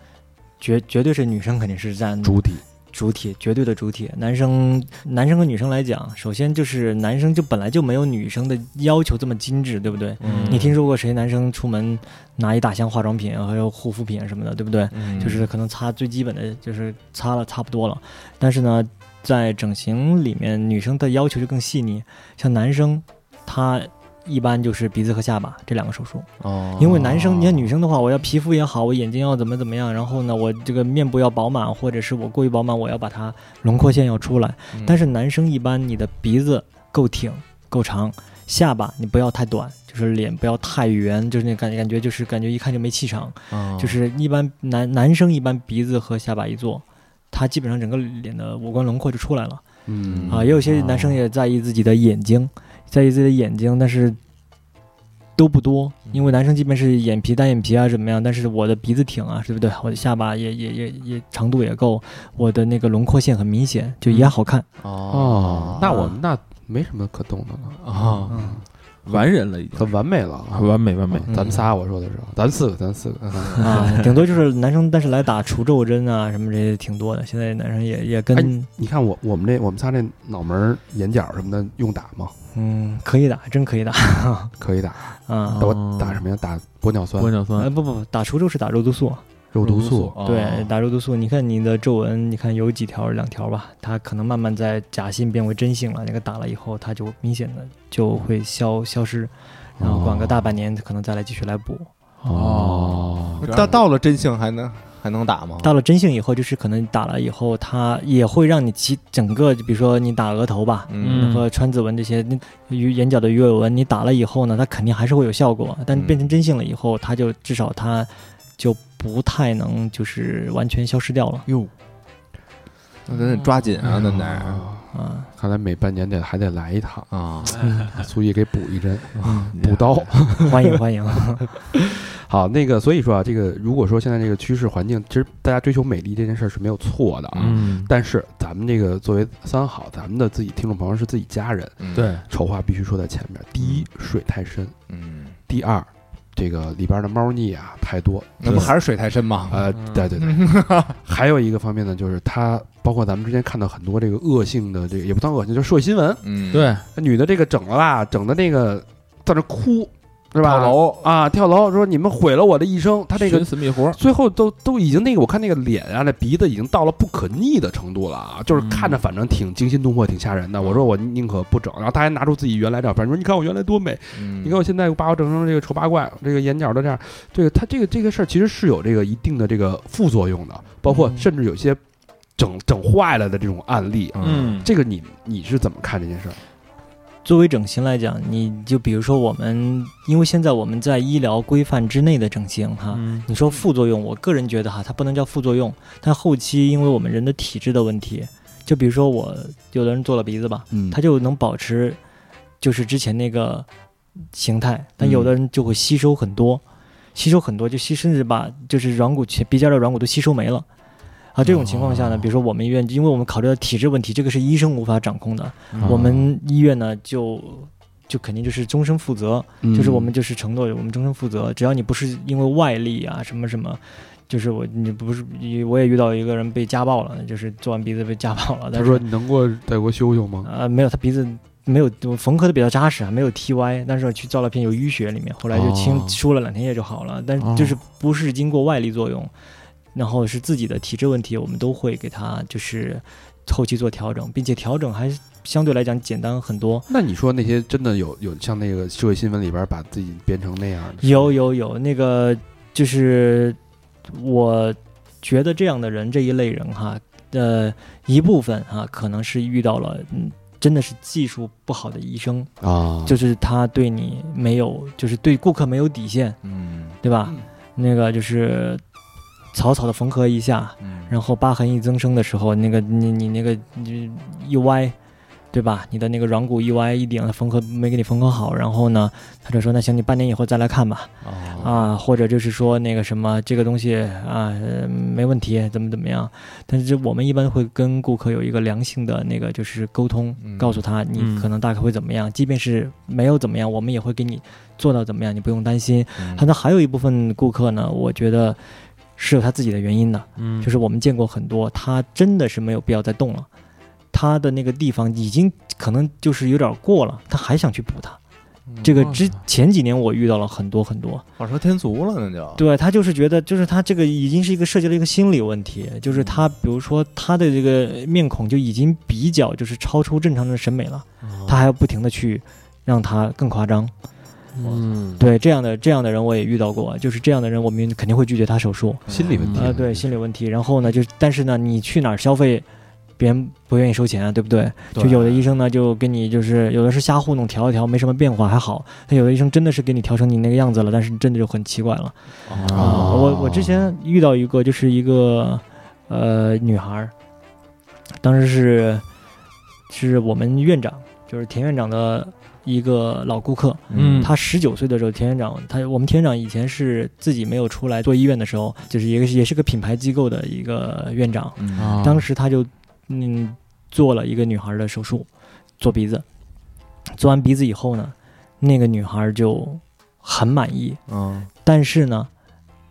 E: 绝绝对是女生肯定是占
C: 主体
E: 主体，绝对的主体。男生男生和女生来讲，首先就是男生就本来就没有女生的要求这么精致，对不对？
B: 嗯
E: 你听说过谁男生出门拿一大箱化妆品啊还有
B: 嗯
E: 护嗯肤品啊什么的，对不对？就是可能擦最基本的，就是擦了差不多了。但是呢，在整形里面，女生的要求就更细腻，像男生他一般就是鼻子和下巴这两个手术，
B: 哦
E: 因为男生你看女生的话，我要皮肤也好，我眼睛要怎么怎么样，然后呢，我这个面部要饱满，或者是我过于饱满，我要把它轮廓线要出来，但是男生一般你的鼻子够挺够长，下巴你不要太短。就是脸不要太圆，就是那感感觉，就是感觉一看就没气场。
D: 哦
E: 就是一般男男生一般鼻子和下巴一做，他基本上整个脸的五官轮廓就出来了
C: 嗯
E: 啊。也有些男生也在意自己的眼睛，在意自己的眼睛，但是都不多，因为男生基本是眼皮单眼皮啊怎么样，但是我的鼻子挺啊，对不对？我的下巴也也也也长度也够，我的那个轮廓线很明显，就也好看。
C: 哦
B: 哦，
C: 那我们那没什么可动的了，
B: 哦
E: 嗯
D: 完人了已经，嗯
C: 很完美了啊。
D: 完美完美。
C: 咱们仨，我说的是，咱四个，咱四个，嗯
E: <laughs> 啊，顶多就是男生，但是来打除皱针啊什么这些挺多的。现在男生也也跟、
C: 哎你看我我们这我们仨这脑门儿、眼角什么的用打吗？
E: 嗯可以打，真可以 <laughs> 打
C: 可以打，
E: 啊。
C: 打我打什么呀？打玻尿酸
D: 玻、尿
E: 哎
D: 酸、
E: 不不不，打除皱是打肉毒素，啊
C: 肉毒素。
D: 哦
E: 对，打肉毒素，你看你的皱纹，你看有几条，两条吧，它可能慢慢在假性变为真性了。那个打了以后，它就明显的就会消消失，然后管个大半年，可能再来继续来补。
D: 哦
B: 到到了真性还能还能打吗？
E: 到了真性以后，就是可能打了以后，它也会让你其整个，比如说你打额头吧，
D: 嗯
E: 和川字纹这些，你鱼眼角的鱼尾纹，你打了以后呢，它肯定还是会有效果，但
B: 嗯
E: 变成真性了以后，它就至少它就不太能就是完全消失掉了
B: 哟，那咱得抓紧啊，那得
C: 啊
E: 啊。
C: 看来每半年得还得来一趟，
B: 啊，
C: 苏毅给补一针，
D: 嗯
C: 补刀。 <laughs>
E: 欢迎欢迎，
C: 好，那个所以说啊，这个如果说现在这个趋势环境，其实大家追求美丽这件事儿是没有错的啊。
D: 嗯，
C: 但是咱们这个作为三好，咱们的自己听众朋友是自己家人，
B: 嗯，
D: 对，
C: 丑话必须说在前面。第一，水太深；
B: 嗯，
C: 第二，这个里边的猫腻啊太多。
B: 那不还是水太深吗？
C: 呃，对对对。还有一个方面呢，就是它包括咱们之前看到很多这个恶性的，这个也不算恶性，就是社会新闻，
B: 嗯，，
D: 对，
C: 那女的这个整了吧，整的那个在那哭，是吧？
B: 跳楼
C: 啊，跳楼说你们毁了我的一生。她这个
D: 寻死觅活，
C: 最后都都已经那个，我看那个脸啊，那鼻子已经到了不可逆的程度了啊，就是看着反正挺惊心动魄，挺吓人的。我说我宁可不整，然后她还拿出自己原来照片，说你看我原来多美，
B: 嗯
C: 你看我现在把我整成这个丑八怪，这个眼角都这样。这个她这个这个事儿其实是有这个一定的这个副作用的，包括甚至有些整整坏了的这种案例。啊
D: 嗯，
C: 这个你你是怎么看这件事儿？
E: 作为整形来讲，你就比如说我们，因为现在我们在医疗规范之内的整形哈，
D: 嗯
E: 你说副作用，我个人觉得哈，它不能叫副作用，但后期因为我们人的体质的问题，就比如说我有的人做了鼻子吧，
C: 嗯
E: 他就能保持就是之前那个形态，但有的人就会吸收很多，吸收很多就吸，甚至把就是软骨前鼻尖的软骨都吸收没了。啊，这种情况下呢，比如说我们医院，因为我们考虑到体质问题，这个是医生无法掌控的，
C: 啊
D: 嗯
E: 我们医院呢就就肯定就是终身负责，
D: 嗯
C: 嗯
E: 就是我们就是承诺我们终身负责，只要你不是因为外力啊什么什么。就是我，你不是我也遇到一个人被家暴了，就是做完鼻子被家暴了。但
C: 他
E: 是
C: 说：“你能给我再给我修修吗
E: 呃，没有，他鼻子没有我缝合的比较扎实啊，没有 T Y，但是我去照了片有淤血里面，后来就清、
C: 哦
E: 输了两天液就好了，但是就是不是经过外力作用，然后是自己的体质问题，我们都会给他就是后期做调整，并且调整还相对来讲简单很多。？”
C: 那你说那些真的有有像那个社会新闻里边把自己变成那样的？
E: 有有有，那个就是我觉得这样的人这一类人哈，呃，一部分哈可能是遇到了嗯。真的是技术不好的医生，
C: 啊，
E: 就是他对你没有，就是对顾客没有底线，
B: 嗯
E: 对吧
C: 嗯？
E: 那个就是草草的缝合一下，
B: 嗯
E: 然后疤痕一增生的时候，那个你你那个你一歪，对吧？你的那个软骨一歪一顶，它缝合没给你缝合好，然后呢，他就说那行，你半年以后再来看吧，
C: 哦
E: 啊，或者就是说那个什么这个东西啊、呃没问题，怎么怎么样？但是我们一般会跟顾客有一个良性的那个就是沟通，
B: 嗯
E: 告诉他你
D: 嗯
E: 可能大概会怎么样，即便是没有怎么样，我们也会给你做到怎么样，你不用担心。
B: 嗯
E: 那还有一部分顾客呢，我觉得是有他自己的原因的，
D: 嗯
E: 就是我们见过很多，他真的是没有必要再动了，他的那个地方已经可能就是有点过了，他还想去补它，这
D: 哦嗯
E: 个之前几年我遇到了很多很多，
B: 我说天足了那就，
E: 对他就是觉得，就是他这个已经是一个涉及了一个心理问题，就是他比如说他的这个面孔就已经比较就是超出正常人的审美了，他还要不停的去让他更夸张。
C: 嗯，
E: 对这样的这样的人我也遇到过，就是这样的人我们肯定会拒绝他手术
C: 心理问题
E: 啊、对心理问题。然后呢，就是但是呢，你去哪儿消费，别人不愿意收钱啊，对不对？
B: 对
E: 就有的医生呢，就跟你就是有的是瞎糊弄调一调，没什么变化还好；他有的医生真的是给你调成你那个样子了，但是真的就很奇怪了。啊，我我之前遇到一个，就是一个呃女孩儿，当时是是我们院长，就是田院长的一个老顾客。
D: 嗯
E: 她十九岁的时候，田院长他我们田院长以前是自己没有出来做医院的时候，就是一个也是个品牌机构的一个院长。
D: 啊
E: 当时他就嗯做了一个女孩的手术，做鼻子。做完鼻子以后呢，那个女孩就很满意，
B: 嗯，
E: 但是呢，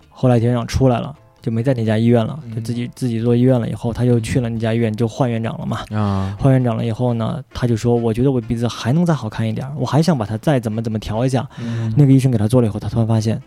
E: 后来田院长出来了，就没在那家医院了，
B: 嗯
E: 就自己自己做医院了。以后他就去了那家医院，就换院长了嘛。
D: 啊
E: 换院长了以后呢，他就说：“我觉得我鼻子还能再好看一点儿，我还想把它再怎么怎么调一
B: 嗯
E: 下。那个医生给他做了以后，他突然发现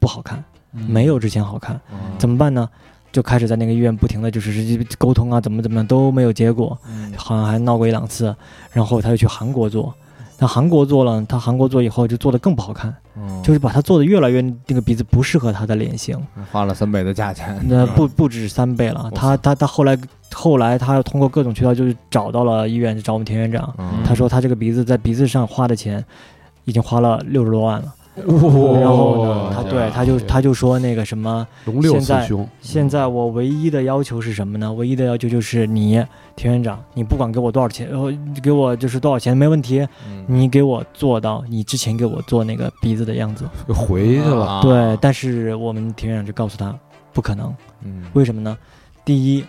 E: 不好看，
D: 嗯
E: 没有之前好看，怎么办呢？就开始在那个医院不停的就是沟通啊，怎么怎么样都没有结果。
B: 嗯
E: 好像还闹过一两次，然后他就去韩国做。那韩国做了，他韩国做以后就做的更不好看，
B: 嗯
E: 就是把他做的越来越那个鼻子不适合他的脸型，
B: 花了三倍的价钱，
E: 那不不止三倍了。他他他后来后来他又通过各种渠道就是找到了医院，找我们田院长，
B: 嗯
E: 他说他这个鼻子在鼻子上花的钱已经花了六十多万了。然后
B: 哦
E: 呢，他对他就他就说那个什么。
C: 龙六
E: 现
C: 雌
E: 在
C: 雄，
E: 现在我唯一的要求是什么呢？唯一的要求就是你田院长，你不管给我多少钱，呃，给我就是多少钱没问题，
B: 嗯
E: 你给我做到你之前给我做那个鼻子的样子。
C: 又回去了，
B: 啊
E: 对，但是我们田院长就告诉他不可能，
B: 嗯
E: 为什么呢？第一，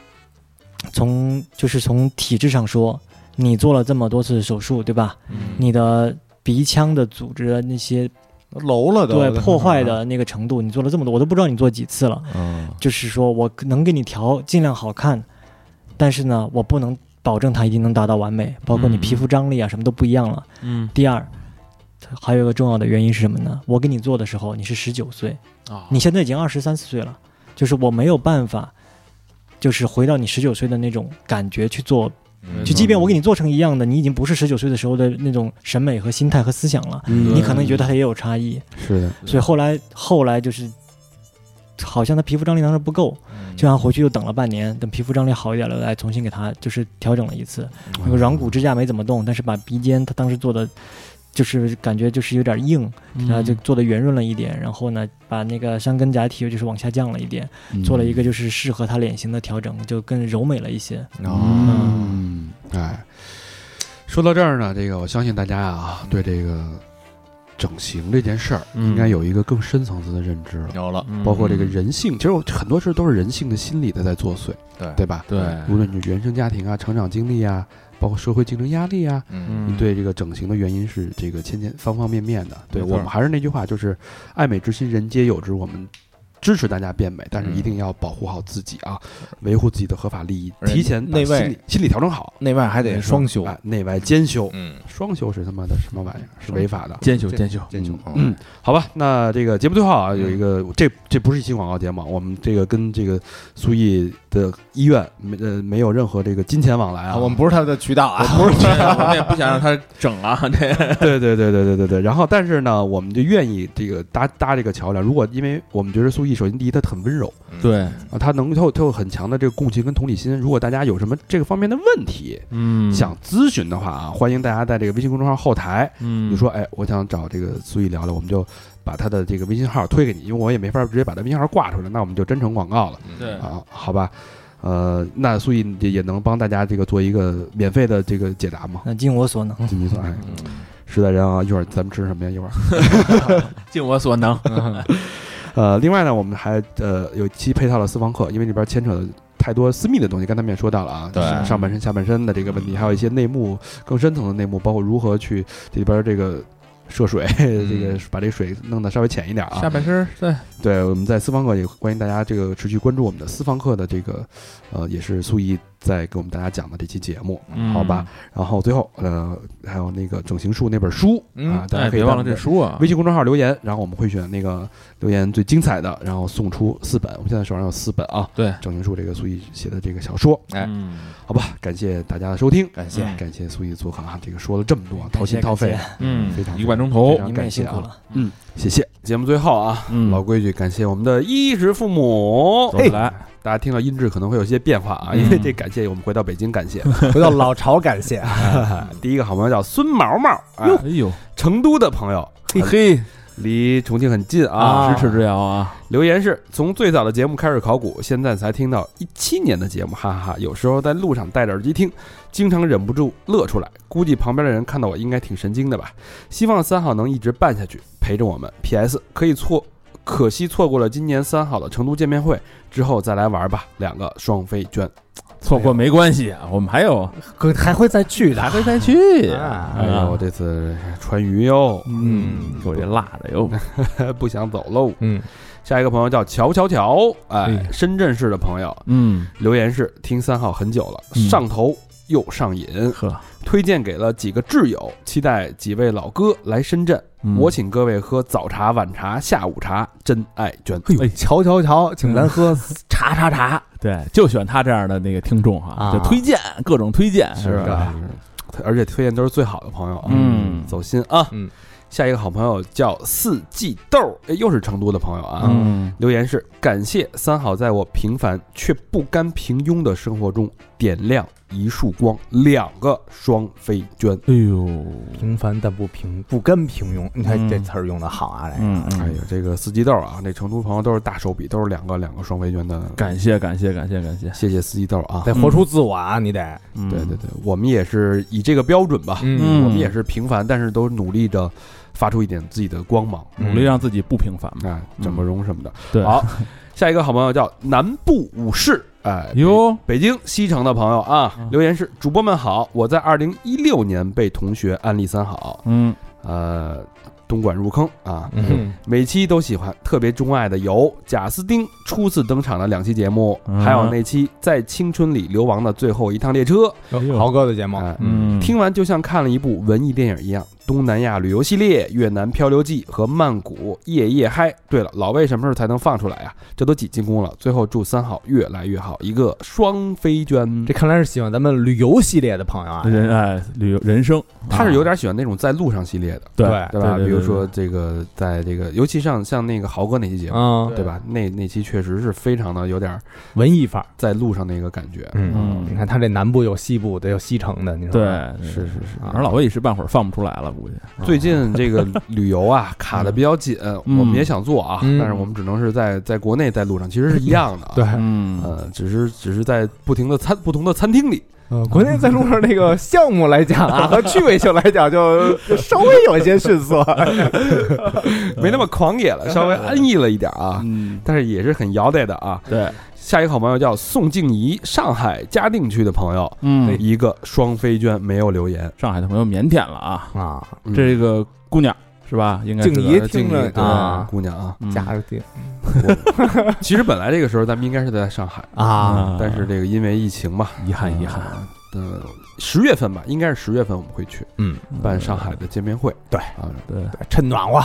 E: 从就是从体制上说，你做了这么多次手术，对吧？
D: 嗯
E: 你的鼻腔的组织的那些
B: 楼了都
E: 对破坏，的那个程度，你做了这么多，我都不知道你做几次了。
B: 嗯
E: 就是说我能给你调尽量好看，但是呢，我不能保证它一定能达到完美，包括你
D: 嗯
E: 皮肤张力啊，什么都不一样了。
D: 嗯
E: 第二，还有一个重要的原因是什么呢？我给你做的时候你是十九岁，
D: 啊
E: 你现在已经二十三四岁了，就是我没有办法，就是回到你十九岁的那种感觉去做。
B: 嗯
E: 就即便我给你做成一样的，你已经不是十九岁的时候的那种审美和心态和思想了，
C: 嗯
E: 你可能觉得它也有差异。
C: 是的，
E: 所以后来后来就是，好像他皮肤张力当时不够。
B: 嗯
E: 就让回去又等了半年，等皮肤张力好一点了，来重新给它就是调整了一次。那个软骨支架没怎么动，但是把鼻尖它当时做的就是感觉就是有点硬，
D: 嗯
E: 然后就
B: 嗯
E: 做的圆润了一点。然后呢，把那个山根假体就是往下降了一点，
C: 嗯
E: 做了
B: 嗯
E: 一个就是适合他脸型的调整，就更柔美了一些。
B: 哦
C: 嗯，哎，说到这儿呢，这个我相信大家啊，对这个整形这件事儿，
D: 嗯
E: 嗯
C: 应该有一个更深层次的认知了。
B: 有了，
C: 包括这个人性，其实我很多事都是人性的心理的在作祟，
B: 对
C: 对，吧？
D: 对
C: 无论你原生家庭啊、成长经历啊，包括社会竞争压力啊，
B: 嗯
C: 对这个整形的原因是这个千千方方面面的。对
B: 没错
C: 我们还是那句话，就是爱美之心，人皆有之。我们支持大家变美，但是
B: 嗯
C: 一定要保护好自己啊，维护自己的合法利益，
B: 而且
C: 提前把
B: 内外
C: 心理心理调整好，
B: 内外还得双修，
C: 哎内外兼修。
B: 嗯，
C: 双修是他妈的什么玩意儿？是违法的。
D: 坚修坚修，
C: 兼修，
B: 嗯
C: 嗯，好吧，那这个节目最后啊，有一个这这不是一期广告节目啊，我们这个跟这个苏毅的医院没呃没有任何这个金钱往来啊，
B: 啊我们不是他的渠道啊，
D: 不是， <laughs> 我
B: <laughs>
D: 们也不想让他整啊，这
C: <laughs> 对对对对对对对。然后，但是呢，我们就愿意这个搭搭这个桥梁。如果因为我们觉得苏毅，首先第一，他很温柔
D: 对，
C: 啊，他能够他有很强的这个共情跟同理心。如果大家有什么这个方面的问题、
D: 嗯
C: 想咨询的话啊，欢迎大家在这个微信公众号后台，
D: 嗯
C: 你说哎，我想找这个苏毅聊聊，我们就把他的这个微信号推给你，因为我也没法直接把他微信号挂出来，那我们就真成广告了
B: 嗯
D: 对
C: 啊，好吧？呃，那苏毅也也能帮大家这个做一个免费的这个解答吗？
E: 那尽我所能，
D: 嗯
C: 金米总，哎，实在人啊，一会儿咱们吃什么呀？一会儿。
D: 尽我所能，
C: 呃，另外呢，我们还呃有一期配套了私房课，因为里边牵扯的太多私密的东西，刚才我们也说到了啊，
B: 对
C: 上上半身、下半身的这个问题，还有一些内幕更深层的内幕，包括如何去这里边这个。涉水，
D: 嗯
C: 这个把这水弄得稍微浅一点啊
D: 下。半身对，
C: 对，我们在私房课也欢迎大家这个持续关注我们的私房课的这个，呃，也是苏毅在给我们大家讲的这期节目，
D: 嗯
C: 好吧？然后最后呃，还有那个整形术那本书
B: 嗯
C: 啊，大
D: 哎，
C: 家可
D: 别
C: 以在
D: 忘
C: 我
D: 了
C: 们
D: 这
C: 的
D: 书啊
C: 微，信公众号留言，然后我们会选那个留言最精彩的，然后送出四本。我们现在手上有四本啊，
D: 对
C: 整形术这个苏毅写的这个小说，
B: 哎
D: 嗯
C: 好吧？感谢大家的收听，
B: 感谢
C: 嗯感谢苏毅做客啊，这个说了这么多，
E: 感
C: 掏
E: 谢
C: 心掏肺
E: 感，
D: 嗯
C: 非常
D: 一个半钟
C: 非
D: 头
C: 常，
E: 你们也
C: 感谢
E: 辛
C: 啊
E: 苦了，
C: 嗯，谢谢。节目最后啊，
D: 嗯
C: 老规矩，感谢我们的衣食父母哎
D: 走。起来，嗯
C: 大家听到音质可能会有些变化啊，因为这感谢我们回到北京，感
D: <laughs>
C: 谢
B: 回到老巢，感谢。啊
C: 第一个好朋友叫孙毛毛，哎
D: 哎呦，
C: 成都的
D: <laughs>
C: 朋友，
D: 嘿嘿
C: 离重庆很近啊。
D: 啊，咫尺之遥啊，
C: 留言是从最早的节目开始考古，现在才听到一七年的节目，哈哈哈！有时候在路上戴着耳机听，经常忍不住乐出来。估计旁边的人看到我应该挺神经的吧。希望三好能一直办下去，陪着我们。P.S. 可以错，可惜错过了今年三好的成都见面会，之后再来玩吧。两个双飞娟，
D: 错过没关系，啊，我们还有
B: 可还会再去的
D: 还会再去
E: 嗯
B: 啊
C: 哎呦，这次川渝哟，
D: 嗯，给我这辣的哟，
C: 不想走喽。
B: 嗯，
C: 下一个朋友叫乔乔乔，哎
D: 哎，
C: 深圳市的朋友，
D: 嗯，
C: 留言是听三号很久了，
D: 嗯
C: 上头又上瘾，
D: 呵，
C: 推荐给了几个挚友，期待几位老哥来深圳，
D: 嗯
C: 我请各位喝早茶、晚茶、下午茶，真爱娟。
D: 哎嗯
B: 瞧瞧瞧，请咱喝茶茶茶。
D: 对，就选他这样的那个听众哈，
B: 啊
D: 就推荐各种推荐，
C: 是
B: 吧？
C: 而且推荐都是最好的朋友啊，
D: 嗯
C: 走心啊。
B: 嗯，
C: 下一个好朋友叫四季豆，哎，又是成都的朋友啊。
D: 嗯，
C: 留言是感谢三好在我平凡却不甘平庸的生活中点亮一束光，两个双飞娟。
D: 哎呦，
B: 平凡但不平，不甘平庸。你看
D: 嗯
B: 这词儿用的好啊！这
D: 嗯，
C: 哎呀，这个四季豆啊，那成都朋友都是大手笔，都是两个两个双飞娟的，
D: 感谢感谢感谢感谢，
C: 谢谢四季豆啊。
B: 得活出自我啊！你得
D: 嗯
C: 对对，对，我们也是以这个标准吧，
D: 嗯
C: 我们也是平凡，但是都努力着发出一点自己的光芒，
D: 努力让自己不平凡嘛，
C: 哎，整个容什么的。
D: 嗯对，
C: 好， <laughs> 下一个好朋友叫南部武士，哎，
D: 哟，
C: 北京西城的朋友啊
D: 嗯，
C: 留言是主播们好，我在二零一六年被同学安利三好，
D: 嗯，
C: 呃，东莞入坑啊，
B: 嗯
C: 每期都喜欢，特别钟爱的有贾斯汀初次登场的两期节目，
D: 嗯
C: 还有那期在青春里流亡的最后一趟列车，
B: 豪哥的节目，
C: 哎
D: 嗯，
C: 听完就像看了一部文艺电影一样。东南亚旅游系列、越南漂流记和曼谷夜夜嗨。对了，老魏什么时候才能放出来呀、这都几进宫了。最后祝三好越来越好，一个双飞娟。
B: 这看来是喜欢咱们旅游系列的朋友啊。
D: 人哎，旅游人生，
C: 他是有
D: 点
C: 点喜欢那种在路上系列的，
D: 对
B: 对
C: 对吧？
D: 啊哎对对
C: 比如
D: 对
C: 说这个，在这个，尤其像像那个豪哥那期
D: 啊
C: 节目，
B: 嗯，
C: 对吧？那那期确实是非常的有点
B: 文艺范儿。
C: 在路上那个感觉。
D: 嗯
B: 你看他这南部有西部的，有西城的，你说
D: 对
B: 吧，
C: 是是是。
B: 啊
D: 反正老魏一时半会儿放不出来了，
C: <laughs>
D: 估计
B: 嗯
C: 最近
B: <laughs>
C: 这个旅游啊卡的比较紧，我们也想做啊，
B: 嗯
C: 但是我们只能是在在国内在路上，其实是一样的啊。
B: 对，
D: 嗯，
C: 呃，只是只是在不停的餐不同的餐厅里，
B: 呃，国内在路上这个项目来讲啊，和趣味性来讲，就稍微有一些逊色。嗯
C: 没那么狂野
B: <laughs>
C: 了，稍微安逸了一点啊，
D: 嗯，
C: 但是也是很摇摆的啊。
D: 对，
C: 下一个好朋友叫宋静怡，上海嘉定区的朋友，
D: 嗯，
C: 一个双飞娟没有留言，
D: <laughs> 上海的朋友腼腆了啊，
B: 啊，
C: 嗯
D: 这个姑娘是吧？应该
B: 静
D: 知道
B: 怡
D: 是
B: 听着
C: 对
B: 啊，
C: 姑娘啊，
D: 嗯
B: 加个点
C: <laughs> 其实本来这个时候咱们应该是在上海，
B: 啊，
C: 但是这个因为疫情嘛，
D: 遗憾遗憾，
C: 呃，十月份吧，应该是十月份我们会去
B: 嗯，
C: 办上海的见面会，
B: 对
C: 啊
D: 对，
B: 趁暖和，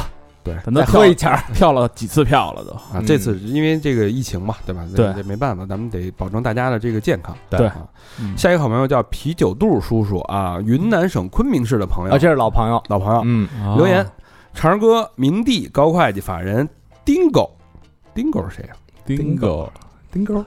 D: 咱都
B: 再
D: 跳
B: 喝一钱儿。
D: <laughs> 跳了几次票了都，
C: 啊，
B: 嗯
C: 这次因为这个疫情嘛，对吧？
D: 对
C: 这没办法，咱们得保证大家的这个健康。
D: 对
C: 啊
D: 嗯
C: 下一个好朋友叫啤酒肚叔叔啊，云南省昆明市的朋友，
B: 啊，这是老朋友，
C: 老朋友
B: 嗯，
C: 留言，
D: 啊
C: 长哥、明帝、高会计、法人、Dingo。Dingo 是谁啊？
D: 丁狗，
B: 丁哥，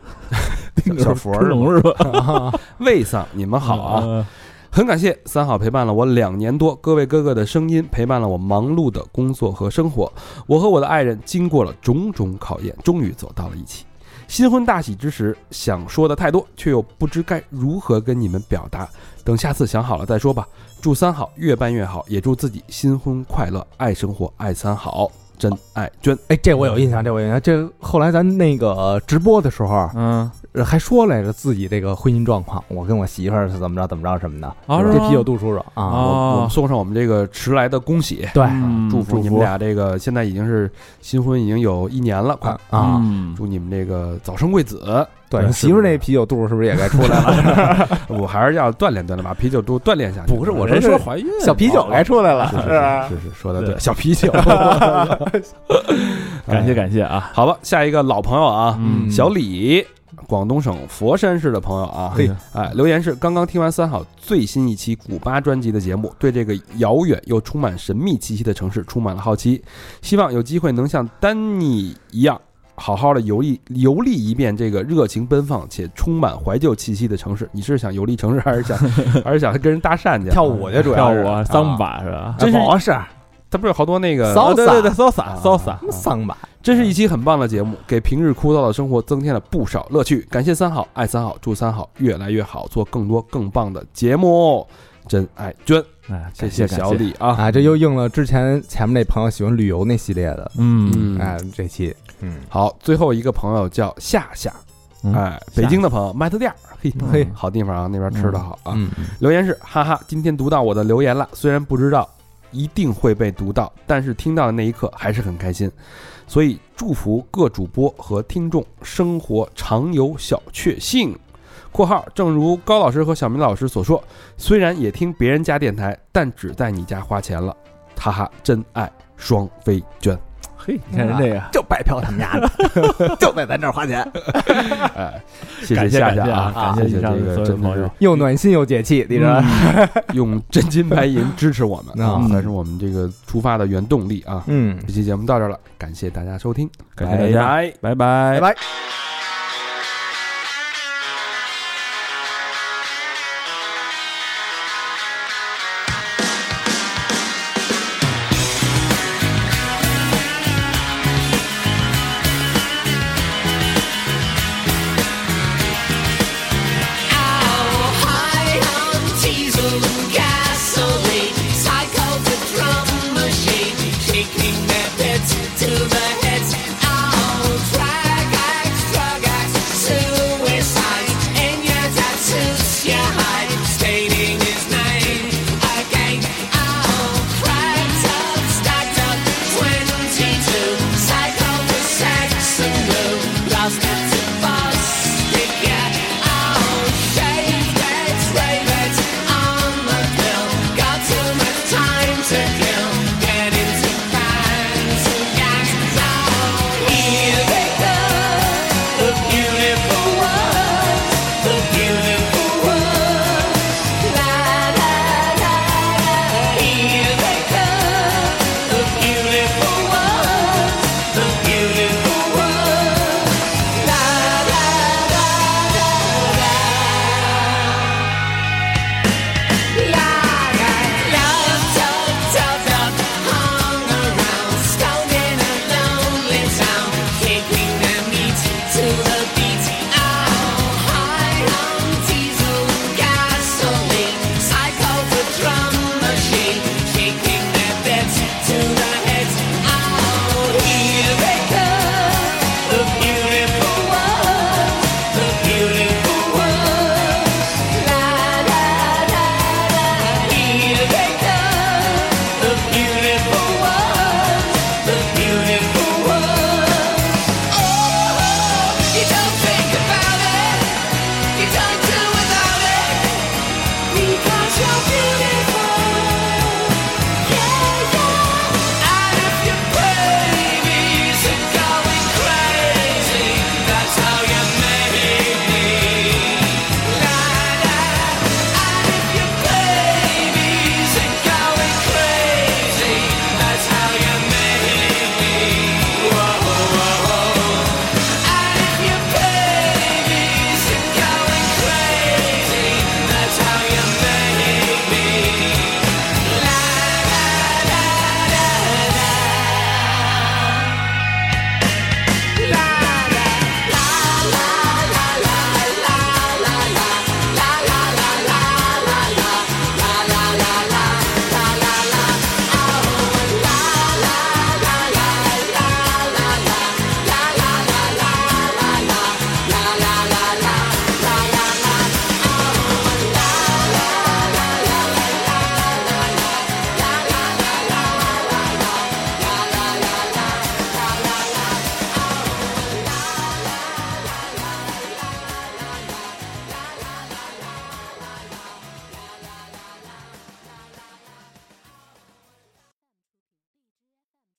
D: 丁
B: 小
D: 佛龙是吧？嗯
C: 魏桑，你们好啊！
D: 啊，
C: 很感谢三好陪伴了我两年多，各位哥哥的声音陪伴了我忙碌的工作和生活。我和我的爱人经过了种种考验，终于走到了一起。新婚大喜之时，想说的太多，却又不知该如何跟你们表达，等下次想好了再说吧。祝三好越办越好，也祝自己新婚快乐，爱生活，爱三好，真爱娟。
B: 哎，这我有印象，这我有印象。这后来咱那个直播的时候，
D: 嗯，
B: 呃还说来着自己这个婚姻状况，我跟我媳妇儿是怎么着怎么着什么的。
D: 啊
B: 这
D: 是吗
B: 啤酒肚叔叔
C: 我
B: 啊，
D: 哦
C: 我们送上我们这个迟来的恭喜，
B: 对
D: 嗯
C: 祝福你们俩这个现在已经是新婚已经有一年了，快
B: 啊，
D: 嗯
C: 祝你们这个早生贵子，
B: 对，媳妇儿那啤酒肚是不是也该出来了？
C: 我还是要锻炼锻炼，把啤酒肚锻炼下去。
B: 不是我
C: 人
B: 说
C: 说
B: 是
C: 怀孕，
B: 小啤酒该出来了，
C: 是
B: 吧？
C: 是是是是，说的对，
D: 对
C: 小啤酒。
D: 感谢感谢啊，
C: 好吧，下一个老朋友啊，
D: 嗯
C: 哎小李，广东省佛山市的朋友啊，
B: 嘿
C: 哎，留言是刚刚听完三好最新一期古巴专辑的节目，对这个遥远又充满神秘气息的城市充满了好奇，希望有机会能像丹尼一样。好好的游历游历一遍这个热情奔放且充满怀旧气息的城市，你是想游历城市，还是
B: <laughs>
C: 想还是想跟人搭讪去啊
B: 跳舞去主
D: 跳
B: 要是
D: 舞啊桑巴是吧？
C: 真是
B: 不是
C: 他不是有好多那个
B: 骚
D: 啊对对对
B: 啊
D: ，salsa salsa，
B: 什么桑巴，
C: 真是一期很棒的节目，给平日枯燥的生活增添了不少乐趣。感谢三好，爱三好，祝三好越来越好，做更多更棒的节目。哦真爱娟，
D: 哎，
C: 谢
D: 感
C: 谢
D: 谢
C: 小，李啊！
B: 啊，这又应了之前前面那朋友喜欢旅游那系列的，
D: 嗯，
C: 嗯，
B: 哎，这期嗯，
C: 好，最后一个朋友叫夏夏，
E: 嗯
C: 哎，北京的朋友，麦特店儿，嘿
B: 嗯嘿
C: 好地方啊，那边吃的好啊。
B: 嗯，
C: 留言是：哈哈，今天读到我的留言了，虽然不知道一定会被读到，但是听到的那一刻还是很开心。所以祝福各主播和听众生活常有小确幸。（括号正如高老师和小明老师所说，虽然也听别人家电台，但只在你家花钱了。）哈哈，真爱双飞娟。
D: 嘿，你看人这个，
B: 就白嫖他们家的，就在咱这儿花钱，
C: 哎，谢
D: 感谢
C: 夏
D: 感谢
C: 夏
D: 啊，感谢
C: 谢
D: 以上的
C: 这个
D: 所有
C: 真的
D: 朋
C: 是
D: 友，
B: 又暖心又解气，你知道吗？
C: <laughs> 用真金白银支持我们啊，
B: 嗯
C: 才是我们这个出发的原动力啊。
B: 嗯
C: 这期节目到这儿了，感谢大家收听，
D: 感谢大家
C: 拜
D: 拜
C: 拜
D: 拜
B: 拜。拜。